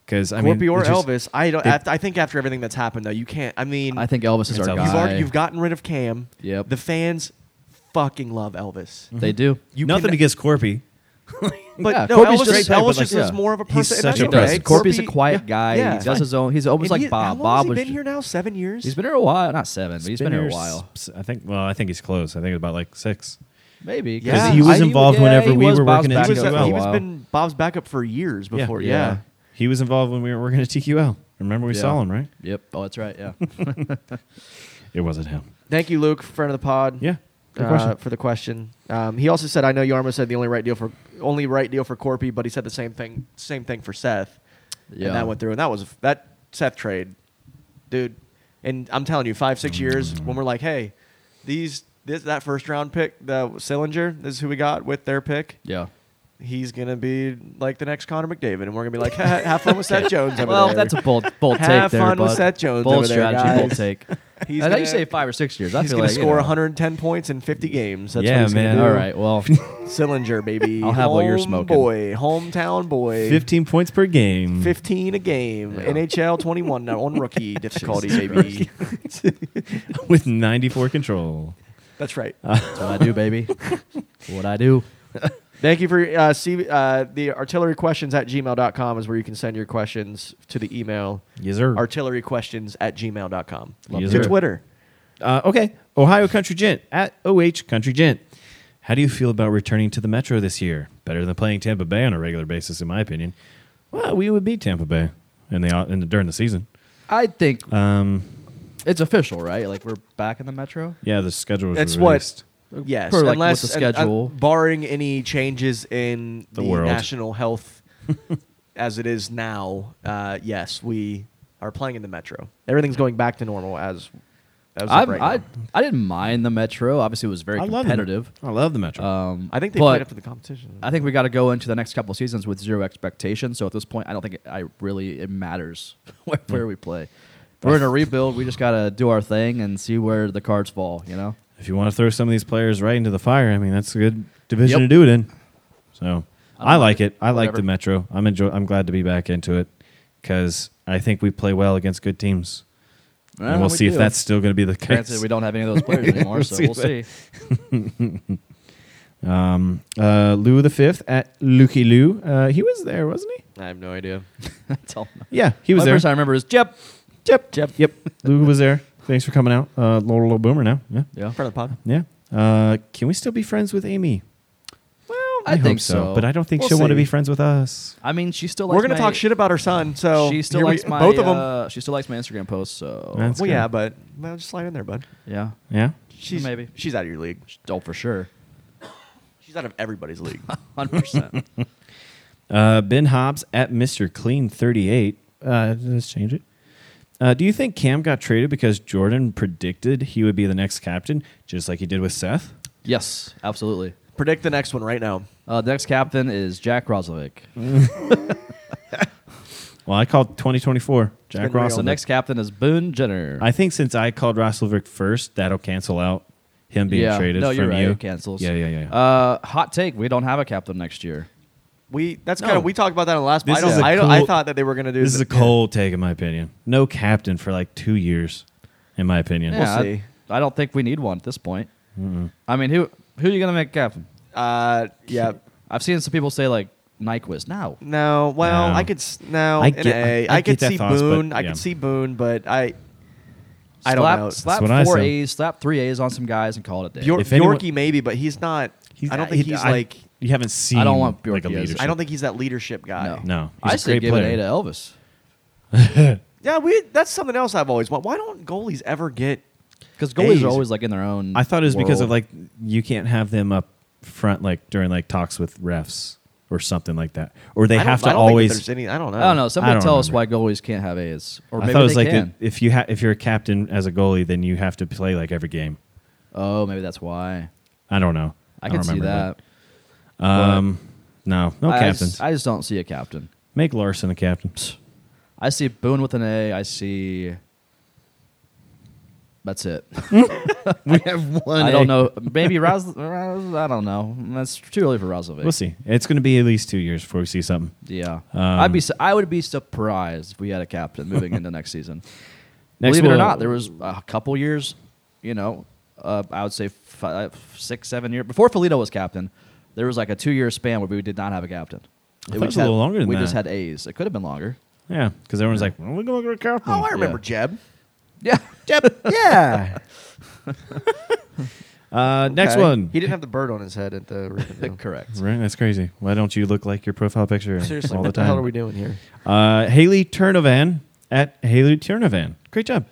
[SPEAKER 3] because I mean,
[SPEAKER 2] Corpy or
[SPEAKER 3] it's just-
[SPEAKER 2] Elvis. I don't.
[SPEAKER 3] it-
[SPEAKER 2] after- I think after everything that's happened, though, you can't. I mean,
[SPEAKER 1] I think Elvis is
[SPEAKER 3] It's
[SPEAKER 1] our
[SPEAKER 3] Elvis.
[SPEAKER 2] you've
[SPEAKER 1] guy.
[SPEAKER 2] already you've gotten rid of Cam.
[SPEAKER 1] Yep.
[SPEAKER 2] The fans fucking love Elvis.
[SPEAKER 1] they do.
[SPEAKER 2] You
[SPEAKER 3] nothing
[SPEAKER 2] can-
[SPEAKER 3] against Corpy.
[SPEAKER 2] But
[SPEAKER 1] Mm-hmm. Yeah,
[SPEAKER 2] no,
[SPEAKER 1] Corby's
[SPEAKER 2] Elvis,
[SPEAKER 1] great
[SPEAKER 2] is,
[SPEAKER 1] player,
[SPEAKER 2] Elvis
[SPEAKER 1] but, like,
[SPEAKER 2] is just
[SPEAKER 1] yeah.
[SPEAKER 2] more of a
[SPEAKER 3] He's
[SPEAKER 2] person. and
[SPEAKER 3] such
[SPEAKER 2] that's
[SPEAKER 3] a
[SPEAKER 2] okay.
[SPEAKER 3] does. person.
[SPEAKER 1] Corpy's a
[SPEAKER 2] Corby-
[SPEAKER 1] quiet
[SPEAKER 2] yeah,
[SPEAKER 1] guy.
[SPEAKER 2] yeah.
[SPEAKER 1] he does his own. He's almost
[SPEAKER 2] And
[SPEAKER 1] like
[SPEAKER 2] he-
[SPEAKER 1] Bob.
[SPEAKER 2] How long
[SPEAKER 1] Bob
[SPEAKER 2] has
[SPEAKER 1] was
[SPEAKER 2] he been
[SPEAKER 1] ju-
[SPEAKER 2] here now? Seven years.
[SPEAKER 1] He's been here a while, not seven, but he's been here a
[SPEAKER 3] s-
[SPEAKER 1] while.
[SPEAKER 3] s- I think. Well, I think he's close. I think it's about like six.
[SPEAKER 1] Maybe
[SPEAKER 2] Yeah.
[SPEAKER 1] I-
[SPEAKER 2] he
[SPEAKER 3] was
[SPEAKER 1] I-
[SPEAKER 3] involved
[SPEAKER 1] yeah,
[SPEAKER 3] whenever
[SPEAKER 1] he
[SPEAKER 3] we
[SPEAKER 1] was
[SPEAKER 3] were
[SPEAKER 1] Bob's
[SPEAKER 3] working
[SPEAKER 1] backup
[SPEAKER 3] at
[SPEAKER 2] he was,
[SPEAKER 1] for a
[SPEAKER 2] he was
[SPEAKER 1] while.
[SPEAKER 2] been Bob's backup for years before. Yeah.
[SPEAKER 3] He was involved when we were working at TQL. Remember we
[SPEAKER 1] Yeah.
[SPEAKER 3] saw him, right?
[SPEAKER 1] Yep. Oh, that's right. Yeah.
[SPEAKER 3] It wasn't him.
[SPEAKER 2] Thank you, Luke, friend of the pod.
[SPEAKER 3] Yeah. Good
[SPEAKER 2] uh,
[SPEAKER 3] question.
[SPEAKER 2] for the question. Um, he also said, "I know Yarmo said the only right deal for only right deal for Corpy, but he said the same thing same thing for Seth."
[SPEAKER 1] Yeah.
[SPEAKER 2] and that went through, and that was that Seth trade, dude. And I'm telling you, five six years when we're like, hey, these this that first round pick, the Sillinger is who we got with their pick.
[SPEAKER 1] yeah.
[SPEAKER 2] He's gonna be like the next Connor McDavid, and we're gonna be like, "Ha, have fun
[SPEAKER 1] <laughs>
[SPEAKER 2] with Seth Jones. Over
[SPEAKER 1] Well,
[SPEAKER 2] there.
[SPEAKER 1] that's a bold, bold take
[SPEAKER 2] Have
[SPEAKER 1] there,
[SPEAKER 2] fun with
[SPEAKER 1] bud.
[SPEAKER 2] Seth Jones
[SPEAKER 1] Bold
[SPEAKER 2] over there,
[SPEAKER 1] strategy, bold
[SPEAKER 2] guys.
[SPEAKER 1] take.
[SPEAKER 2] He's
[SPEAKER 1] I know
[SPEAKER 2] gonna-
[SPEAKER 1] you say five or six years. I
[SPEAKER 2] he's
[SPEAKER 1] feel
[SPEAKER 2] gonna
[SPEAKER 1] like, you
[SPEAKER 2] score
[SPEAKER 1] know.
[SPEAKER 2] 110 points in 50 games. That's
[SPEAKER 3] Yeah,
[SPEAKER 2] what he's
[SPEAKER 3] man.
[SPEAKER 2] Gonna do.
[SPEAKER 1] All right. Well,
[SPEAKER 2] Sillinger, baby.
[SPEAKER 1] <laughs> I'll have what you're smoking.
[SPEAKER 2] Boy, hometown boy.
[SPEAKER 3] 15 points per game.
[SPEAKER 2] 15 a game.
[SPEAKER 1] Yeah. <laughs>
[SPEAKER 2] NHL 21 now on rookie difficulty, baby.
[SPEAKER 3] <laughs> with 94 control.
[SPEAKER 2] <laughs> That's right.
[SPEAKER 1] that's what I do, baby. what I do.
[SPEAKER 2] Thank you for uh, see, uh, the artillery questions at gmail.com is where you can send your questions to the email
[SPEAKER 3] Yes, sir.
[SPEAKER 2] artillery questions at gmail.com.
[SPEAKER 3] Yes,
[SPEAKER 2] to
[SPEAKER 3] sir.
[SPEAKER 2] Twitter.
[SPEAKER 3] Uh, okay. Ohio Country Gent at OH Country Gent. How do you feel about returning to the Metro this year? Better than playing Tampa Bay on a regular basis, in my opinion. Well, we would beat Tampa Bay in the, in the during the season.
[SPEAKER 1] I think
[SPEAKER 3] Um,
[SPEAKER 1] it's official, right? Like we're back in the metro.
[SPEAKER 3] yeah, the schedule was
[SPEAKER 2] That's
[SPEAKER 3] released.
[SPEAKER 2] what. Yes,
[SPEAKER 1] Per, like, with
[SPEAKER 2] unless
[SPEAKER 1] the
[SPEAKER 2] and, uh,
[SPEAKER 1] schedule.
[SPEAKER 2] barring any changes in the,
[SPEAKER 3] The world.
[SPEAKER 2] national
[SPEAKER 5] <laughs>
[SPEAKER 2] health as it is now, uh, yes, we are playing in the metro. Everything's going back to normal as as of
[SPEAKER 1] I'm,
[SPEAKER 2] right
[SPEAKER 1] I
[SPEAKER 2] now.
[SPEAKER 1] I didn't mind the metro. Obviously, it was very
[SPEAKER 3] I love
[SPEAKER 1] competitive.
[SPEAKER 3] The, I love the Metro.
[SPEAKER 1] Um,
[SPEAKER 2] I think they
[SPEAKER 1] but
[SPEAKER 2] played up to the competition.
[SPEAKER 1] I think we got to go into the next couple seasons with zero expectations. So at this point, I don't think it, I really it matters <laughs> where, where we play. We're in a rebuild. We just got to do our thing and see where the cards fall. You know.
[SPEAKER 3] if you want to throw some of these players right into the fire, I mean that's a good division
[SPEAKER 1] Yep.
[SPEAKER 3] to do it in. So I like it. I like
[SPEAKER 1] Whatever.
[SPEAKER 3] the Metro. I'm enjoy. I'm glad to be back into it because I think we play well against good teams.
[SPEAKER 1] Yeah,
[SPEAKER 3] and we'll
[SPEAKER 1] we
[SPEAKER 3] see if
[SPEAKER 1] do.
[SPEAKER 3] that's still going to be the
[SPEAKER 1] Granted,
[SPEAKER 3] case.
[SPEAKER 1] we don't have any of those players anymore, so
[SPEAKER 3] see
[SPEAKER 1] we'll see.
[SPEAKER 3] that. Um, uh, Lou the Fifth at Lukey Lou. Uh, he was there, wasn't he?
[SPEAKER 5] I have no idea.
[SPEAKER 1] <laughs> That's all.
[SPEAKER 3] Yeah, he was
[SPEAKER 1] My
[SPEAKER 3] there.
[SPEAKER 1] first I remember is Jep.
[SPEAKER 3] Yep,
[SPEAKER 1] Jep.
[SPEAKER 3] yep. Lou was there. Thanks for coming out. Uh, Laurel Little Boomer now. Yeah,
[SPEAKER 1] Yeah.
[SPEAKER 2] front of the pod.
[SPEAKER 3] yeah. Uh, can we still be friends with Amy?
[SPEAKER 1] Well,
[SPEAKER 3] I, hope but I don't think
[SPEAKER 2] We'll
[SPEAKER 3] she'll want to
[SPEAKER 2] see.
[SPEAKER 3] be friends with us.
[SPEAKER 1] I mean, she still. Likes
[SPEAKER 2] We're gonna
[SPEAKER 1] my-
[SPEAKER 2] talk shit about her son, so
[SPEAKER 1] she still
[SPEAKER 2] here we-
[SPEAKER 1] likes my.
[SPEAKER 2] both of them.
[SPEAKER 1] uh, she still likes my Instagram posts. So
[SPEAKER 3] That's-
[SPEAKER 2] well,
[SPEAKER 3] good.
[SPEAKER 2] yeah, but well, just slide in there, bud.
[SPEAKER 1] yeah.
[SPEAKER 3] Yeah,
[SPEAKER 2] She's
[SPEAKER 1] Maybe.
[SPEAKER 2] she's out of your league.
[SPEAKER 1] Oh, for sure.
[SPEAKER 2] She's out of
[SPEAKER 1] <laughs>
[SPEAKER 2] everybody's league.
[SPEAKER 1] Hundred percent.
[SPEAKER 3] Uh, ben Hobbs at Mr. Clean 38. Uh, let's change it. Uh, do you think Cam got traded because Jordan predicted he would be the next captain, just like he did with Seth?
[SPEAKER 1] Yes, absolutely.
[SPEAKER 2] Predict the next one right now.
[SPEAKER 1] Uh, the next captain is Jack Roslovic.
[SPEAKER 3] Well, I called 2024 Jack
[SPEAKER 2] been real.
[SPEAKER 3] Ross.
[SPEAKER 1] The next captain is Boone Jenner.
[SPEAKER 3] I think since I called Roslovic first, that'll cancel out him being
[SPEAKER 1] yeah.
[SPEAKER 3] traded
[SPEAKER 1] no,
[SPEAKER 3] from
[SPEAKER 1] you're right.
[SPEAKER 3] you.
[SPEAKER 1] It cancels.
[SPEAKER 3] Yeah, yeah, yeah. yeah.
[SPEAKER 1] Uh, hot take: We don't have a captain next year.
[SPEAKER 2] We that's
[SPEAKER 3] No.
[SPEAKER 2] kind of we talked about that in the last.
[SPEAKER 3] This
[SPEAKER 2] I don't.
[SPEAKER 3] is a
[SPEAKER 2] I, don't I
[SPEAKER 3] cool-
[SPEAKER 2] thought that they were gonna do
[SPEAKER 3] this is a
[SPEAKER 2] th-
[SPEAKER 3] cold take, in my opinion. No captain for like two years, in my opinion.
[SPEAKER 1] yeah, I-
[SPEAKER 2] see.
[SPEAKER 1] I, don't think we need one at this point. I mean, who who are you gonna make captain?
[SPEAKER 2] Uh, yeah.
[SPEAKER 1] I've seen some people say like Nyquist. No,
[SPEAKER 2] No, well,
[SPEAKER 3] No.
[SPEAKER 2] I could s- no.
[SPEAKER 3] I
[SPEAKER 2] in
[SPEAKER 3] get-
[SPEAKER 2] a,
[SPEAKER 3] I- I
[SPEAKER 2] I could
[SPEAKER 3] get that
[SPEAKER 2] see
[SPEAKER 3] thoughts, but,
[SPEAKER 2] Boone. I
[SPEAKER 3] yeah.
[SPEAKER 2] could see Boone, but I, I don't
[SPEAKER 1] slap,
[SPEAKER 2] know.
[SPEAKER 3] That's what I
[SPEAKER 1] Slap four
[SPEAKER 3] said.
[SPEAKER 1] A's, slap three A's on some guys, and call it a day.
[SPEAKER 2] Bjor-
[SPEAKER 3] If anyone-
[SPEAKER 2] Bjorky maybe, but he's not. I don't
[SPEAKER 3] uh,
[SPEAKER 2] think
[SPEAKER 3] he-
[SPEAKER 2] he's
[SPEAKER 3] I-
[SPEAKER 2] like.
[SPEAKER 3] you haven't seen.
[SPEAKER 1] I don't want
[SPEAKER 3] like a
[SPEAKER 1] Bjork as- I
[SPEAKER 3] leadership.
[SPEAKER 2] I don't think he's that leadership guy.
[SPEAKER 1] no,
[SPEAKER 3] No, he's
[SPEAKER 1] I
[SPEAKER 3] a
[SPEAKER 1] say
[SPEAKER 3] great
[SPEAKER 1] give an
[SPEAKER 3] player.
[SPEAKER 1] A to Elvis.
[SPEAKER 2] Yeah, we. That's something else I've always wanted. Why don't goalies ever get?
[SPEAKER 1] Because goalies
[SPEAKER 2] A's.
[SPEAKER 1] are always like in their own.
[SPEAKER 3] I thought it was because of
[SPEAKER 1] world.
[SPEAKER 3] like you can't have them up front like during like talks with refs or something like that, or they
[SPEAKER 2] I don't-
[SPEAKER 3] have
[SPEAKER 2] I
[SPEAKER 3] to
[SPEAKER 2] don't think that
[SPEAKER 3] always.
[SPEAKER 2] there's any, I don't know.
[SPEAKER 1] I don't know. Somebody
[SPEAKER 3] don't
[SPEAKER 1] tell us why
[SPEAKER 3] remember.
[SPEAKER 1] goalies can't have A's, or
[SPEAKER 3] I
[SPEAKER 1] maybe
[SPEAKER 3] thought it was
[SPEAKER 1] they
[SPEAKER 3] like the-
[SPEAKER 1] can.
[SPEAKER 3] if you ha- if you're a captain as a goalie, then you have to play like every game.
[SPEAKER 1] oh, maybe that's why.
[SPEAKER 3] I don't know.
[SPEAKER 1] I,
[SPEAKER 3] don't
[SPEAKER 1] can see
[SPEAKER 3] remember,
[SPEAKER 1] that.
[SPEAKER 3] but- um, no, no
[SPEAKER 1] I
[SPEAKER 3] captains.
[SPEAKER 1] Just, I just don't see a captain.
[SPEAKER 3] Make Larson a captain.
[SPEAKER 1] I see Boone with an A. I see. That's it.
[SPEAKER 3] <laughs> we have one.
[SPEAKER 1] I don't know. Maybe Ros. Ros- I don't know. That's too early for Rozovic.
[SPEAKER 3] We'll see. It's going to be at least two years before we see something.
[SPEAKER 1] Yeah,
[SPEAKER 3] Um,
[SPEAKER 1] I'd be. su- I would be surprised if we had a captain moving into next season.
[SPEAKER 3] Next
[SPEAKER 1] Believe it or
[SPEAKER 3] we'll-
[SPEAKER 1] not, there was a couple years. You know, uh, I would say five, six, seven years before Felito was captain. There was like a two-year span where we did not have a captain.
[SPEAKER 3] I thought it
[SPEAKER 1] we
[SPEAKER 3] was
[SPEAKER 1] just
[SPEAKER 3] a
[SPEAKER 1] had-
[SPEAKER 3] little longer than
[SPEAKER 1] we just
[SPEAKER 3] that.
[SPEAKER 1] had A's. It could have been
[SPEAKER 2] <laughs>
[SPEAKER 1] longer.
[SPEAKER 3] Yeah, because everyone's like, well, we're going to get a captain.
[SPEAKER 2] Oh, I remember Jeb.
[SPEAKER 1] <laughs> Yeah.
[SPEAKER 2] <laughs> Yeah.
[SPEAKER 3] Uh, Next
[SPEAKER 2] Okay.
[SPEAKER 3] one.
[SPEAKER 2] He didn't have the bird on his head at
[SPEAKER 3] <laughs>
[SPEAKER 2] the. Rivendell.
[SPEAKER 1] Correct.
[SPEAKER 3] Right, that's crazy. Why don't you look like your profile picture
[SPEAKER 2] Seriously,
[SPEAKER 3] all the
[SPEAKER 2] what
[SPEAKER 3] time?
[SPEAKER 2] the hell are we doing here?
[SPEAKER 3] Uh, Haley Turnovan at Haley Turnovan. Great job.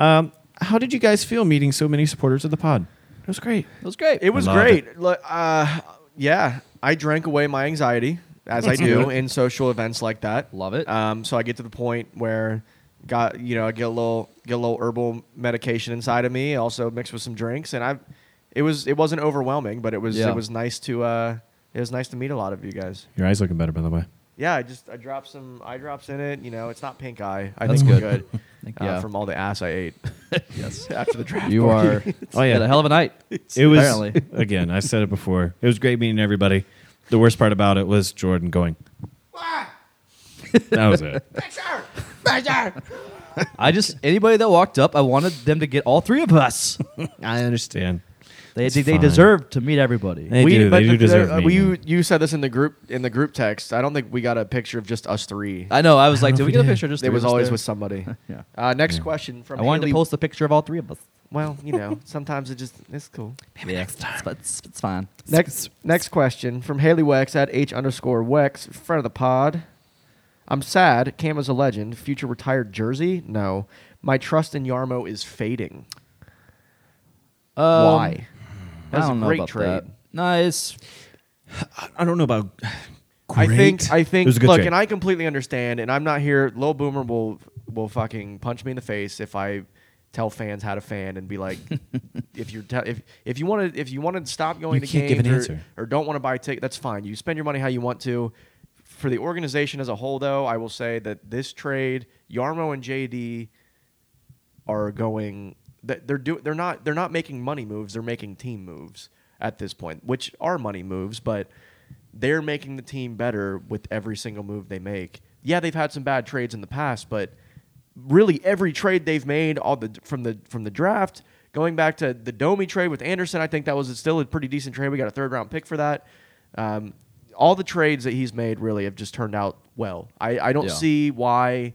[SPEAKER 3] Um, how did you guys feel meeting so many supporters of the pod? It was great.
[SPEAKER 1] It was great.
[SPEAKER 2] It was
[SPEAKER 3] loved
[SPEAKER 2] great. Look, Uh, yeah, I drank away my anxiety as I do in social events like that.
[SPEAKER 1] Love it.
[SPEAKER 2] Um, so I get to the point where got you know I get a little get a little herbal medication inside of me, also mixed with some drinks, and I it was it wasn't overwhelming, but it was
[SPEAKER 1] Yeah.
[SPEAKER 2] it was nice to uh, it was nice to meet a lot of you guys.
[SPEAKER 3] Your eyes looking better, by the way.
[SPEAKER 2] Yeah, I just I dropped some eye drops in it. You know, it's not pink eye. I
[SPEAKER 1] That's
[SPEAKER 2] think we're
[SPEAKER 1] good. <laughs>
[SPEAKER 2] good
[SPEAKER 1] Think-
[SPEAKER 2] uh,
[SPEAKER 1] yeah.
[SPEAKER 2] from all the ass I ate
[SPEAKER 1] <laughs> yes.
[SPEAKER 2] <laughs> after the draft.
[SPEAKER 1] <laughs> You
[SPEAKER 2] party. <laughs>
[SPEAKER 1] are.
[SPEAKER 3] Oh, yeah.
[SPEAKER 1] had a hell of a night.
[SPEAKER 3] It was <laughs>
[SPEAKER 1] Apparently.
[SPEAKER 3] again. I said it before. It was great meeting everybody. The worst part about it was Jordan going. that was it.
[SPEAKER 1] I just anybody that walked up, I wanted them to get all three of
[SPEAKER 3] <laughs>
[SPEAKER 1] us.
[SPEAKER 3] <laughs> I understand.
[SPEAKER 1] They
[SPEAKER 3] It's
[SPEAKER 1] they, they
[SPEAKER 3] fine.
[SPEAKER 1] deserve to meet everybody.
[SPEAKER 3] They do. They do deserve
[SPEAKER 2] uh,
[SPEAKER 3] meeting.
[SPEAKER 2] you you said this in the group in the group text. I don't think we got a picture of just us three.
[SPEAKER 1] I know. I was like,
[SPEAKER 3] know
[SPEAKER 1] did
[SPEAKER 3] if
[SPEAKER 1] we
[SPEAKER 3] we
[SPEAKER 1] get a
[SPEAKER 3] did.
[SPEAKER 1] picture? Just
[SPEAKER 2] it
[SPEAKER 1] three
[SPEAKER 2] was
[SPEAKER 1] of us
[SPEAKER 2] always
[SPEAKER 1] there?
[SPEAKER 2] with somebody.
[SPEAKER 1] <laughs> Yeah.
[SPEAKER 2] Uh, next question from
[SPEAKER 1] I wanted
[SPEAKER 2] Haley-
[SPEAKER 1] to post a picture of all three of us.
[SPEAKER 2] Well, you know, <laughs> sometimes it just it's cool.
[SPEAKER 1] Maybe next time. It's, it's, it's fine.
[SPEAKER 2] Next next question from Haley Wex at H underscore Wex, friend of the pod. I'm sad. Cam is a legend. Future retired jersey? No. My trust in Yarmo is fading.
[SPEAKER 1] Um,
[SPEAKER 2] Why?
[SPEAKER 1] I
[SPEAKER 2] That's a
[SPEAKER 1] don't know
[SPEAKER 2] great
[SPEAKER 1] about
[SPEAKER 2] trade.
[SPEAKER 1] that. No, it's
[SPEAKER 3] I don't know about.
[SPEAKER 2] <sighs> I think I think
[SPEAKER 3] It was a good
[SPEAKER 2] look,
[SPEAKER 3] trade.
[SPEAKER 2] and I completely understand, and I'm not here. Lil Boomer will will fucking punch me in the face if I tell fans how to fan and be
[SPEAKER 3] <laughs>
[SPEAKER 2] like, if you're te- if if you want to if you want to stop going
[SPEAKER 3] You
[SPEAKER 2] to
[SPEAKER 3] can't
[SPEAKER 2] games
[SPEAKER 3] give an
[SPEAKER 2] or,
[SPEAKER 3] answer.
[SPEAKER 2] or don't want to buy a ticket, that's fine. You spend your money how you want to. For the organization as a whole, though, I will say that this trade, Yarmo and JD are going that they're do they're not they're not making money moves they're making team moves at this point which are money moves but they're making the team better with every single move they make yeah they've had some bad trades in the past but really every trade they've made all the from the from the draft going back to the Domi trade with Anderson. I think that was still a pretty decent trade. We got a third round pick for that. Um, all the trades that he's made really have just turned out well. I, I don't
[SPEAKER 1] Yeah.
[SPEAKER 2] see why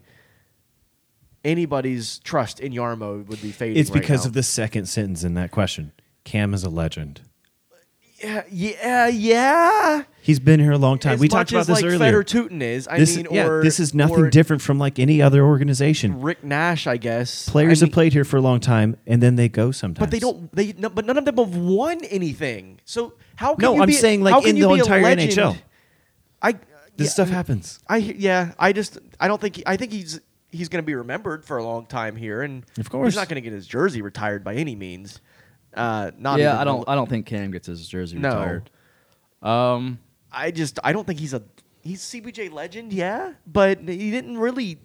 [SPEAKER 2] anybody's trust in Yarmo would be fading.
[SPEAKER 3] It's
[SPEAKER 2] right
[SPEAKER 3] because
[SPEAKER 2] now.
[SPEAKER 3] of the second sentence in that question. Cam is a legend.
[SPEAKER 2] yeah yeah yeah.
[SPEAKER 3] He's been here a long time.
[SPEAKER 2] As
[SPEAKER 3] we talked
[SPEAKER 2] much
[SPEAKER 3] about
[SPEAKER 2] as,
[SPEAKER 3] this
[SPEAKER 2] like Feder
[SPEAKER 3] earlier.
[SPEAKER 2] Tutin is. I
[SPEAKER 3] this,
[SPEAKER 2] mean,
[SPEAKER 3] yeah,
[SPEAKER 2] or
[SPEAKER 3] this is nothing
[SPEAKER 2] or
[SPEAKER 3] different from like any other organization.
[SPEAKER 2] Rick Nash, I guess.
[SPEAKER 3] Players
[SPEAKER 2] I mean-
[SPEAKER 3] have played here for a long time and then they go sometimes.
[SPEAKER 2] But they don't. They no, but none of them have won anything. So how can
[SPEAKER 3] No,
[SPEAKER 2] you
[SPEAKER 3] I'm
[SPEAKER 2] be,
[SPEAKER 3] saying, like,
[SPEAKER 2] how can
[SPEAKER 3] in
[SPEAKER 2] you
[SPEAKER 3] the
[SPEAKER 2] be a
[SPEAKER 3] entire
[SPEAKER 2] legend?
[SPEAKER 3] NHL.
[SPEAKER 2] I
[SPEAKER 3] This
[SPEAKER 2] yeah,
[SPEAKER 3] stuff happens.
[SPEAKER 2] I yeah. I just I don't think he, I think he's he's going to be remembered for a long time here, and
[SPEAKER 3] Of course.
[SPEAKER 2] he's not going to get his jersey retired by any means. Uh, not even
[SPEAKER 1] yeah, I
[SPEAKER 2] rel-
[SPEAKER 1] don't. I don't think Cam gets his jersey
[SPEAKER 2] No.
[SPEAKER 1] retired. Um,
[SPEAKER 2] I just I don't think he's a he's CBJ legend, yeah, but he didn't really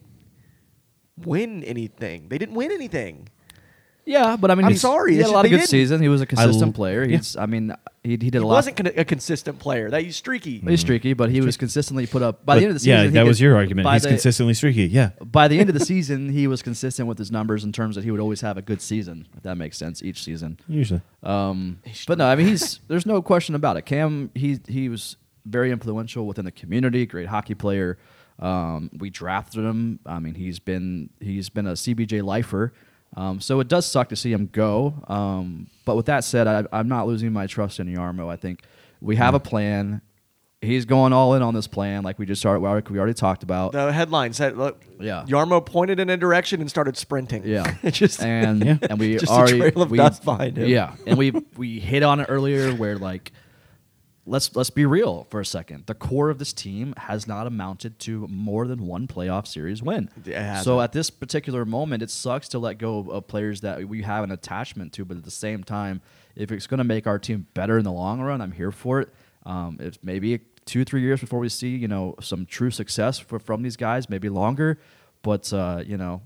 [SPEAKER 2] win anything. They didn't win anything.
[SPEAKER 1] yeah, but I mean,
[SPEAKER 2] I'm
[SPEAKER 1] he's-
[SPEAKER 2] sorry,
[SPEAKER 1] He had
[SPEAKER 2] it's-
[SPEAKER 1] a lot
[SPEAKER 2] they
[SPEAKER 1] of good
[SPEAKER 2] didn't.
[SPEAKER 1] season. He was a consistent
[SPEAKER 3] l-
[SPEAKER 1] player.
[SPEAKER 3] yeah.
[SPEAKER 1] He's. I mean, he, he did a
[SPEAKER 2] He
[SPEAKER 1] lot.
[SPEAKER 2] wasn't con- a consistent player. That he's streaky.
[SPEAKER 1] He's streaky, but he was consistently put up by
[SPEAKER 3] But
[SPEAKER 1] the end of the
[SPEAKER 3] yeah,
[SPEAKER 1] season. he
[SPEAKER 3] that
[SPEAKER 1] could-
[SPEAKER 3] was your argument.
[SPEAKER 1] by
[SPEAKER 3] He's
[SPEAKER 1] the-
[SPEAKER 3] consistently streaky. Yeah.
[SPEAKER 1] By the end
[SPEAKER 3] <laughs>
[SPEAKER 1] of the season, he was consistent with his numbers in terms that he would always have a good season, if that makes sense, each season.
[SPEAKER 3] Usually.
[SPEAKER 1] Um, but no, I mean he's there's no question about it. Cam he he was very influential within the community, great hockey player. Um, we drafted him. I mean he's been he's been a CBJ lifer. Um, so it does suck to see him go. Um, but with that said, I, I'm not losing my trust in Yarmo. I think we have a plan. He's going all in on this plan, like we just started. We already, we already talked about.
[SPEAKER 2] The headline said, "Look,
[SPEAKER 1] Yeah.
[SPEAKER 2] Yarmo pointed in a direction and started <laughs> sprinting."
[SPEAKER 1] Yeah,
[SPEAKER 2] It just
[SPEAKER 1] and
[SPEAKER 3] Yeah.
[SPEAKER 1] and we
[SPEAKER 2] Just a
[SPEAKER 1] already
[SPEAKER 2] trail of
[SPEAKER 1] we,
[SPEAKER 2] dust behind him.
[SPEAKER 1] Yeah, and we we hit on it earlier where like let's let's be real for a second. The core of this team has not amounted to more than one playoff series win.
[SPEAKER 2] It hasn't.
[SPEAKER 1] So at this particular moment, it sucks to let go of, of players that we have an attachment to, but at the same time, if it's going to make our team better in the long run, I'm here for it. Um, it's maybe two three years before we see you know some true success for, from these guys, maybe longer. But uh, you know,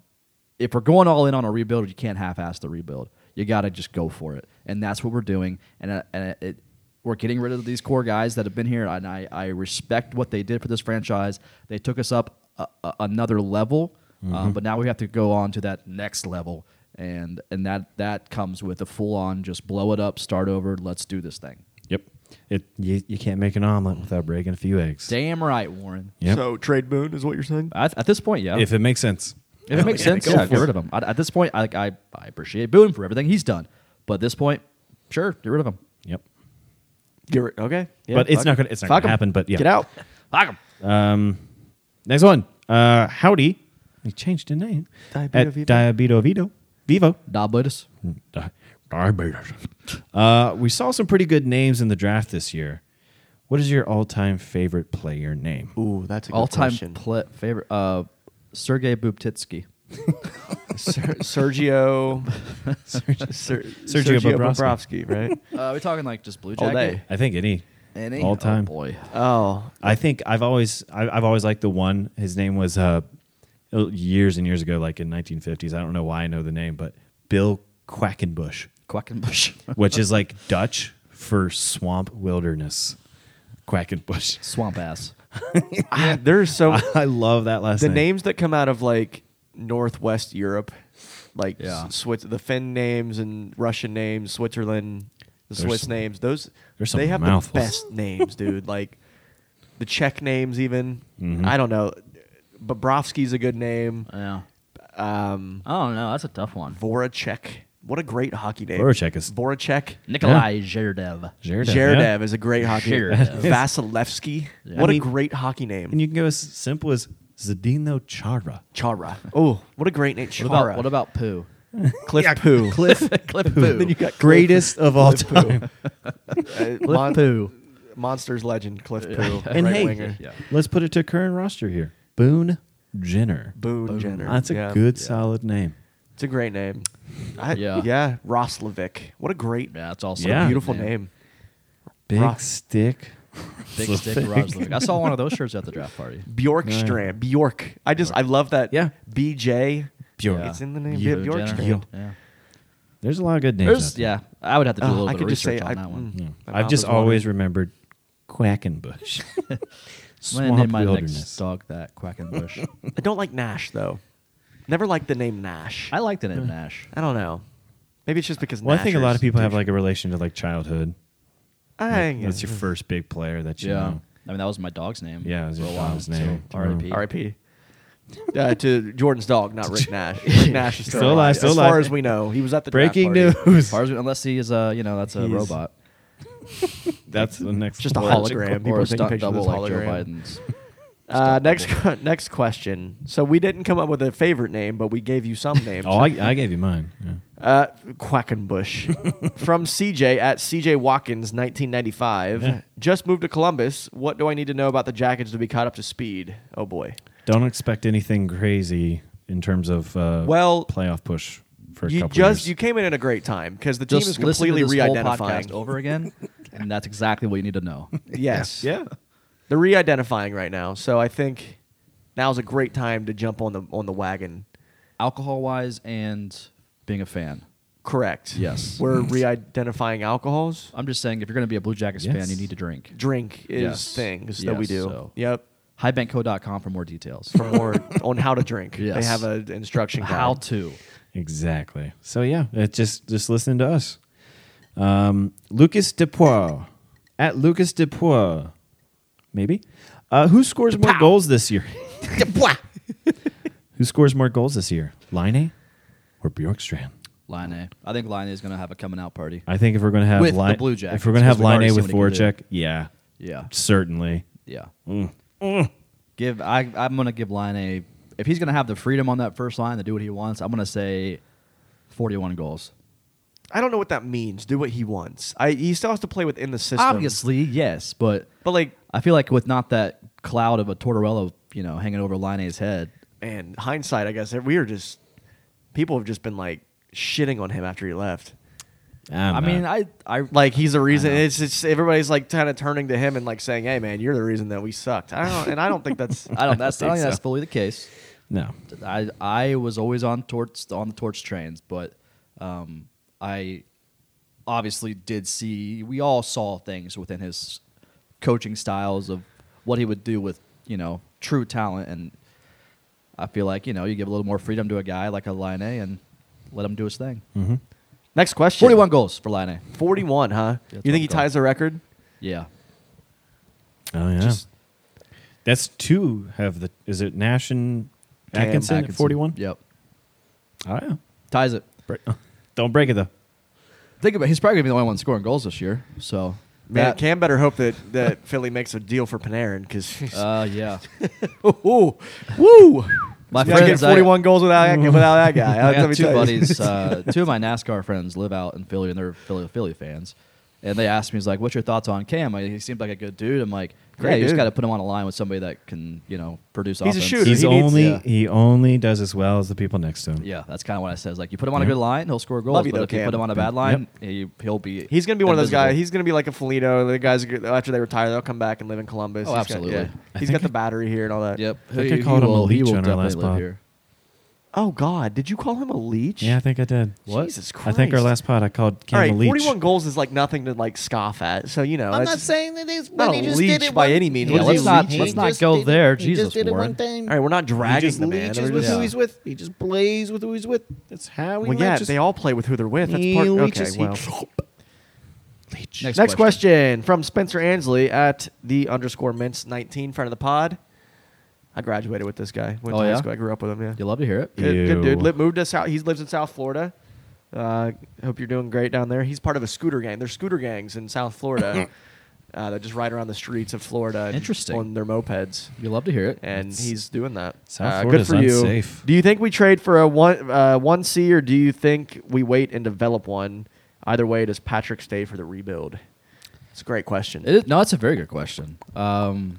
[SPEAKER 1] if we're going all in on a rebuild, you can't half-ass the rebuild. You got to just go for it, and that's what we're doing. And uh, and it, we're getting rid of these core guys that have been here, and I, I respect what they did for this franchise. They took us up a, a- another level, um, but now we have to go on to that next level, and and that that comes with a full-on just blow it up, start over, let's do this thing.
[SPEAKER 3] Yep. It you, you can't make an omelet without breaking a few eggs.
[SPEAKER 1] Damn right, Warren.
[SPEAKER 3] Yep.
[SPEAKER 2] So trade boon is what you're saying?
[SPEAKER 1] At, at this point, yeah.
[SPEAKER 3] If it makes sense.
[SPEAKER 1] uh, If it makes sense, yeah, get rid of him. At, at this point, I, I I appreciate Boone for everything he's done, but at this point, sure, get rid of him.
[SPEAKER 3] Yep.
[SPEAKER 2] okay,
[SPEAKER 3] but it's not gonna it's not
[SPEAKER 2] Fuck
[SPEAKER 3] gonna
[SPEAKER 2] 'em.
[SPEAKER 3] happen, but yeah.
[SPEAKER 2] Get
[SPEAKER 3] <laughs>
[SPEAKER 2] out.
[SPEAKER 1] Fuck him.
[SPEAKER 3] Um, next one. Uh, howdy. He changed the name.
[SPEAKER 2] Diabito
[SPEAKER 3] At
[SPEAKER 2] Vivo.
[SPEAKER 3] Diabito Vito. Vivo.
[SPEAKER 1] Diabetes.
[SPEAKER 3] Di- Diabetes. Uh, we saw some pretty good names in the draft this year. What is your all-time favorite player name?
[SPEAKER 2] Ooh, that's a good
[SPEAKER 1] All time
[SPEAKER 2] question.
[SPEAKER 1] pla favorite. Uh, Sergey Bubtitsky.
[SPEAKER 2] <laughs> Ser- Sergio Sergio,
[SPEAKER 3] Sergio Bobrovsky.
[SPEAKER 2] Bobrovsky, right?
[SPEAKER 1] Uh, we talking like just Blue
[SPEAKER 2] All
[SPEAKER 1] Jacket?
[SPEAKER 2] day.
[SPEAKER 3] I think any.
[SPEAKER 1] Any?
[SPEAKER 3] All
[SPEAKER 1] Oh,
[SPEAKER 3] time.
[SPEAKER 1] boy.
[SPEAKER 2] oh,
[SPEAKER 3] I think I've always I, I've always liked the one. His name was uh, years and years ago, like in 1950s. I don't know why I know the name, but Bill Quackenbush.
[SPEAKER 1] Quackenbush.
[SPEAKER 3] which is like <laughs> Dutch for swamp wilderness.
[SPEAKER 1] <laughs>
[SPEAKER 3] Quackenbush. <laughs>
[SPEAKER 1] Swamp ass.
[SPEAKER 2] Ah, there's so
[SPEAKER 3] I love that last
[SPEAKER 2] the
[SPEAKER 3] name.
[SPEAKER 2] names that come out of like Northwest Europe, like
[SPEAKER 1] Yeah.
[SPEAKER 2] S- Swiss, the Finn names and Russian names, Switzerland, the
[SPEAKER 3] There's
[SPEAKER 2] Swiss
[SPEAKER 3] some-
[SPEAKER 2] names. Those
[SPEAKER 3] there's some
[SPEAKER 2] they have the
[SPEAKER 3] mouthfuls.
[SPEAKER 2] best names, dude. Like the Czech names, even. I don't know. Bobrovsky's a good name.
[SPEAKER 1] Yeah.
[SPEAKER 2] Um,
[SPEAKER 1] I don't know. That's a tough one.
[SPEAKER 2] Voracek. What a great hockey name.
[SPEAKER 3] Voracek is-
[SPEAKER 2] Voracek.
[SPEAKER 1] Nikolai Zherdev.
[SPEAKER 3] Jared.
[SPEAKER 2] Zheredev
[SPEAKER 3] yeah.
[SPEAKER 2] is a great hockey name.
[SPEAKER 1] Zheredev.
[SPEAKER 2] Vasilevsky.
[SPEAKER 1] Yeah.
[SPEAKER 2] What a
[SPEAKER 3] I mean-
[SPEAKER 2] great hockey name.
[SPEAKER 3] And you can go as simple as Zdeno Chara.
[SPEAKER 2] Chara. Oh, what a great name. Chara.
[SPEAKER 1] What about, what about Pooh?
[SPEAKER 2] Cliff Poo?
[SPEAKER 3] Cliff
[SPEAKER 1] Cliff <laughs> Pooh.
[SPEAKER 2] then you got
[SPEAKER 3] greatest of all time.
[SPEAKER 2] uh,
[SPEAKER 1] Cliff
[SPEAKER 2] Mon-
[SPEAKER 1] Pooh.
[SPEAKER 2] Monsters legend Cliff
[SPEAKER 1] <laughs>
[SPEAKER 2] Poo.
[SPEAKER 3] And
[SPEAKER 2] right
[SPEAKER 3] hey,
[SPEAKER 2] winger.
[SPEAKER 1] Yeah.
[SPEAKER 3] let's put it to current roster here. Boone Jenner.
[SPEAKER 2] Boone, Jenner.
[SPEAKER 3] That's a
[SPEAKER 2] Yeah.
[SPEAKER 3] good solid name.
[SPEAKER 2] It's a great name. I, yeah.
[SPEAKER 1] Yeah.
[SPEAKER 2] Yeah. Roslovic. What a great,
[SPEAKER 1] Yeah, that's also
[SPEAKER 2] what a
[SPEAKER 3] Yeah.
[SPEAKER 2] beautiful
[SPEAKER 1] man.
[SPEAKER 2] name.
[SPEAKER 3] Big
[SPEAKER 2] Ross.
[SPEAKER 3] stick.
[SPEAKER 1] Big stick Roslovic. I saw one
[SPEAKER 3] <laughs>
[SPEAKER 1] of those shirts at the draft party.
[SPEAKER 2] Bjorkstrand. Bjork. I just, I love that.
[SPEAKER 3] Yeah.
[SPEAKER 2] BJ.
[SPEAKER 3] Bjork.
[SPEAKER 2] It's in the name.
[SPEAKER 1] Yeah.
[SPEAKER 2] Bjork.
[SPEAKER 1] Jenner.
[SPEAKER 2] Bjorkstrand.
[SPEAKER 1] Yeah.
[SPEAKER 3] There's a lot of good names. out
[SPEAKER 1] There's,
[SPEAKER 3] there.
[SPEAKER 1] yeah, I would have to do a
[SPEAKER 2] Oh,
[SPEAKER 1] little
[SPEAKER 2] I
[SPEAKER 1] bit of
[SPEAKER 2] could just
[SPEAKER 1] research
[SPEAKER 2] say
[SPEAKER 1] on
[SPEAKER 2] I-
[SPEAKER 1] that one.
[SPEAKER 2] mm.
[SPEAKER 3] Yeah.
[SPEAKER 2] My
[SPEAKER 3] I've
[SPEAKER 2] mouth
[SPEAKER 3] just
[SPEAKER 2] is watering.
[SPEAKER 3] always remembered
[SPEAKER 2] <laughs>
[SPEAKER 3] Quackenbush.
[SPEAKER 1] I'm gonna name
[SPEAKER 3] Swamp
[SPEAKER 1] my next
[SPEAKER 2] <laughs>
[SPEAKER 3] wilderness.
[SPEAKER 1] dog that Quackenbush.
[SPEAKER 2] I don't like Nash, though. Never liked the name Nash.
[SPEAKER 1] I liked it in Nash.
[SPEAKER 2] I don't know. Maybe it's just because.
[SPEAKER 3] Well, I think a
[SPEAKER 2] Nashers
[SPEAKER 3] lot of people have
[SPEAKER 2] do
[SPEAKER 3] like a relation to like childhood.
[SPEAKER 2] shit. I,
[SPEAKER 3] Like, That's
[SPEAKER 1] <laughs>
[SPEAKER 3] your first big player that you
[SPEAKER 1] Yeah.
[SPEAKER 3] know.
[SPEAKER 1] I mean, that was my dog's name.
[SPEAKER 3] Yeah, it was
[SPEAKER 1] for
[SPEAKER 3] your
[SPEAKER 1] a while,
[SPEAKER 3] dog's name. Mm.
[SPEAKER 1] so R.I.P.
[SPEAKER 2] R.I.P. Uh, to Jordan's dog,
[SPEAKER 3] <laughs>
[SPEAKER 2] not Rick Nash. Rick Nash is still,
[SPEAKER 3] Still alive,
[SPEAKER 2] alive.
[SPEAKER 3] still
[SPEAKER 2] as far
[SPEAKER 3] alive.
[SPEAKER 2] as we know, he was at the draft
[SPEAKER 3] Breaking
[SPEAKER 2] party.
[SPEAKER 1] As
[SPEAKER 3] news.
[SPEAKER 1] far as we- unless he is a, you know, that's a
[SPEAKER 2] He's-
[SPEAKER 1] robot
[SPEAKER 3] That's the next.
[SPEAKER 2] Just a
[SPEAKER 3] logical-
[SPEAKER 2] hologram. People
[SPEAKER 1] or
[SPEAKER 2] are
[SPEAKER 1] a
[SPEAKER 2] taking
[SPEAKER 1] stunt
[SPEAKER 2] pictures of
[SPEAKER 1] double
[SPEAKER 2] this
[SPEAKER 1] like Joe
[SPEAKER 2] hologram. <laughs>
[SPEAKER 1] Biden's.
[SPEAKER 2] Uh, next, <laughs> next question. So we didn't come up with a favorite name, but we gave you
[SPEAKER 3] <laughs>
[SPEAKER 2] some names.
[SPEAKER 3] Oh, I, I gave you mine. Yeah.
[SPEAKER 2] Uh,
[SPEAKER 3] <laughs>
[SPEAKER 2] Quackenbush from CJ at CJ Watkins, 1995.
[SPEAKER 3] Yeah.
[SPEAKER 2] Just moved to Columbus. What do I need to know about the Jackets to be caught up to speed? Oh boy.
[SPEAKER 3] Don't expect anything crazy in terms of uh,
[SPEAKER 2] Well,
[SPEAKER 3] playoff push for a
[SPEAKER 2] You
[SPEAKER 3] couple
[SPEAKER 2] just
[SPEAKER 3] years.
[SPEAKER 2] you came in at a great time because the team is
[SPEAKER 1] Just listen to
[SPEAKER 2] completely
[SPEAKER 1] this whole podcast
[SPEAKER 2] re-identifying.
[SPEAKER 1] over again, and that's exactly what you need to know.
[SPEAKER 2] <laughs>
[SPEAKER 1] <laughs>
[SPEAKER 2] Yes.
[SPEAKER 3] yeah.
[SPEAKER 2] They're re-identifying right now, so I think now's a great time to jump on the on the wagon.
[SPEAKER 1] Alcohol wise and being a fan.
[SPEAKER 2] Correct.
[SPEAKER 1] Yes.
[SPEAKER 3] <laughs>
[SPEAKER 2] We're re-identifying alcohols.
[SPEAKER 1] I'm just saying, if you're going to be a Blue Jackets fan,
[SPEAKER 3] Yes.
[SPEAKER 1] you need to drink.
[SPEAKER 2] Drink is
[SPEAKER 1] Yes.
[SPEAKER 2] things that we
[SPEAKER 1] Yes,
[SPEAKER 2] do.
[SPEAKER 1] so-
[SPEAKER 2] Yep.
[SPEAKER 1] Highbankco.com for more details.
[SPEAKER 2] For
[SPEAKER 1] <laughs>
[SPEAKER 2] more on how to drink,
[SPEAKER 1] Yes.
[SPEAKER 2] they have an instruction guide.
[SPEAKER 1] How to.
[SPEAKER 3] Exactly. So yeah, it just just listening to us. Um, Lucas Depois at Lucas Depois, maybe. Uh, who scores more goals this year? <laughs> who scores more goals this year, Line or Bjorkstrand?
[SPEAKER 1] Line A. I think Line A is going to have a coming out party.
[SPEAKER 3] I think if we're gonna have
[SPEAKER 1] With the
[SPEAKER 3] Line,
[SPEAKER 1] Blue Jackets,
[SPEAKER 3] if we're gonna have
[SPEAKER 1] because we've
[SPEAKER 3] Line
[SPEAKER 1] already
[SPEAKER 3] A
[SPEAKER 1] seen
[SPEAKER 3] with
[SPEAKER 1] what he can
[SPEAKER 3] Voracek, yeah,
[SPEAKER 1] Yeah.
[SPEAKER 3] certainly.
[SPEAKER 1] Yeah. Give I I'm gonna give Line a if he's gonna have the freedom on that first line to do what he wants, I'm gonna say forty one goals.
[SPEAKER 2] I don't know what that means. Do what he wants. I he still has to play within the system.
[SPEAKER 1] Obviously, yes, but
[SPEAKER 2] but like
[SPEAKER 1] um, I feel like with not that cloud of a Tortorella, you know, hanging over Line A's head.
[SPEAKER 2] man, hindsight, I guess we are just people have just been like shitting on him after he left.
[SPEAKER 3] I'm
[SPEAKER 1] I mean,
[SPEAKER 3] not-
[SPEAKER 1] I I
[SPEAKER 2] Like he's the reason. It's it's everybody's like kind of turning to him and like saying, "Hey, man, you're the reason that we sucked." I don't, and I don't think
[SPEAKER 1] <laughs>
[SPEAKER 2] that's.
[SPEAKER 1] I don't that's I
[SPEAKER 3] think
[SPEAKER 1] don't think that's
[SPEAKER 3] so.
[SPEAKER 1] fully the case.
[SPEAKER 3] no.
[SPEAKER 1] I I was always on torch on the torch trains, but um, I obviously did see. We all saw things within his coaching styles of what he would do with you know true talent, and I feel like you know you give a little more freedom to a guy like a Line A and let him do his thing.
[SPEAKER 2] Mm-hmm. Next question.
[SPEAKER 1] Forty-one goals for Line A.
[SPEAKER 2] Forty-one, huh?
[SPEAKER 1] Yeah,
[SPEAKER 2] you think he
[SPEAKER 1] that's what I'm
[SPEAKER 2] ties the record?
[SPEAKER 1] Yeah,
[SPEAKER 3] Oh yeah.
[SPEAKER 2] Just-
[SPEAKER 3] That's two have the is it Nash and
[SPEAKER 2] Cam
[SPEAKER 3] Atkinson, at
[SPEAKER 2] Atkinson.
[SPEAKER 3] 41?
[SPEAKER 1] yep,
[SPEAKER 3] Oh yeah.
[SPEAKER 1] ties it.
[SPEAKER 3] Break- Don't break it though.
[SPEAKER 1] Think about he's probably gonna be the only one scoring goals this year. So
[SPEAKER 2] Man,
[SPEAKER 1] that-
[SPEAKER 2] Cam better hope that, that Philly makes a deal for Panarin
[SPEAKER 1] <laughs>
[SPEAKER 2] because
[SPEAKER 1] Uh, yeah,
[SPEAKER 2] <laughs> ooh, woo.
[SPEAKER 1] my
[SPEAKER 2] You gotta get
[SPEAKER 1] friends, I-
[SPEAKER 2] 41 goals without that, without
[SPEAKER 1] <laughs>
[SPEAKER 2] that guy.
[SPEAKER 1] I
[SPEAKER 2] Let
[SPEAKER 1] got
[SPEAKER 2] me
[SPEAKER 1] two
[SPEAKER 2] tell you. <laughs>
[SPEAKER 1] buddies, uh, two of my NASCAR friends live out in Philly, and they're Philly, Philly fans. And they asked me, "Is like, what's your thoughts on Cam? Like, he seemed like a good dude." I'm like, "Yeah,
[SPEAKER 2] Great
[SPEAKER 1] you just
[SPEAKER 2] dude.
[SPEAKER 1] got to put him on a line with somebody that can, you know, produce
[SPEAKER 2] He's a
[SPEAKER 1] offense."
[SPEAKER 2] shooter. Dude,
[SPEAKER 3] He's
[SPEAKER 2] <laughs> he needs-
[SPEAKER 3] only
[SPEAKER 1] yeah.
[SPEAKER 3] he only does as well as the people next to him.
[SPEAKER 1] Yeah, that's kind of what I said. It's Like, you put him on a
[SPEAKER 3] Yeah.
[SPEAKER 1] good line, he'll score goals.
[SPEAKER 2] Love you
[SPEAKER 1] But
[SPEAKER 2] though,
[SPEAKER 1] if you
[SPEAKER 2] Cam.
[SPEAKER 1] put him on a bad line, he, he'll be.
[SPEAKER 2] He's gonna be one of those
[SPEAKER 1] invisible.
[SPEAKER 2] guys. He's gonna be like a Felino. The guys are- after they retire, they'll come back and live in Columbus.
[SPEAKER 1] Oh,
[SPEAKER 2] He's got-
[SPEAKER 1] <laughs> absolutely.
[SPEAKER 2] yeah. He's got the battery here and all that.
[SPEAKER 1] Yep.
[SPEAKER 3] I think I called him a leech on our last
[SPEAKER 1] definitely live
[SPEAKER 3] pod.
[SPEAKER 1] here.
[SPEAKER 2] Oh God, did you call him a leech?
[SPEAKER 3] Yeah, I think I did.
[SPEAKER 2] What? Jesus
[SPEAKER 3] I think our
[SPEAKER 2] Christ.
[SPEAKER 3] last pod I called Cam
[SPEAKER 2] all right,
[SPEAKER 3] a leech.
[SPEAKER 2] forty-one goals is like nothing to like scoff at. So you know,
[SPEAKER 5] I'm
[SPEAKER 2] it's
[SPEAKER 5] not
[SPEAKER 2] just-
[SPEAKER 5] saying that he's
[SPEAKER 2] not
[SPEAKER 5] but
[SPEAKER 2] a
[SPEAKER 5] he just
[SPEAKER 2] leech
[SPEAKER 5] did it
[SPEAKER 2] by
[SPEAKER 5] one-
[SPEAKER 2] any means.
[SPEAKER 5] he
[SPEAKER 2] Yeah,
[SPEAKER 5] just
[SPEAKER 2] let's
[SPEAKER 5] did
[SPEAKER 2] not-
[SPEAKER 5] it-
[SPEAKER 1] let's
[SPEAKER 5] he
[SPEAKER 1] not
[SPEAKER 5] just
[SPEAKER 1] go
[SPEAKER 5] did it-
[SPEAKER 1] there.
[SPEAKER 5] He
[SPEAKER 1] Jesus,
[SPEAKER 5] just did it
[SPEAKER 1] Warren.
[SPEAKER 5] one thing.
[SPEAKER 2] All right, we're not
[SPEAKER 5] He
[SPEAKER 2] dragging
[SPEAKER 5] just
[SPEAKER 2] the man.
[SPEAKER 5] leeches
[SPEAKER 2] We're
[SPEAKER 5] with
[SPEAKER 2] just-
[SPEAKER 5] who he's with. He just plays with who he's with. That's how he
[SPEAKER 2] well, yeah,
[SPEAKER 5] matches.
[SPEAKER 2] they all play with who they're with. That's
[SPEAKER 5] He
[SPEAKER 2] part. Okay,
[SPEAKER 5] leeches, he-
[SPEAKER 2] well.
[SPEAKER 1] <laughs>
[SPEAKER 3] leech.
[SPEAKER 1] Next,
[SPEAKER 2] Next
[SPEAKER 1] question.
[SPEAKER 2] question from Spencer Ansley at the underscore mints nineteen front of the pod. I graduated with this guy. Went
[SPEAKER 1] Oh,
[SPEAKER 2] to high
[SPEAKER 1] yeah?
[SPEAKER 2] school. I grew up with him. Yeah.
[SPEAKER 1] You love to hear it.
[SPEAKER 2] Good, good dude.
[SPEAKER 3] Ew.
[SPEAKER 2] Li- moved us out. He lives in South Florida. Uh, hope you're doing great down there. He's part of a scooter gang. There's scooter gangs in South
[SPEAKER 1] <coughs>
[SPEAKER 2] Florida uh, that just ride around the streets of Florida and-
[SPEAKER 1] Interesting.
[SPEAKER 2] on their mopeds.
[SPEAKER 1] You love to hear it.
[SPEAKER 2] And
[SPEAKER 3] That's-
[SPEAKER 2] he's doing that.
[SPEAKER 3] South
[SPEAKER 2] uh,
[SPEAKER 3] Florida's
[SPEAKER 2] good for you.
[SPEAKER 3] unsafe.
[SPEAKER 2] Do you think we trade for a one uh, one C or do you think we wait and develop one? Either way, does Patrick stay for the rebuild? It's a great question.
[SPEAKER 1] It is, no, that's a very good question. Um,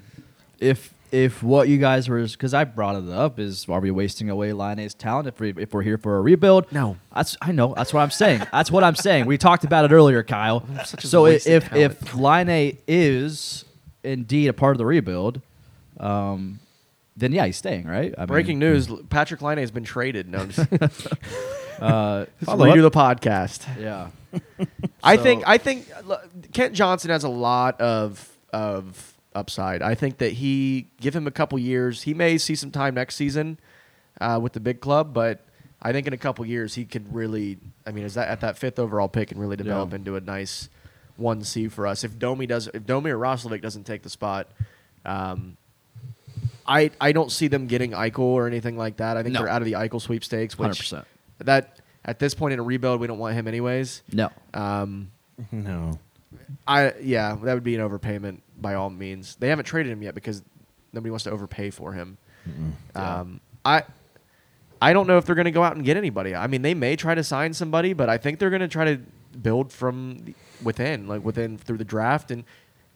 [SPEAKER 1] if if what you guys were, because I brought it up, is are we wasting away Line A's talent if, we, if we're here for a rebuild?
[SPEAKER 2] No.
[SPEAKER 1] that's I know that's what I'm saying. that's what I'm saying. We talked about it earlier, Kyle. So i-
[SPEAKER 2] wasted
[SPEAKER 1] if if Line A is indeed a part of the rebuild, um, then yeah, he's staying, right? I mean,
[SPEAKER 2] Breaking news: Patrick Line has been traded. No,
[SPEAKER 1] <laughs>
[SPEAKER 2] I'm just-
[SPEAKER 1] Uh,
[SPEAKER 2] redo the podcast.
[SPEAKER 1] yeah,
[SPEAKER 2] I
[SPEAKER 1] So-
[SPEAKER 2] think I think l- Kent Johnson has a lot of of upside. I think that he give him a couple years. He may see some time next season. uh, with the big club, but I think in a couple years he could really. I mean, is that at that fifth overall pick and really develop into a nice one C for us? If Domi does, if Domi or Roslovic doesn't take the spot, um, I I don't see them getting Eichel or anything like that. I think
[SPEAKER 1] No.
[SPEAKER 2] they're out of the Eichel sweepstakes. Which
[SPEAKER 1] 100%.
[SPEAKER 2] That at this point in a rebuild, we don't want him anyways. <laughs>
[SPEAKER 1] No.
[SPEAKER 2] Um,
[SPEAKER 3] No.
[SPEAKER 2] I yeah, that would be an overpayment by all means. They haven't traded him yet because nobody wants to overpay for him. Um, I I don't know if they're going to go out and get anybody. I mean, they may try to sign somebody, but I think they're going to try to build from the- within, like within through the draft, and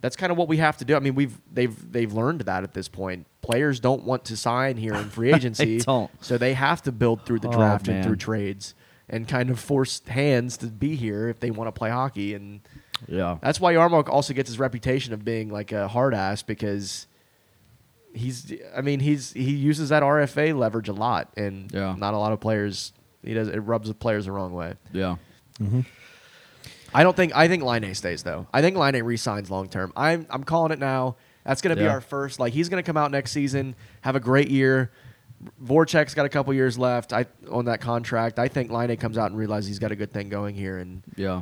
[SPEAKER 2] that's kind of what we have to do. I mean, we've they've they've learned that at this point. Players don't want to sign here
[SPEAKER 1] <laughs>
[SPEAKER 2] in free agency,
[SPEAKER 1] don't.
[SPEAKER 2] so they have to build through the
[SPEAKER 1] Oh,
[SPEAKER 2] draft
[SPEAKER 1] man.
[SPEAKER 2] and through trades. And kind of force hands to be here if they want to play hockey, and
[SPEAKER 1] Yeah.
[SPEAKER 2] that's why Yarmouk also gets his reputation of being like a hard ass because he's I mean he's he uses that RFA leverage a lot and
[SPEAKER 1] Yeah.
[SPEAKER 2] not a lot of players he does it rubs the players the wrong way.
[SPEAKER 1] Yeah.
[SPEAKER 2] I don't think I think Line stays though. I think Line resigns long term. I'm I'm calling it now. That's gonna be
[SPEAKER 1] Yeah.
[SPEAKER 2] our first. Like he's gonna come out next season, have a great year. Voracek's got a couple years left I, on that contract. I think Line comes out and realizes he's got a good thing going here, and
[SPEAKER 1] Yeah.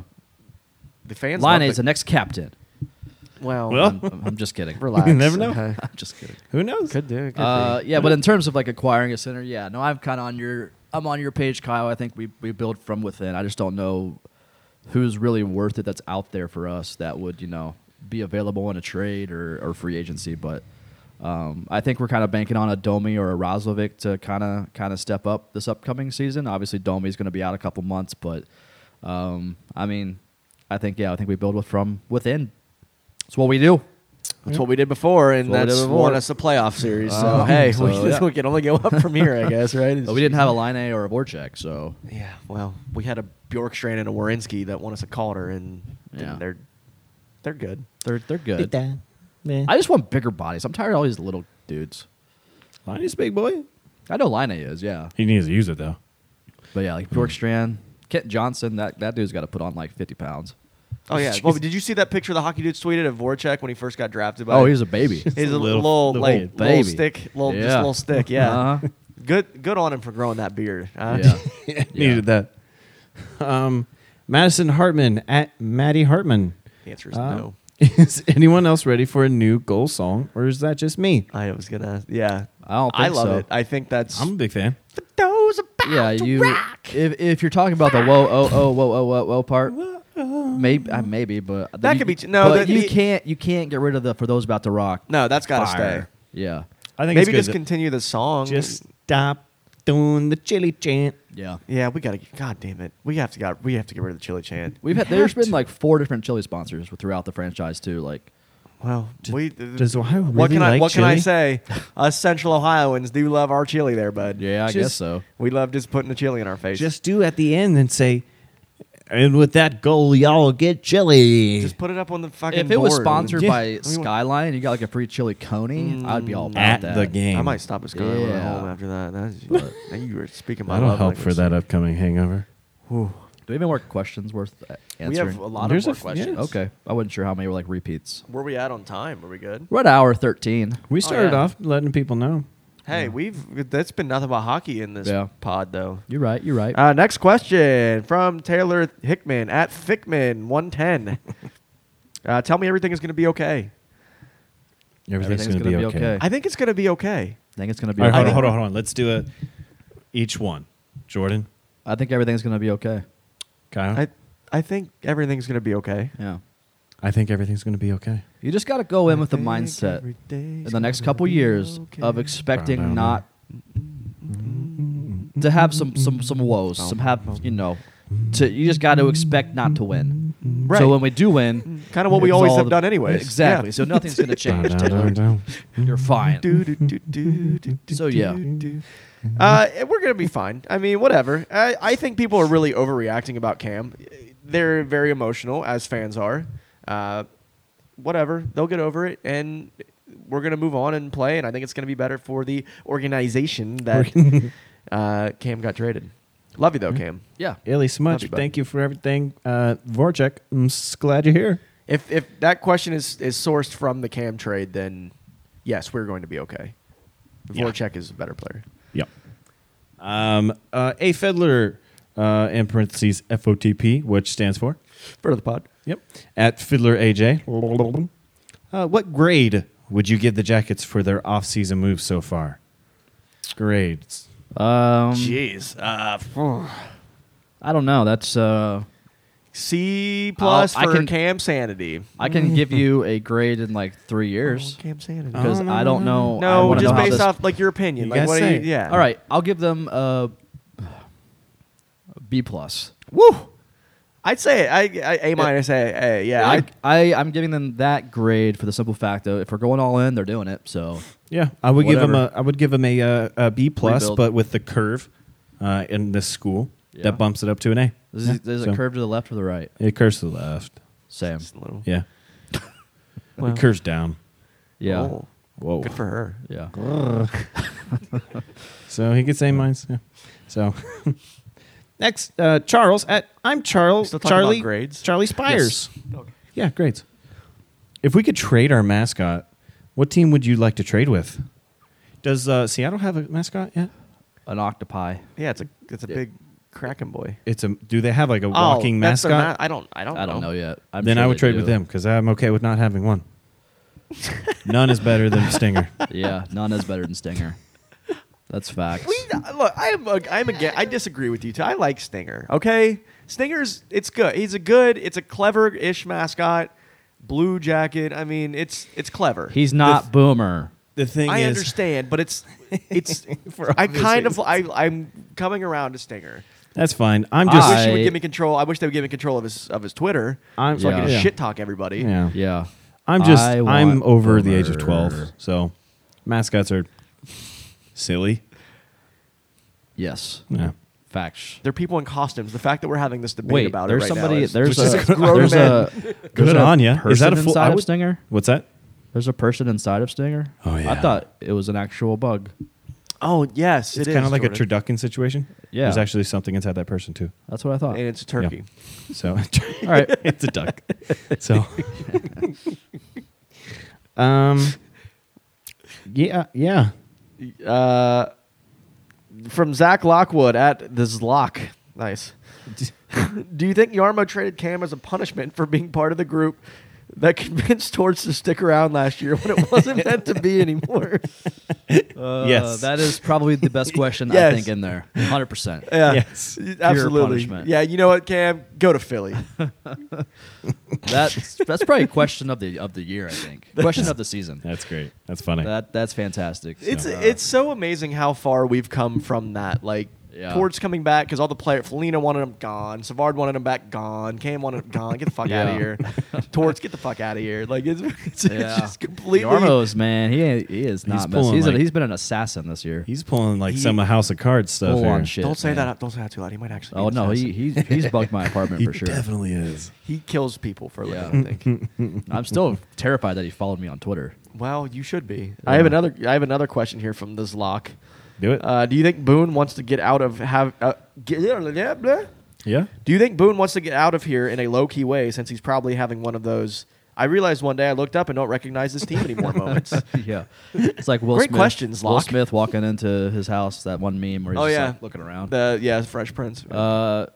[SPEAKER 2] the fans. love
[SPEAKER 1] Line is
[SPEAKER 2] the-
[SPEAKER 1] the next captain.
[SPEAKER 2] well,
[SPEAKER 3] Well,
[SPEAKER 1] I'm, I'm- I'm just kidding.
[SPEAKER 2] <laughs> relax.
[SPEAKER 3] <laughs> You never know.
[SPEAKER 1] <laughs> I'm just kidding.
[SPEAKER 3] Who knows?
[SPEAKER 2] Could do. Could be.
[SPEAKER 1] Uh, yeah, but in terms of like acquiring a center, yeah, no, I'm kind of on your, I'm on your page, Kyle. I think we we build from within. I just don't know who's really worth it that's out there for us that would you know be available in a trade or, or free agency. But um, I think we're kind of banking on a Domi or a Roslovic to kind of kind of step up this upcoming season. Obviously, Domi's going to be out a couple months, but um, I mean, I think yeah, I think we build with from within. It's what we do.
[SPEAKER 2] That's what we did before,
[SPEAKER 1] That's
[SPEAKER 2] and
[SPEAKER 1] what we
[SPEAKER 2] that's,
[SPEAKER 1] did before.
[SPEAKER 2] won us a playoff series. So
[SPEAKER 1] Uh,
[SPEAKER 2] hey,
[SPEAKER 1] so,
[SPEAKER 2] we,
[SPEAKER 1] yeah.
[SPEAKER 2] <laughs> we can only go up from here, I guess, right?
[SPEAKER 1] But we didn't have a line A or a Voracek, so
[SPEAKER 2] <laughs> Yeah, well, we had a Bjorkstrand and a Warinsky that won us a Calder, and, and
[SPEAKER 1] Yeah.
[SPEAKER 2] they're they're good.
[SPEAKER 1] they're they're good.
[SPEAKER 5] Man.
[SPEAKER 1] <laughs> I just want bigger bodies. I'm tired of all these little dudes.
[SPEAKER 3] Liney's big boy.
[SPEAKER 1] I know Lina is, yeah,
[SPEAKER 3] He needs to use it <laughs> though.
[SPEAKER 1] but yeah, like
[SPEAKER 2] Hmm.
[SPEAKER 1] Bjorkstrand, Kent Johnson, that that dude's got to put on like 50 pounds.
[SPEAKER 2] Oh yeah. Well, did you see that picture the hockey dudes tweeted of Voracek when he first got drafted? By
[SPEAKER 1] Oh, he's a baby. <laughs>
[SPEAKER 2] <laughs> he's a
[SPEAKER 3] Little-
[SPEAKER 2] little,
[SPEAKER 3] little
[SPEAKER 2] like
[SPEAKER 1] baby.
[SPEAKER 2] little stick, little just
[SPEAKER 1] Yeah.
[SPEAKER 2] little stick. <laughs> Yeah.
[SPEAKER 1] Uh-huh.
[SPEAKER 2] Good good on him for growing that beard. Uh,
[SPEAKER 1] yeah,
[SPEAKER 3] Needed that.
[SPEAKER 5] Um, Madison Hartman at
[SPEAKER 3] <laughs>
[SPEAKER 5] Maddie Hartman.
[SPEAKER 2] <laughs> The answer is
[SPEAKER 5] Uh,
[SPEAKER 2] no.
[SPEAKER 5] Is anyone else ready for a new goal song, or is that just me?
[SPEAKER 2] I was gonna. Yeah.
[SPEAKER 1] I don't
[SPEAKER 2] I
[SPEAKER 1] think
[SPEAKER 2] love
[SPEAKER 1] so.
[SPEAKER 2] it. I think that's.
[SPEAKER 3] I'm a big fan.
[SPEAKER 2] those about <laughs>
[SPEAKER 1] yeah. You, if if you're talking about the whoa, oh, oh, whoa, whoa, whoa, whoa part, maybe, uh, maybe, but
[SPEAKER 2] oh. That
[SPEAKER 1] you-
[SPEAKER 2] could be ch- no,
[SPEAKER 1] But
[SPEAKER 2] that-
[SPEAKER 1] you
[SPEAKER 2] the-
[SPEAKER 1] can't, you can't get rid of the for those about to rock.
[SPEAKER 2] No, that's gotta
[SPEAKER 1] fire.
[SPEAKER 2] stay.
[SPEAKER 1] Yeah,
[SPEAKER 3] I think
[SPEAKER 2] Maybe
[SPEAKER 3] it's
[SPEAKER 2] just
[SPEAKER 3] good that-
[SPEAKER 2] continue the song.
[SPEAKER 5] Just stop doing the chili chant.
[SPEAKER 1] yeah.
[SPEAKER 2] Yeah, we gotta. God damn it, we have to got. We have to get rid of the chili chant.
[SPEAKER 1] We've had there's been like four different chili sponsors throughout the franchise too. Like,
[SPEAKER 2] Well, we.
[SPEAKER 5] does Ohio
[SPEAKER 2] what
[SPEAKER 5] really
[SPEAKER 2] can I?
[SPEAKER 5] like
[SPEAKER 2] What can I
[SPEAKER 5] chili?
[SPEAKER 2] say? Us Central Ohioans do love our chili there, bud.
[SPEAKER 1] yeah, I guess
[SPEAKER 5] Just-
[SPEAKER 1] so.
[SPEAKER 2] We love just putting the chili in our face.
[SPEAKER 5] Just do at the end and say, and with that goal, y'all get chili.
[SPEAKER 2] Just put it up on the fucking.
[SPEAKER 1] If it was
[SPEAKER 2] board.
[SPEAKER 1] sponsored
[SPEAKER 2] <laughs> Yeah.
[SPEAKER 1] by
[SPEAKER 2] Mm.
[SPEAKER 1] Skyline and you got like a free chili coney, I'd be all about
[SPEAKER 3] at
[SPEAKER 1] that.
[SPEAKER 3] the game.
[SPEAKER 2] I might stop at Skyline when I'm
[SPEAKER 1] Yeah.
[SPEAKER 2] home after that. That's, now you were speaking my
[SPEAKER 3] That'll
[SPEAKER 2] love
[SPEAKER 3] help for
[SPEAKER 2] language.
[SPEAKER 3] that upcoming hangover.
[SPEAKER 1] Do we have any more questions worth uh,
[SPEAKER 2] We
[SPEAKER 1] answering?
[SPEAKER 2] have a lot
[SPEAKER 3] There's a
[SPEAKER 2] of
[SPEAKER 3] f-
[SPEAKER 2] more questions.
[SPEAKER 3] yeah.
[SPEAKER 1] Okay, I wasn't sure how many were like repeats.
[SPEAKER 2] Where we at on time? Are we good?
[SPEAKER 1] We're at hour thirteen.
[SPEAKER 5] we started
[SPEAKER 2] Oh, yeah.
[SPEAKER 5] off letting people know.
[SPEAKER 2] Hey, we've that's been nothing but hockey in this
[SPEAKER 1] Yeah.
[SPEAKER 2] pod though.
[SPEAKER 1] You're right. You're right.
[SPEAKER 2] Uh, next question from Taylor Hickman at
[SPEAKER 1] <laughs>
[SPEAKER 2] Thickman 110. uh, tell me everything is going to be okay.
[SPEAKER 3] Everything's,
[SPEAKER 1] Everything's
[SPEAKER 3] gonna,
[SPEAKER 1] gonna
[SPEAKER 3] be,
[SPEAKER 1] be
[SPEAKER 3] okay.
[SPEAKER 1] okay.
[SPEAKER 2] I think it's going to be okay.
[SPEAKER 1] I think it's gonna be.
[SPEAKER 3] All right, hold
[SPEAKER 1] okay.
[SPEAKER 3] on, hold on, hold on. Let's do a each one. Jordan,
[SPEAKER 1] I think everything's gonna be okay.
[SPEAKER 3] Kyle.
[SPEAKER 2] I I think everything's going to be okay.
[SPEAKER 1] Yeah.
[SPEAKER 3] I think everything's gonna be okay.
[SPEAKER 1] You just gotta go in with the
[SPEAKER 2] think
[SPEAKER 1] mindset
[SPEAKER 2] every day's
[SPEAKER 1] in the next
[SPEAKER 2] gonna
[SPEAKER 1] couple
[SPEAKER 2] be
[SPEAKER 1] years
[SPEAKER 2] okay.
[SPEAKER 1] of expecting
[SPEAKER 3] Ba-dum.
[SPEAKER 1] not to have some some some woes, some have you know. To, you just got to expect not to win.
[SPEAKER 5] Mm-hmm.
[SPEAKER 2] Right. Mm.
[SPEAKER 1] So when we do win,
[SPEAKER 2] Kind of what we
[SPEAKER 1] Mm. it's
[SPEAKER 2] always
[SPEAKER 1] all
[SPEAKER 2] have
[SPEAKER 1] the-
[SPEAKER 2] done anyways.
[SPEAKER 1] Exactly.
[SPEAKER 2] Yeah.
[SPEAKER 1] So nothing's
[SPEAKER 3] <laughs>
[SPEAKER 1] going to change. Taylor.
[SPEAKER 3] Dun-dun-dun-dun.
[SPEAKER 1] You're fine.
[SPEAKER 2] Do, do, do, do, do, do,
[SPEAKER 1] So, yeah.
[SPEAKER 2] do, do. Uh, we're going to be fine. I mean, whatever. I, I think people are really overreacting about Cam. They're very emotional, as fans are. Uh, whatever. They'll get over it, and we're going to move on and play, and I think it's going to be better for the organization that uh, Cam got traded. Love you, though, Cam.
[SPEAKER 1] Yeah.
[SPEAKER 5] Illy Smudge,
[SPEAKER 2] Love you, bud.
[SPEAKER 5] thank you for everything. Uh, Voracek, I'm s- glad you're here.
[SPEAKER 2] If, if that question is, is sourced from the Cam trade, then yes, we're going to be okay.
[SPEAKER 3] Yeah.
[SPEAKER 2] Voracek is a better player.
[SPEAKER 3] Yep. Um, uh, a Fedler, uh, in parentheses FOTP, which stands for
[SPEAKER 2] For the pod.
[SPEAKER 3] Yep. At Fiddler AJ. Uh, what grade would you give the Jackets for their offseason moves so far? Grades.
[SPEAKER 1] Um,
[SPEAKER 2] Jeez. Uh, phew.
[SPEAKER 1] I don't know. That's uh,
[SPEAKER 2] C plus
[SPEAKER 1] I'll- I
[SPEAKER 2] for
[SPEAKER 1] can-
[SPEAKER 2] Cam Sanity.
[SPEAKER 1] I can give you a grade in like three years
[SPEAKER 2] Cam Sanity.
[SPEAKER 1] because I don't know. Oh, I
[SPEAKER 2] no,
[SPEAKER 1] wanna
[SPEAKER 2] just
[SPEAKER 1] know how
[SPEAKER 2] based
[SPEAKER 1] this-
[SPEAKER 2] off like your opinion.
[SPEAKER 3] You
[SPEAKER 2] like
[SPEAKER 3] guys
[SPEAKER 2] what do you,
[SPEAKER 3] say.
[SPEAKER 2] yeah.
[SPEAKER 1] All right, I'll give them uh, B plus.
[SPEAKER 2] Woo. I'd say I, I A minus A, A. Yeah.
[SPEAKER 1] I,
[SPEAKER 2] I'd-
[SPEAKER 1] I I'm giving them that grade for the simple fact of if we're going all in, they're doing it. So
[SPEAKER 3] Yeah, I would give
[SPEAKER 1] Whatever.
[SPEAKER 3] him a I would give him a, uh, a B plus,
[SPEAKER 1] Rebuild.
[SPEAKER 3] but with the curve uh, in this school
[SPEAKER 1] Yeah.
[SPEAKER 3] that bumps it up to an A.
[SPEAKER 1] there's,
[SPEAKER 3] Yeah,
[SPEAKER 1] there's
[SPEAKER 3] so
[SPEAKER 1] a curve to the left or the right.
[SPEAKER 3] It curves to the left.
[SPEAKER 1] Same.
[SPEAKER 2] Just a little-
[SPEAKER 1] <laughs>
[SPEAKER 3] Yeah,
[SPEAKER 2] Wow.
[SPEAKER 3] it curves down.
[SPEAKER 1] Yeah.
[SPEAKER 2] Oh,
[SPEAKER 3] Whoa.
[SPEAKER 2] Good for her.
[SPEAKER 1] Yeah.
[SPEAKER 3] So he gets A minus. Yeah. So <laughs> next, uh, Charles at I'm Charles
[SPEAKER 2] Still talking about
[SPEAKER 3] Charlie
[SPEAKER 2] grades?
[SPEAKER 3] Charlie Spires. Yeah, grades. If we could trade our mascot, what team would you like to trade with? Does uh, Seattle have a mascot yet?
[SPEAKER 1] An octopi.
[SPEAKER 2] Yeah, it's a it's a big Kraken boy.
[SPEAKER 3] It's a. Do they have like a walking
[SPEAKER 2] oh, that's their
[SPEAKER 3] mascot?
[SPEAKER 2] ma- I don't I don't
[SPEAKER 1] I don't know yet. I'm
[SPEAKER 3] then
[SPEAKER 1] sure
[SPEAKER 3] I would
[SPEAKER 1] they
[SPEAKER 3] trade
[SPEAKER 1] do.
[SPEAKER 3] with them because I'm okay with not having one. None is better than Stinger.
[SPEAKER 1] Yeah, none is better than Stinger. That's facts.
[SPEAKER 2] We look. I am. A, I'm again. I disagree with you. Too. I like Stinger. Okay, Stinger's. It's good. He's a good. It's a clever-ish mascot. Blue jacket. I mean, it's it's clever.
[SPEAKER 1] He's not Boomer.
[SPEAKER 3] The thing
[SPEAKER 2] I
[SPEAKER 3] is,
[SPEAKER 2] understand, but
[SPEAKER 3] <laughs>
[SPEAKER 2] it's it's.
[SPEAKER 3] For
[SPEAKER 2] I
[SPEAKER 3] obvious
[SPEAKER 2] kind of. I I'm coming around to Stinger.
[SPEAKER 3] that's fine. I'm
[SPEAKER 1] I-
[SPEAKER 3] just.
[SPEAKER 2] I wish he
[SPEAKER 1] I-
[SPEAKER 2] would give me control. I wish they would give me control of his of his Twitter.
[SPEAKER 3] I'm
[SPEAKER 2] so I
[SPEAKER 1] Yeah.
[SPEAKER 2] can
[SPEAKER 1] Yeah.
[SPEAKER 2] shit talk everybody.
[SPEAKER 3] yeah.
[SPEAKER 1] Yeah.
[SPEAKER 3] I'm just
[SPEAKER 1] I
[SPEAKER 3] I'm
[SPEAKER 1] want
[SPEAKER 3] over the age of
[SPEAKER 1] Boomer.
[SPEAKER 3] 12. So mascots are silly.
[SPEAKER 1] Yes.
[SPEAKER 3] Yeah.
[SPEAKER 1] Facts.
[SPEAKER 2] They're people in costumes. The fact that we're having this debate
[SPEAKER 1] Wait,
[SPEAKER 2] about
[SPEAKER 1] there's
[SPEAKER 2] it right now
[SPEAKER 1] somebody.
[SPEAKER 2] is-
[SPEAKER 1] There's
[SPEAKER 2] Which
[SPEAKER 1] a.
[SPEAKER 2] is
[SPEAKER 3] <laughs>
[SPEAKER 2] grown
[SPEAKER 1] There's
[SPEAKER 2] men.
[SPEAKER 1] a.
[SPEAKER 3] Good on ya. Is that a full-
[SPEAKER 1] inside
[SPEAKER 3] I
[SPEAKER 1] of
[SPEAKER 3] would-
[SPEAKER 1] Stinger?
[SPEAKER 3] What's that?
[SPEAKER 1] There's a person inside of Stinger.
[SPEAKER 3] Oh,
[SPEAKER 1] I
[SPEAKER 3] yeah.
[SPEAKER 1] thought it was an actual bug.
[SPEAKER 2] Oh yes,
[SPEAKER 3] It's
[SPEAKER 2] it
[SPEAKER 3] kind
[SPEAKER 2] is,
[SPEAKER 3] of like
[SPEAKER 2] Jordan.
[SPEAKER 3] a turducken situation.
[SPEAKER 1] Yeah.
[SPEAKER 3] There's actually something inside that person too.
[SPEAKER 1] That's what I thought.
[SPEAKER 2] and it's a turkey.
[SPEAKER 3] Yeah. So <laughs>
[SPEAKER 1] All right.
[SPEAKER 3] it's a duck. So um yeah, yeah.
[SPEAKER 2] uh, from Zach Lockwood at the Zlock.
[SPEAKER 3] <laughs>
[SPEAKER 2] Nice. Do you think Yarmo traded Cam as a punishment for being part of the group that convinced Torch to stick around last year when it wasn't meant to be anymore?
[SPEAKER 1] Uh,
[SPEAKER 3] Yes.
[SPEAKER 1] That is probably the
[SPEAKER 2] <laughs>
[SPEAKER 1] best question
[SPEAKER 2] Yes.
[SPEAKER 1] I think in there. 100%.
[SPEAKER 2] <laughs> Yeah,
[SPEAKER 3] Yes.
[SPEAKER 2] absolutely.
[SPEAKER 1] punishment.
[SPEAKER 2] Yeah, you know what, Cam? Go
[SPEAKER 1] <laughs>
[SPEAKER 2] to Philly.
[SPEAKER 1] That's that's probably question of the of the year, I
[SPEAKER 2] <laughs>
[SPEAKER 1] think. Question of the season.
[SPEAKER 3] That's great. That's funny.
[SPEAKER 1] That that's fantastic.
[SPEAKER 2] It's
[SPEAKER 1] So, uh,
[SPEAKER 2] it's so amazing how far we've come from that. Like
[SPEAKER 1] Yeah.
[SPEAKER 2] Torch coming back because all the players, Felina wanted him gone, Savard wanted him back gone, Cam wanted him gone. Get the fuck out
[SPEAKER 1] <laughs>
[SPEAKER 2] of
[SPEAKER 1] Yeah.
[SPEAKER 2] here, Torch. Get the fuck out of here. Like it's, <laughs> it's, it's
[SPEAKER 1] Yeah.
[SPEAKER 2] just completely.
[SPEAKER 1] Yarmo's man, he ain't, he is not. He's,
[SPEAKER 3] pulling,
[SPEAKER 1] he's, a,
[SPEAKER 3] like-
[SPEAKER 1] he's been an assassin this year.
[SPEAKER 3] He's pulling like
[SPEAKER 2] He-
[SPEAKER 3] some House of Cards stuff
[SPEAKER 1] Full on
[SPEAKER 3] here.
[SPEAKER 1] shit.
[SPEAKER 2] <laughs> don't say
[SPEAKER 1] man.
[SPEAKER 2] that. Don't say that too loud. He might actually. be
[SPEAKER 1] Oh
[SPEAKER 2] an
[SPEAKER 1] no, he
[SPEAKER 2] assassin.
[SPEAKER 1] he's he's bugged my
[SPEAKER 2] <laughs>
[SPEAKER 1] apartment
[SPEAKER 3] He
[SPEAKER 1] for sure.
[SPEAKER 3] definitely is.
[SPEAKER 2] he kills people for a
[SPEAKER 1] Yeah.
[SPEAKER 2] living. I
[SPEAKER 1] <laughs>
[SPEAKER 2] think.
[SPEAKER 1] I'm still terrified that he followed me on Twitter.
[SPEAKER 2] well, you should be. I have another. I have another question here from this lock.
[SPEAKER 3] Do it.
[SPEAKER 2] Uh, do you think Boone wants to get out of have? Uh, get, blah, blah.
[SPEAKER 3] yeah.
[SPEAKER 2] Do you think Boone wants to get out of here in a low key way since he's probably having one of those? I realized one day I looked up and don't recognize this team <laughs> anymore moments.
[SPEAKER 1] <laughs> yeah, it's like Will
[SPEAKER 2] Great
[SPEAKER 1] Smith,
[SPEAKER 2] questions,
[SPEAKER 1] Will
[SPEAKER 2] Locke.
[SPEAKER 1] Smith walking into his house. That one meme where he's
[SPEAKER 2] Oh,
[SPEAKER 1] just,
[SPEAKER 2] yeah.
[SPEAKER 1] like, looking around.
[SPEAKER 2] The yeah, Fresh Prince.
[SPEAKER 1] uh,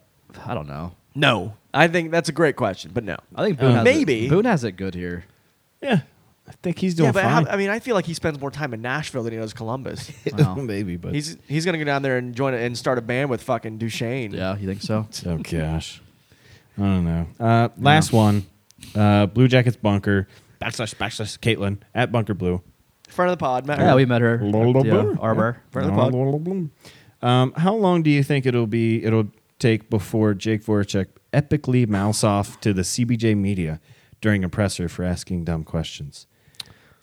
[SPEAKER 1] I don't know.
[SPEAKER 2] no, I think that's a great question, but no.
[SPEAKER 1] I think Boone
[SPEAKER 3] Um,
[SPEAKER 1] has
[SPEAKER 2] Uh, Maybe.
[SPEAKER 1] it, Boone has it good
[SPEAKER 2] <laughs>
[SPEAKER 1] here.
[SPEAKER 3] Yeah. I think he's doing
[SPEAKER 2] Yeah, but
[SPEAKER 3] fine.
[SPEAKER 2] how- I mean, I feel like he spends more time in Nashville than he does <laughs> Columbus.
[SPEAKER 1] Wow.
[SPEAKER 3] Maybe, but
[SPEAKER 2] he's he's gonna go down there and join a, and start a band with fucking Duchesne.
[SPEAKER 1] Yeah, you think so? <laughs>
[SPEAKER 3] oh gosh, I don't know. Uh, last one, uh, Blue Jackets bunker backslash backslash Caitlin at bunker blue.
[SPEAKER 2] front of the pod. Matt.
[SPEAKER 1] Yeah, we met her. Yeah,
[SPEAKER 3] Blue.
[SPEAKER 1] Arbor.
[SPEAKER 2] Front of the pod.
[SPEAKER 3] Um, how long do you think it'll be? It'll take before Jake Voracek epically mouths off to the CBJ media during a presser for asking dumb questions.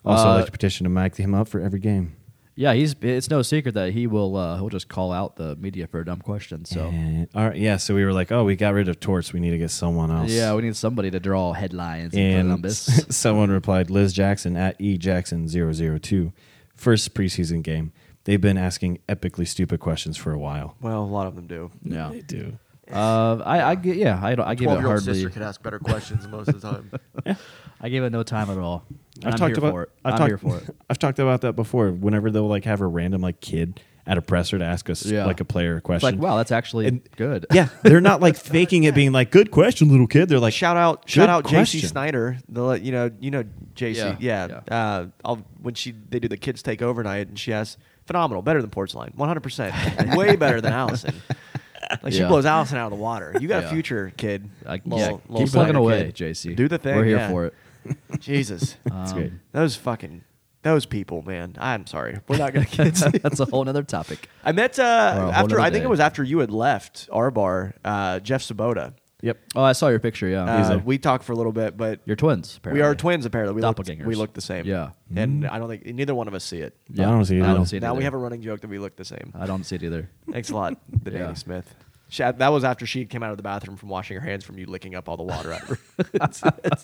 [SPEAKER 3] Also, I'd
[SPEAKER 1] Uh,
[SPEAKER 3] like to petition to mic him up for every game.
[SPEAKER 1] Yeah, he's. It's no secret that he will. Uh, he'll just call out the media for a dumb question. So
[SPEAKER 3] And- all right, yeah. So we were like, oh, we got rid of Torts. We need to get someone else.
[SPEAKER 1] yeah, we need somebody to draw headlines in
[SPEAKER 3] And <laughs>
[SPEAKER 1] Columbus.
[SPEAKER 3] someone replied, Liz Jackson at E Jackson 002. First preseason game. They've been asking epically stupid questions for a while.
[SPEAKER 2] Well, a lot of them do.
[SPEAKER 1] yeah.
[SPEAKER 3] do.
[SPEAKER 1] Uh, I, I gi- yeah, I, don't- I give it hardly.
[SPEAKER 2] ask better questions most of the time. <laughs>
[SPEAKER 1] I give it no time at all. And
[SPEAKER 3] I've
[SPEAKER 1] I'm
[SPEAKER 3] talked
[SPEAKER 1] here
[SPEAKER 3] about
[SPEAKER 1] for it.
[SPEAKER 3] I've
[SPEAKER 1] I'm
[SPEAKER 3] <laughs> talked,
[SPEAKER 1] here for it.
[SPEAKER 3] I've talked about that before. Whenever they'll like have a random like kid at a presser to ask us
[SPEAKER 1] Yeah.
[SPEAKER 3] like a player a
[SPEAKER 1] It's
[SPEAKER 3] question.
[SPEAKER 1] like, wow, that's actually
[SPEAKER 3] And-
[SPEAKER 1] good.
[SPEAKER 3] <laughs> yeah, they're not like faking it, being like, "Good question, little kid." They're like,
[SPEAKER 2] shout out,
[SPEAKER 3] "Good
[SPEAKER 2] shout out,
[SPEAKER 3] question."
[SPEAKER 2] JC Snyder. The le- you know, you know, JC.
[SPEAKER 1] Yeah,
[SPEAKER 2] Yeah.
[SPEAKER 1] yeah.
[SPEAKER 2] Uh, I'll, when she they do the kids take overnight, and she has phenomenal, better than Porcelain, one hundred percent,
[SPEAKER 3] <laughs>
[SPEAKER 2] way better than Allison. Like she
[SPEAKER 1] Yeah.
[SPEAKER 2] blows Allison out of the water. You got
[SPEAKER 1] Yeah.
[SPEAKER 2] a future, kid.
[SPEAKER 1] Like,
[SPEAKER 2] Little-
[SPEAKER 1] yeah,
[SPEAKER 2] little
[SPEAKER 1] keep
[SPEAKER 2] Snyder
[SPEAKER 1] plugging away,
[SPEAKER 2] kid.
[SPEAKER 1] JC.
[SPEAKER 2] Do the thing.
[SPEAKER 1] We're here
[SPEAKER 2] yeah.
[SPEAKER 1] for it.
[SPEAKER 2] <laughs>
[SPEAKER 1] Um,
[SPEAKER 2] Jesus,
[SPEAKER 1] That's
[SPEAKER 3] great.
[SPEAKER 2] those fucking those people, man. I'm
[SPEAKER 3] <laughs>
[SPEAKER 2] sorry, we're
[SPEAKER 1] <laughs>
[SPEAKER 2] not gonna get into
[SPEAKER 1] that's a whole other topic.
[SPEAKER 2] I met uh,
[SPEAKER 1] whole
[SPEAKER 2] after
[SPEAKER 1] nother
[SPEAKER 2] I think
[SPEAKER 1] day.
[SPEAKER 2] it was after you had left our bar, uh, Jeff Sabota.
[SPEAKER 3] "Yep,
[SPEAKER 1] Oh, I saw your picture. Yeah,
[SPEAKER 2] Uh,
[SPEAKER 3] there.
[SPEAKER 2] we talked for a little bit, but
[SPEAKER 1] you're twins. Apparently.
[SPEAKER 2] we are twins apparently. We
[SPEAKER 1] Doppelgangers.
[SPEAKER 2] Look, we look the same.
[SPEAKER 1] Yeah.
[SPEAKER 2] and I don't think neither one of us see it.
[SPEAKER 1] Yeah,
[SPEAKER 3] I don't see it at all.
[SPEAKER 1] it
[SPEAKER 2] now we
[SPEAKER 1] either.
[SPEAKER 2] have a running joke that we look the same.
[SPEAKER 1] I don't see it either.
[SPEAKER 2] Thanks
[SPEAKER 1] <laughs>
[SPEAKER 2] a lot, the Danny
[SPEAKER 1] Yeah.
[SPEAKER 2] Smith. She, that was after she came out of the bathroom from washing her hands from you licking up all the water out of her.
[SPEAKER 1] <laughs>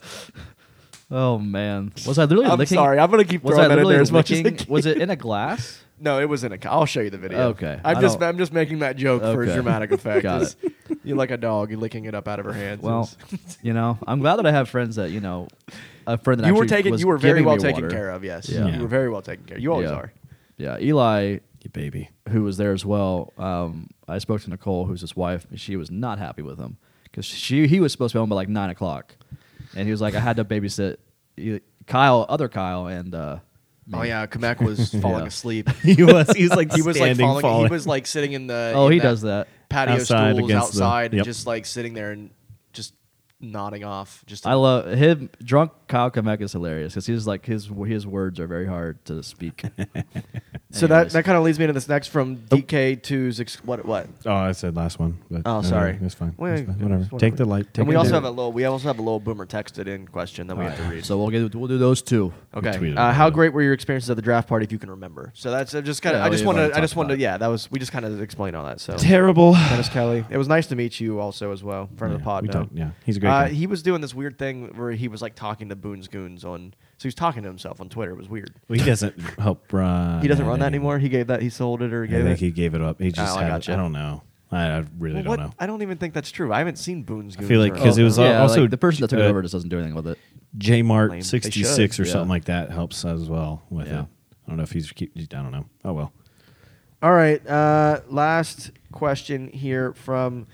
[SPEAKER 1] Oh man, was I literally?
[SPEAKER 2] I'm
[SPEAKER 1] licking,
[SPEAKER 2] sorry. I'm gonna keep
[SPEAKER 1] was
[SPEAKER 2] throwing
[SPEAKER 1] I
[SPEAKER 2] that in
[SPEAKER 1] literally
[SPEAKER 2] there as much as I
[SPEAKER 1] licking-
[SPEAKER 2] can.
[SPEAKER 1] Was it in a glass?
[SPEAKER 2] No, it was in a. co- I'll show you the video.
[SPEAKER 1] Okay. I
[SPEAKER 2] I'm just
[SPEAKER 1] don't-
[SPEAKER 2] I'm just making that joke for
[SPEAKER 1] Okay. <laughs>
[SPEAKER 2] dramatic effect.
[SPEAKER 1] Got
[SPEAKER 2] It's- You're like a dog. You're licking it up out of her hands. <laughs>
[SPEAKER 1] Well, <laughs>
[SPEAKER 2] It's-
[SPEAKER 1] you know, I'm glad that I have friends that you know, a friend that
[SPEAKER 2] you were
[SPEAKER 1] actually
[SPEAKER 2] taken.
[SPEAKER 1] was
[SPEAKER 2] You were very
[SPEAKER 1] giving
[SPEAKER 2] well
[SPEAKER 1] me
[SPEAKER 2] taken
[SPEAKER 1] water.
[SPEAKER 2] care of. Yes,
[SPEAKER 1] Yeah.
[SPEAKER 2] you were very well taken care. of. You always
[SPEAKER 1] yeah.
[SPEAKER 2] are.
[SPEAKER 1] Yeah, Eli,
[SPEAKER 3] you baby."
[SPEAKER 1] who was there as well. Um, I spoke to Nicole, who's his wife. and She was not happy with him because she he was supposed to be home by like nine o'clock, and he was like, I had to babysit e- Kyle, other Kyle, and uh,
[SPEAKER 2] Oh yeah, Kamek <laughs> was falling
[SPEAKER 1] Yeah.
[SPEAKER 2] asleep.
[SPEAKER 3] he was. He was like
[SPEAKER 2] He was like
[SPEAKER 3] standing,
[SPEAKER 2] falling,
[SPEAKER 3] falling.
[SPEAKER 2] He was like sitting in the.
[SPEAKER 1] oh
[SPEAKER 2] in
[SPEAKER 1] he
[SPEAKER 2] that
[SPEAKER 1] does that.
[SPEAKER 2] Patio
[SPEAKER 3] Outside
[SPEAKER 2] stools
[SPEAKER 3] against the-
[SPEAKER 2] outside, and
[SPEAKER 3] yep.
[SPEAKER 2] just like sitting there and just nodding off. Just
[SPEAKER 1] I love him. Drunk Kyle Kamek is hilarious because he's like his his words are very hard to
[SPEAKER 2] <laughs>
[SPEAKER 1] speak.
[SPEAKER 2] so
[SPEAKER 1] Anyways.
[SPEAKER 2] that that kind of leads me to this next from DK 2s ex- what what.
[SPEAKER 3] oh, I said last one. But uh,
[SPEAKER 2] Oh, sorry.
[SPEAKER 3] it's fine.
[SPEAKER 2] Well,
[SPEAKER 3] It's fine.
[SPEAKER 2] I just
[SPEAKER 3] Whatever.
[SPEAKER 2] wanna
[SPEAKER 3] Take the
[SPEAKER 2] read-
[SPEAKER 3] light. Take
[SPEAKER 2] And we
[SPEAKER 3] the
[SPEAKER 2] also
[SPEAKER 3] light.
[SPEAKER 2] have a little. We also have a little boomer texted in question that we have to read.
[SPEAKER 1] so we'll get we'll do those two.
[SPEAKER 2] Okay.
[SPEAKER 3] tweeted
[SPEAKER 2] uh,
[SPEAKER 3] about
[SPEAKER 2] how
[SPEAKER 3] it.
[SPEAKER 2] great were your experiences at the draft party, if you can remember? So that's uh, just kind of.
[SPEAKER 1] Yeah,
[SPEAKER 2] I just
[SPEAKER 1] we've
[SPEAKER 2] wanted.
[SPEAKER 1] already
[SPEAKER 2] I just
[SPEAKER 1] talked
[SPEAKER 2] wanted.
[SPEAKER 1] about it.
[SPEAKER 2] Yeah, that was. We just kind of explained all that. So
[SPEAKER 3] <laughs>
[SPEAKER 2] <laughs>
[SPEAKER 3] terrible.
[SPEAKER 2] Dennis Kelly. It was nice to meet you also as well, friend of the
[SPEAKER 3] Yeah,
[SPEAKER 2] pod.
[SPEAKER 3] we
[SPEAKER 2] now.
[SPEAKER 3] talked- yeah, he's a great
[SPEAKER 2] Uh,
[SPEAKER 3] guy.
[SPEAKER 2] he was doing this weird thing where he was like talking to Boone's goons on. So he was talking to himself on Twitter. It was weird.
[SPEAKER 3] Well, he doesn't help run.
[SPEAKER 2] He doesn't run that
[SPEAKER 3] anymore.
[SPEAKER 2] anymore. He gave that. He sold it or
[SPEAKER 3] Uh, I
[SPEAKER 2] gave
[SPEAKER 3] think
[SPEAKER 2] it.
[SPEAKER 3] he gave it up. He just
[SPEAKER 2] I
[SPEAKER 3] had,
[SPEAKER 2] gotcha.
[SPEAKER 3] I don't know. I, I really
[SPEAKER 2] Well,
[SPEAKER 3] don't
[SPEAKER 2] what?
[SPEAKER 3] know.
[SPEAKER 2] I don't even think that's true. I haven't seen Boone's goons.
[SPEAKER 3] feel like
[SPEAKER 2] or-
[SPEAKER 3] 'cause it was
[SPEAKER 2] Oh,
[SPEAKER 3] all-
[SPEAKER 1] yeah,
[SPEAKER 3] also,
[SPEAKER 1] like, the person that took it
[SPEAKER 3] uh,
[SPEAKER 1] over just doesn't do anything with it.
[SPEAKER 3] J
[SPEAKER 2] Lame.
[SPEAKER 3] Mart
[SPEAKER 2] They
[SPEAKER 3] sixty six
[SPEAKER 2] should,
[SPEAKER 3] or
[SPEAKER 1] yeah.
[SPEAKER 3] something like that helps as well with
[SPEAKER 1] Yeah.
[SPEAKER 3] it. I don't know if he's keep. I don't know. Oh well.
[SPEAKER 2] All right. Uh, last question here from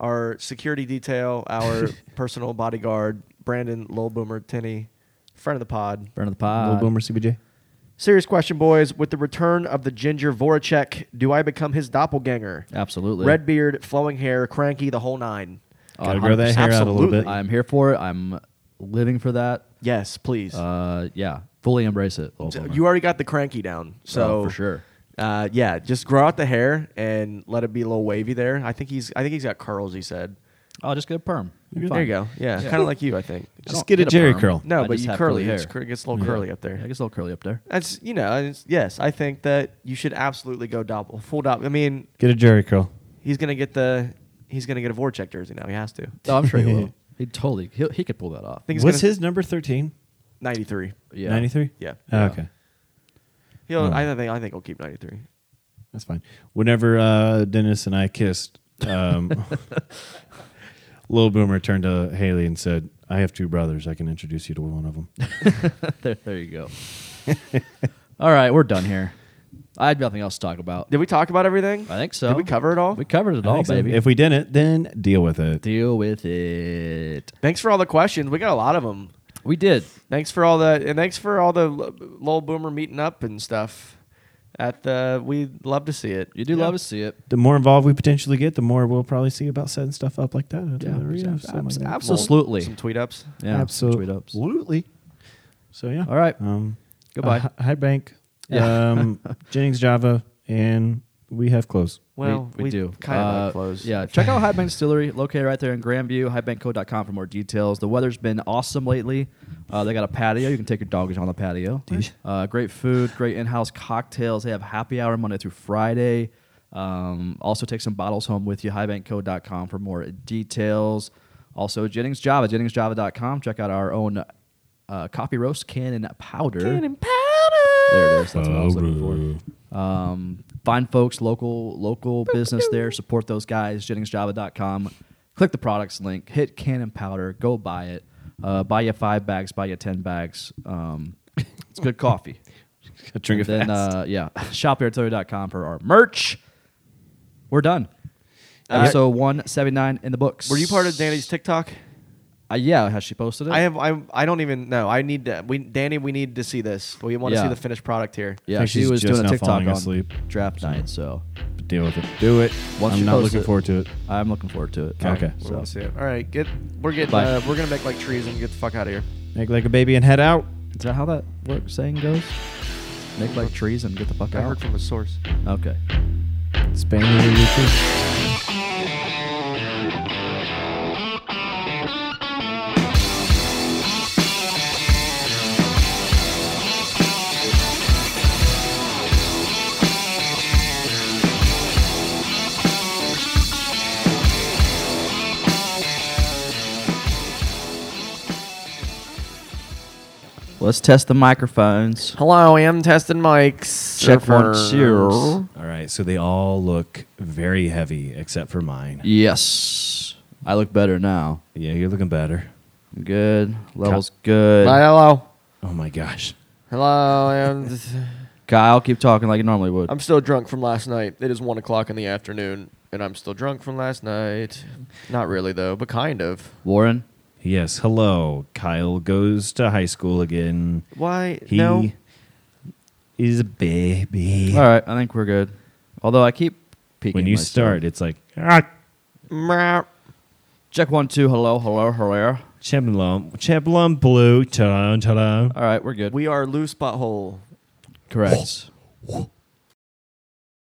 [SPEAKER 2] our security detail,
[SPEAKER 3] <laughs>
[SPEAKER 2] our personal bodyguard, Brandon Lowboomer Tinney, friend of the pod.
[SPEAKER 1] Burn of the
[SPEAKER 3] Little
[SPEAKER 1] pod.
[SPEAKER 3] boomer CBJ.
[SPEAKER 2] Serious question, boys. With the return of the ginger Voracek, do I become his doppelganger?
[SPEAKER 1] Absolutely.
[SPEAKER 2] Red beard, flowing hair, cranky, the whole nine.
[SPEAKER 3] Gotta grow that hair out a little
[SPEAKER 2] absolutely.
[SPEAKER 3] bit.
[SPEAKER 1] I'm here for it. I'm living for that.
[SPEAKER 2] Yes, please.
[SPEAKER 1] Uh, yeah, fully embrace it. Little Boomer.
[SPEAKER 2] you already got the cranky down, so
[SPEAKER 1] Oh, for sure.
[SPEAKER 2] Uh, yeah, just grow out the hair and let it be a little wavy there. I think he's. I think he's got curls. He said.
[SPEAKER 1] Oh, just get a perm. You're
[SPEAKER 2] There
[SPEAKER 1] fine.
[SPEAKER 2] you go. Yeah, kind of like you, I think.
[SPEAKER 3] Just
[SPEAKER 1] don't
[SPEAKER 3] get,
[SPEAKER 1] get
[SPEAKER 3] a
[SPEAKER 1] a
[SPEAKER 3] Jerry
[SPEAKER 1] perm.
[SPEAKER 3] curl.
[SPEAKER 2] No,
[SPEAKER 1] I
[SPEAKER 2] but
[SPEAKER 1] just
[SPEAKER 2] you
[SPEAKER 1] have
[SPEAKER 2] curly.
[SPEAKER 1] curly
[SPEAKER 2] It's
[SPEAKER 1] hair.
[SPEAKER 2] cur- it gets a little curly up
[SPEAKER 1] Yeah,
[SPEAKER 2] there.
[SPEAKER 1] it gets a little curly up there.
[SPEAKER 2] That's you know. It's, yes, I think that you should absolutely go double, full double. I mean,
[SPEAKER 3] Get a Jerry curl.
[SPEAKER 2] he's gonna get the. He's gonna get a Voracek jersey now. He has to.
[SPEAKER 1] Oh, I'm sure he
[SPEAKER 2] <laughs>
[SPEAKER 1] will. He totally. He he could pull that off.
[SPEAKER 2] think he's
[SPEAKER 3] What's
[SPEAKER 2] gonna-
[SPEAKER 3] his number? Thirteen.
[SPEAKER 2] Ninety three.
[SPEAKER 1] Yeah.
[SPEAKER 3] Ninety three.
[SPEAKER 2] Yeah.
[SPEAKER 3] okay.
[SPEAKER 2] He'll.
[SPEAKER 1] Hmm.
[SPEAKER 2] I think. I think he'll keep ninety three.
[SPEAKER 3] That's fine. Whenever uh, Dennis and I kissed,
[SPEAKER 2] <laughs>
[SPEAKER 3] um, Little Boomer turned to Haley and said, "I have two brothers. I can introduce you to one of them."
[SPEAKER 1] <laughs> There, there you go. <laughs> all right, we're done here. I had nothing else to talk about.
[SPEAKER 2] Did we talk about everything?
[SPEAKER 1] I think so.
[SPEAKER 2] Did we cover it all?
[SPEAKER 1] We covered it
[SPEAKER 3] I
[SPEAKER 1] all,
[SPEAKER 3] think so.
[SPEAKER 1] baby.
[SPEAKER 3] If we didn't, then deal with it.
[SPEAKER 1] Deal with it.
[SPEAKER 2] Thanks for all the questions. We got a lot of them.
[SPEAKER 1] We did.
[SPEAKER 2] Thanks for all the and thanks for all the L- Lowell Boomer meeting up and stuff. At the we love to see it.
[SPEAKER 1] You do
[SPEAKER 2] Yeah.
[SPEAKER 1] love to see it.
[SPEAKER 3] the more involved we potentially get, the more we'll probably see about setting stuff up like that.
[SPEAKER 1] Yeah,
[SPEAKER 3] Or, you know,
[SPEAKER 1] abs-
[SPEAKER 3] something like that.
[SPEAKER 2] abs-
[SPEAKER 1] Absolutely.
[SPEAKER 2] Some tweet ups.
[SPEAKER 1] Yeah,
[SPEAKER 3] Abso-
[SPEAKER 1] tweet ups.
[SPEAKER 3] Absolutely. So yeah.
[SPEAKER 1] All right.
[SPEAKER 3] Um,
[SPEAKER 1] Goodbye.
[SPEAKER 3] uh, hi- hi Bank.
[SPEAKER 1] Yeah. <laughs>
[SPEAKER 3] Um, Jennings Java, and we have closed.
[SPEAKER 2] Well,
[SPEAKER 1] we, we do.
[SPEAKER 2] kind of
[SPEAKER 1] Uh,
[SPEAKER 2] close.
[SPEAKER 1] Yeah, check <laughs> out High Bank Distillery, located right there in Grandview, highbankco.com for more details. The weather's been awesome lately. Uh, they got a patio. You can take your doggies on the patio. Uh, great food, great in house cocktails. They have happy hour Monday through Friday. Um, also, take some bottles home with you, highbankco.com for more details. Also, Jennings Java, jenningsjava.com. Check out our own uh, coffee roast, cannon powder. Cannon powder. There it is. That's what I was looking for. Um, find folks, local local business there. Support those guys. JenningsJava.com. Click the products link. Hit Cannon Powder. Go buy it. Uh, buy you five bags. Buy you ten bags. Um, it's good coffee.
[SPEAKER 3] <laughs> Drink it
[SPEAKER 1] And then,
[SPEAKER 3] fast.
[SPEAKER 1] uh, yeah, <laughs> shopbeartillery.com for our merch. We're done.
[SPEAKER 3] Uh,
[SPEAKER 1] Episode 179 in the books.
[SPEAKER 2] Were you part of Danny's TikTok?
[SPEAKER 1] Uh, yeah, has she posted it?
[SPEAKER 2] I have. I. I don't even know. I need to. We, Danny, we need to see this. We want to
[SPEAKER 1] Yeah.
[SPEAKER 2] see the finished product here.
[SPEAKER 1] Yeah,
[SPEAKER 3] think
[SPEAKER 1] she
[SPEAKER 3] she's
[SPEAKER 1] was
[SPEAKER 3] just
[SPEAKER 1] doing a
[SPEAKER 3] now
[SPEAKER 1] TikTok
[SPEAKER 3] falling
[SPEAKER 1] on
[SPEAKER 3] asleep.
[SPEAKER 1] draft night, so
[SPEAKER 3] Deal with it. Do it.
[SPEAKER 1] Once
[SPEAKER 3] I'm
[SPEAKER 1] you
[SPEAKER 3] not
[SPEAKER 1] post
[SPEAKER 3] looking
[SPEAKER 1] it.
[SPEAKER 3] forward to it.
[SPEAKER 1] I'm looking forward to it.
[SPEAKER 3] Okay.
[SPEAKER 2] We
[SPEAKER 1] So,
[SPEAKER 2] wanna see it. All right, get. We're getting.
[SPEAKER 1] Bye.
[SPEAKER 2] Uh, we're gonna make like trees and get the fuck out of here.
[SPEAKER 3] Make like a baby and head out.
[SPEAKER 1] is that how that work saying goes? Make like trees and get the fuck
[SPEAKER 2] I heard
[SPEAKER 1] out.
[SPEAKER 2] from a source.
[SPEAKER 1] Okay.
[SPEAKER 3] Spain will be too.
[SPEAKER 1] Let's test the microphones.
[SPEAKER 2] Hello, I am testing mics.
[SPEAKER 1] Check one, two.
[SPEAKER 3] All right, so they all look very heavy except for mine.
[SPEAKER 1] Yes. I look better now.
[SPEAKER 3] Yeah, you're looking better.
[SPEAKER 1] I'm good. Level's good.
[SPEAKER 2] Hi, hello.
[SPEAKER 3] Oh my gosh.
[SPEAKER 2] Hello, I am. <laughs>
[SPEAKER 1] Kyle, keep talking like you normally would.
[SPEAKER 2] I'm still drunk from last night. It is one o'clock in the afternoon, and I'm still drunk from last night. Not really though, but kind of.
[SPEAKER 1] Warren,
[SPEAKER 3] Yes, hello. Kyle goes to high school again.
[SPEAKER 2] Why?
[SPEAKER 3] He
[SPEAKER 2] no.
[SPEAKER 3] is a baby.
[SPEAKER 1] All right, I think we're good. Although I keep peeking.
[SPEAKER 3] When you
[SPEAKER 1] myself.
[SPEAKER 3] start, it's like, ah,
[SPEAKER 2] Meh.
[SPEAKER 1] check one, two. Hello, hello, hello.
[SPEAKER 3] Cheblum, Cheblum Blue, ta-da, ta-da.
[SPEAKER 1] All right, we're good.
[SPEAKER 2] We are loose butthole.
[SPEAKER 1] Correct.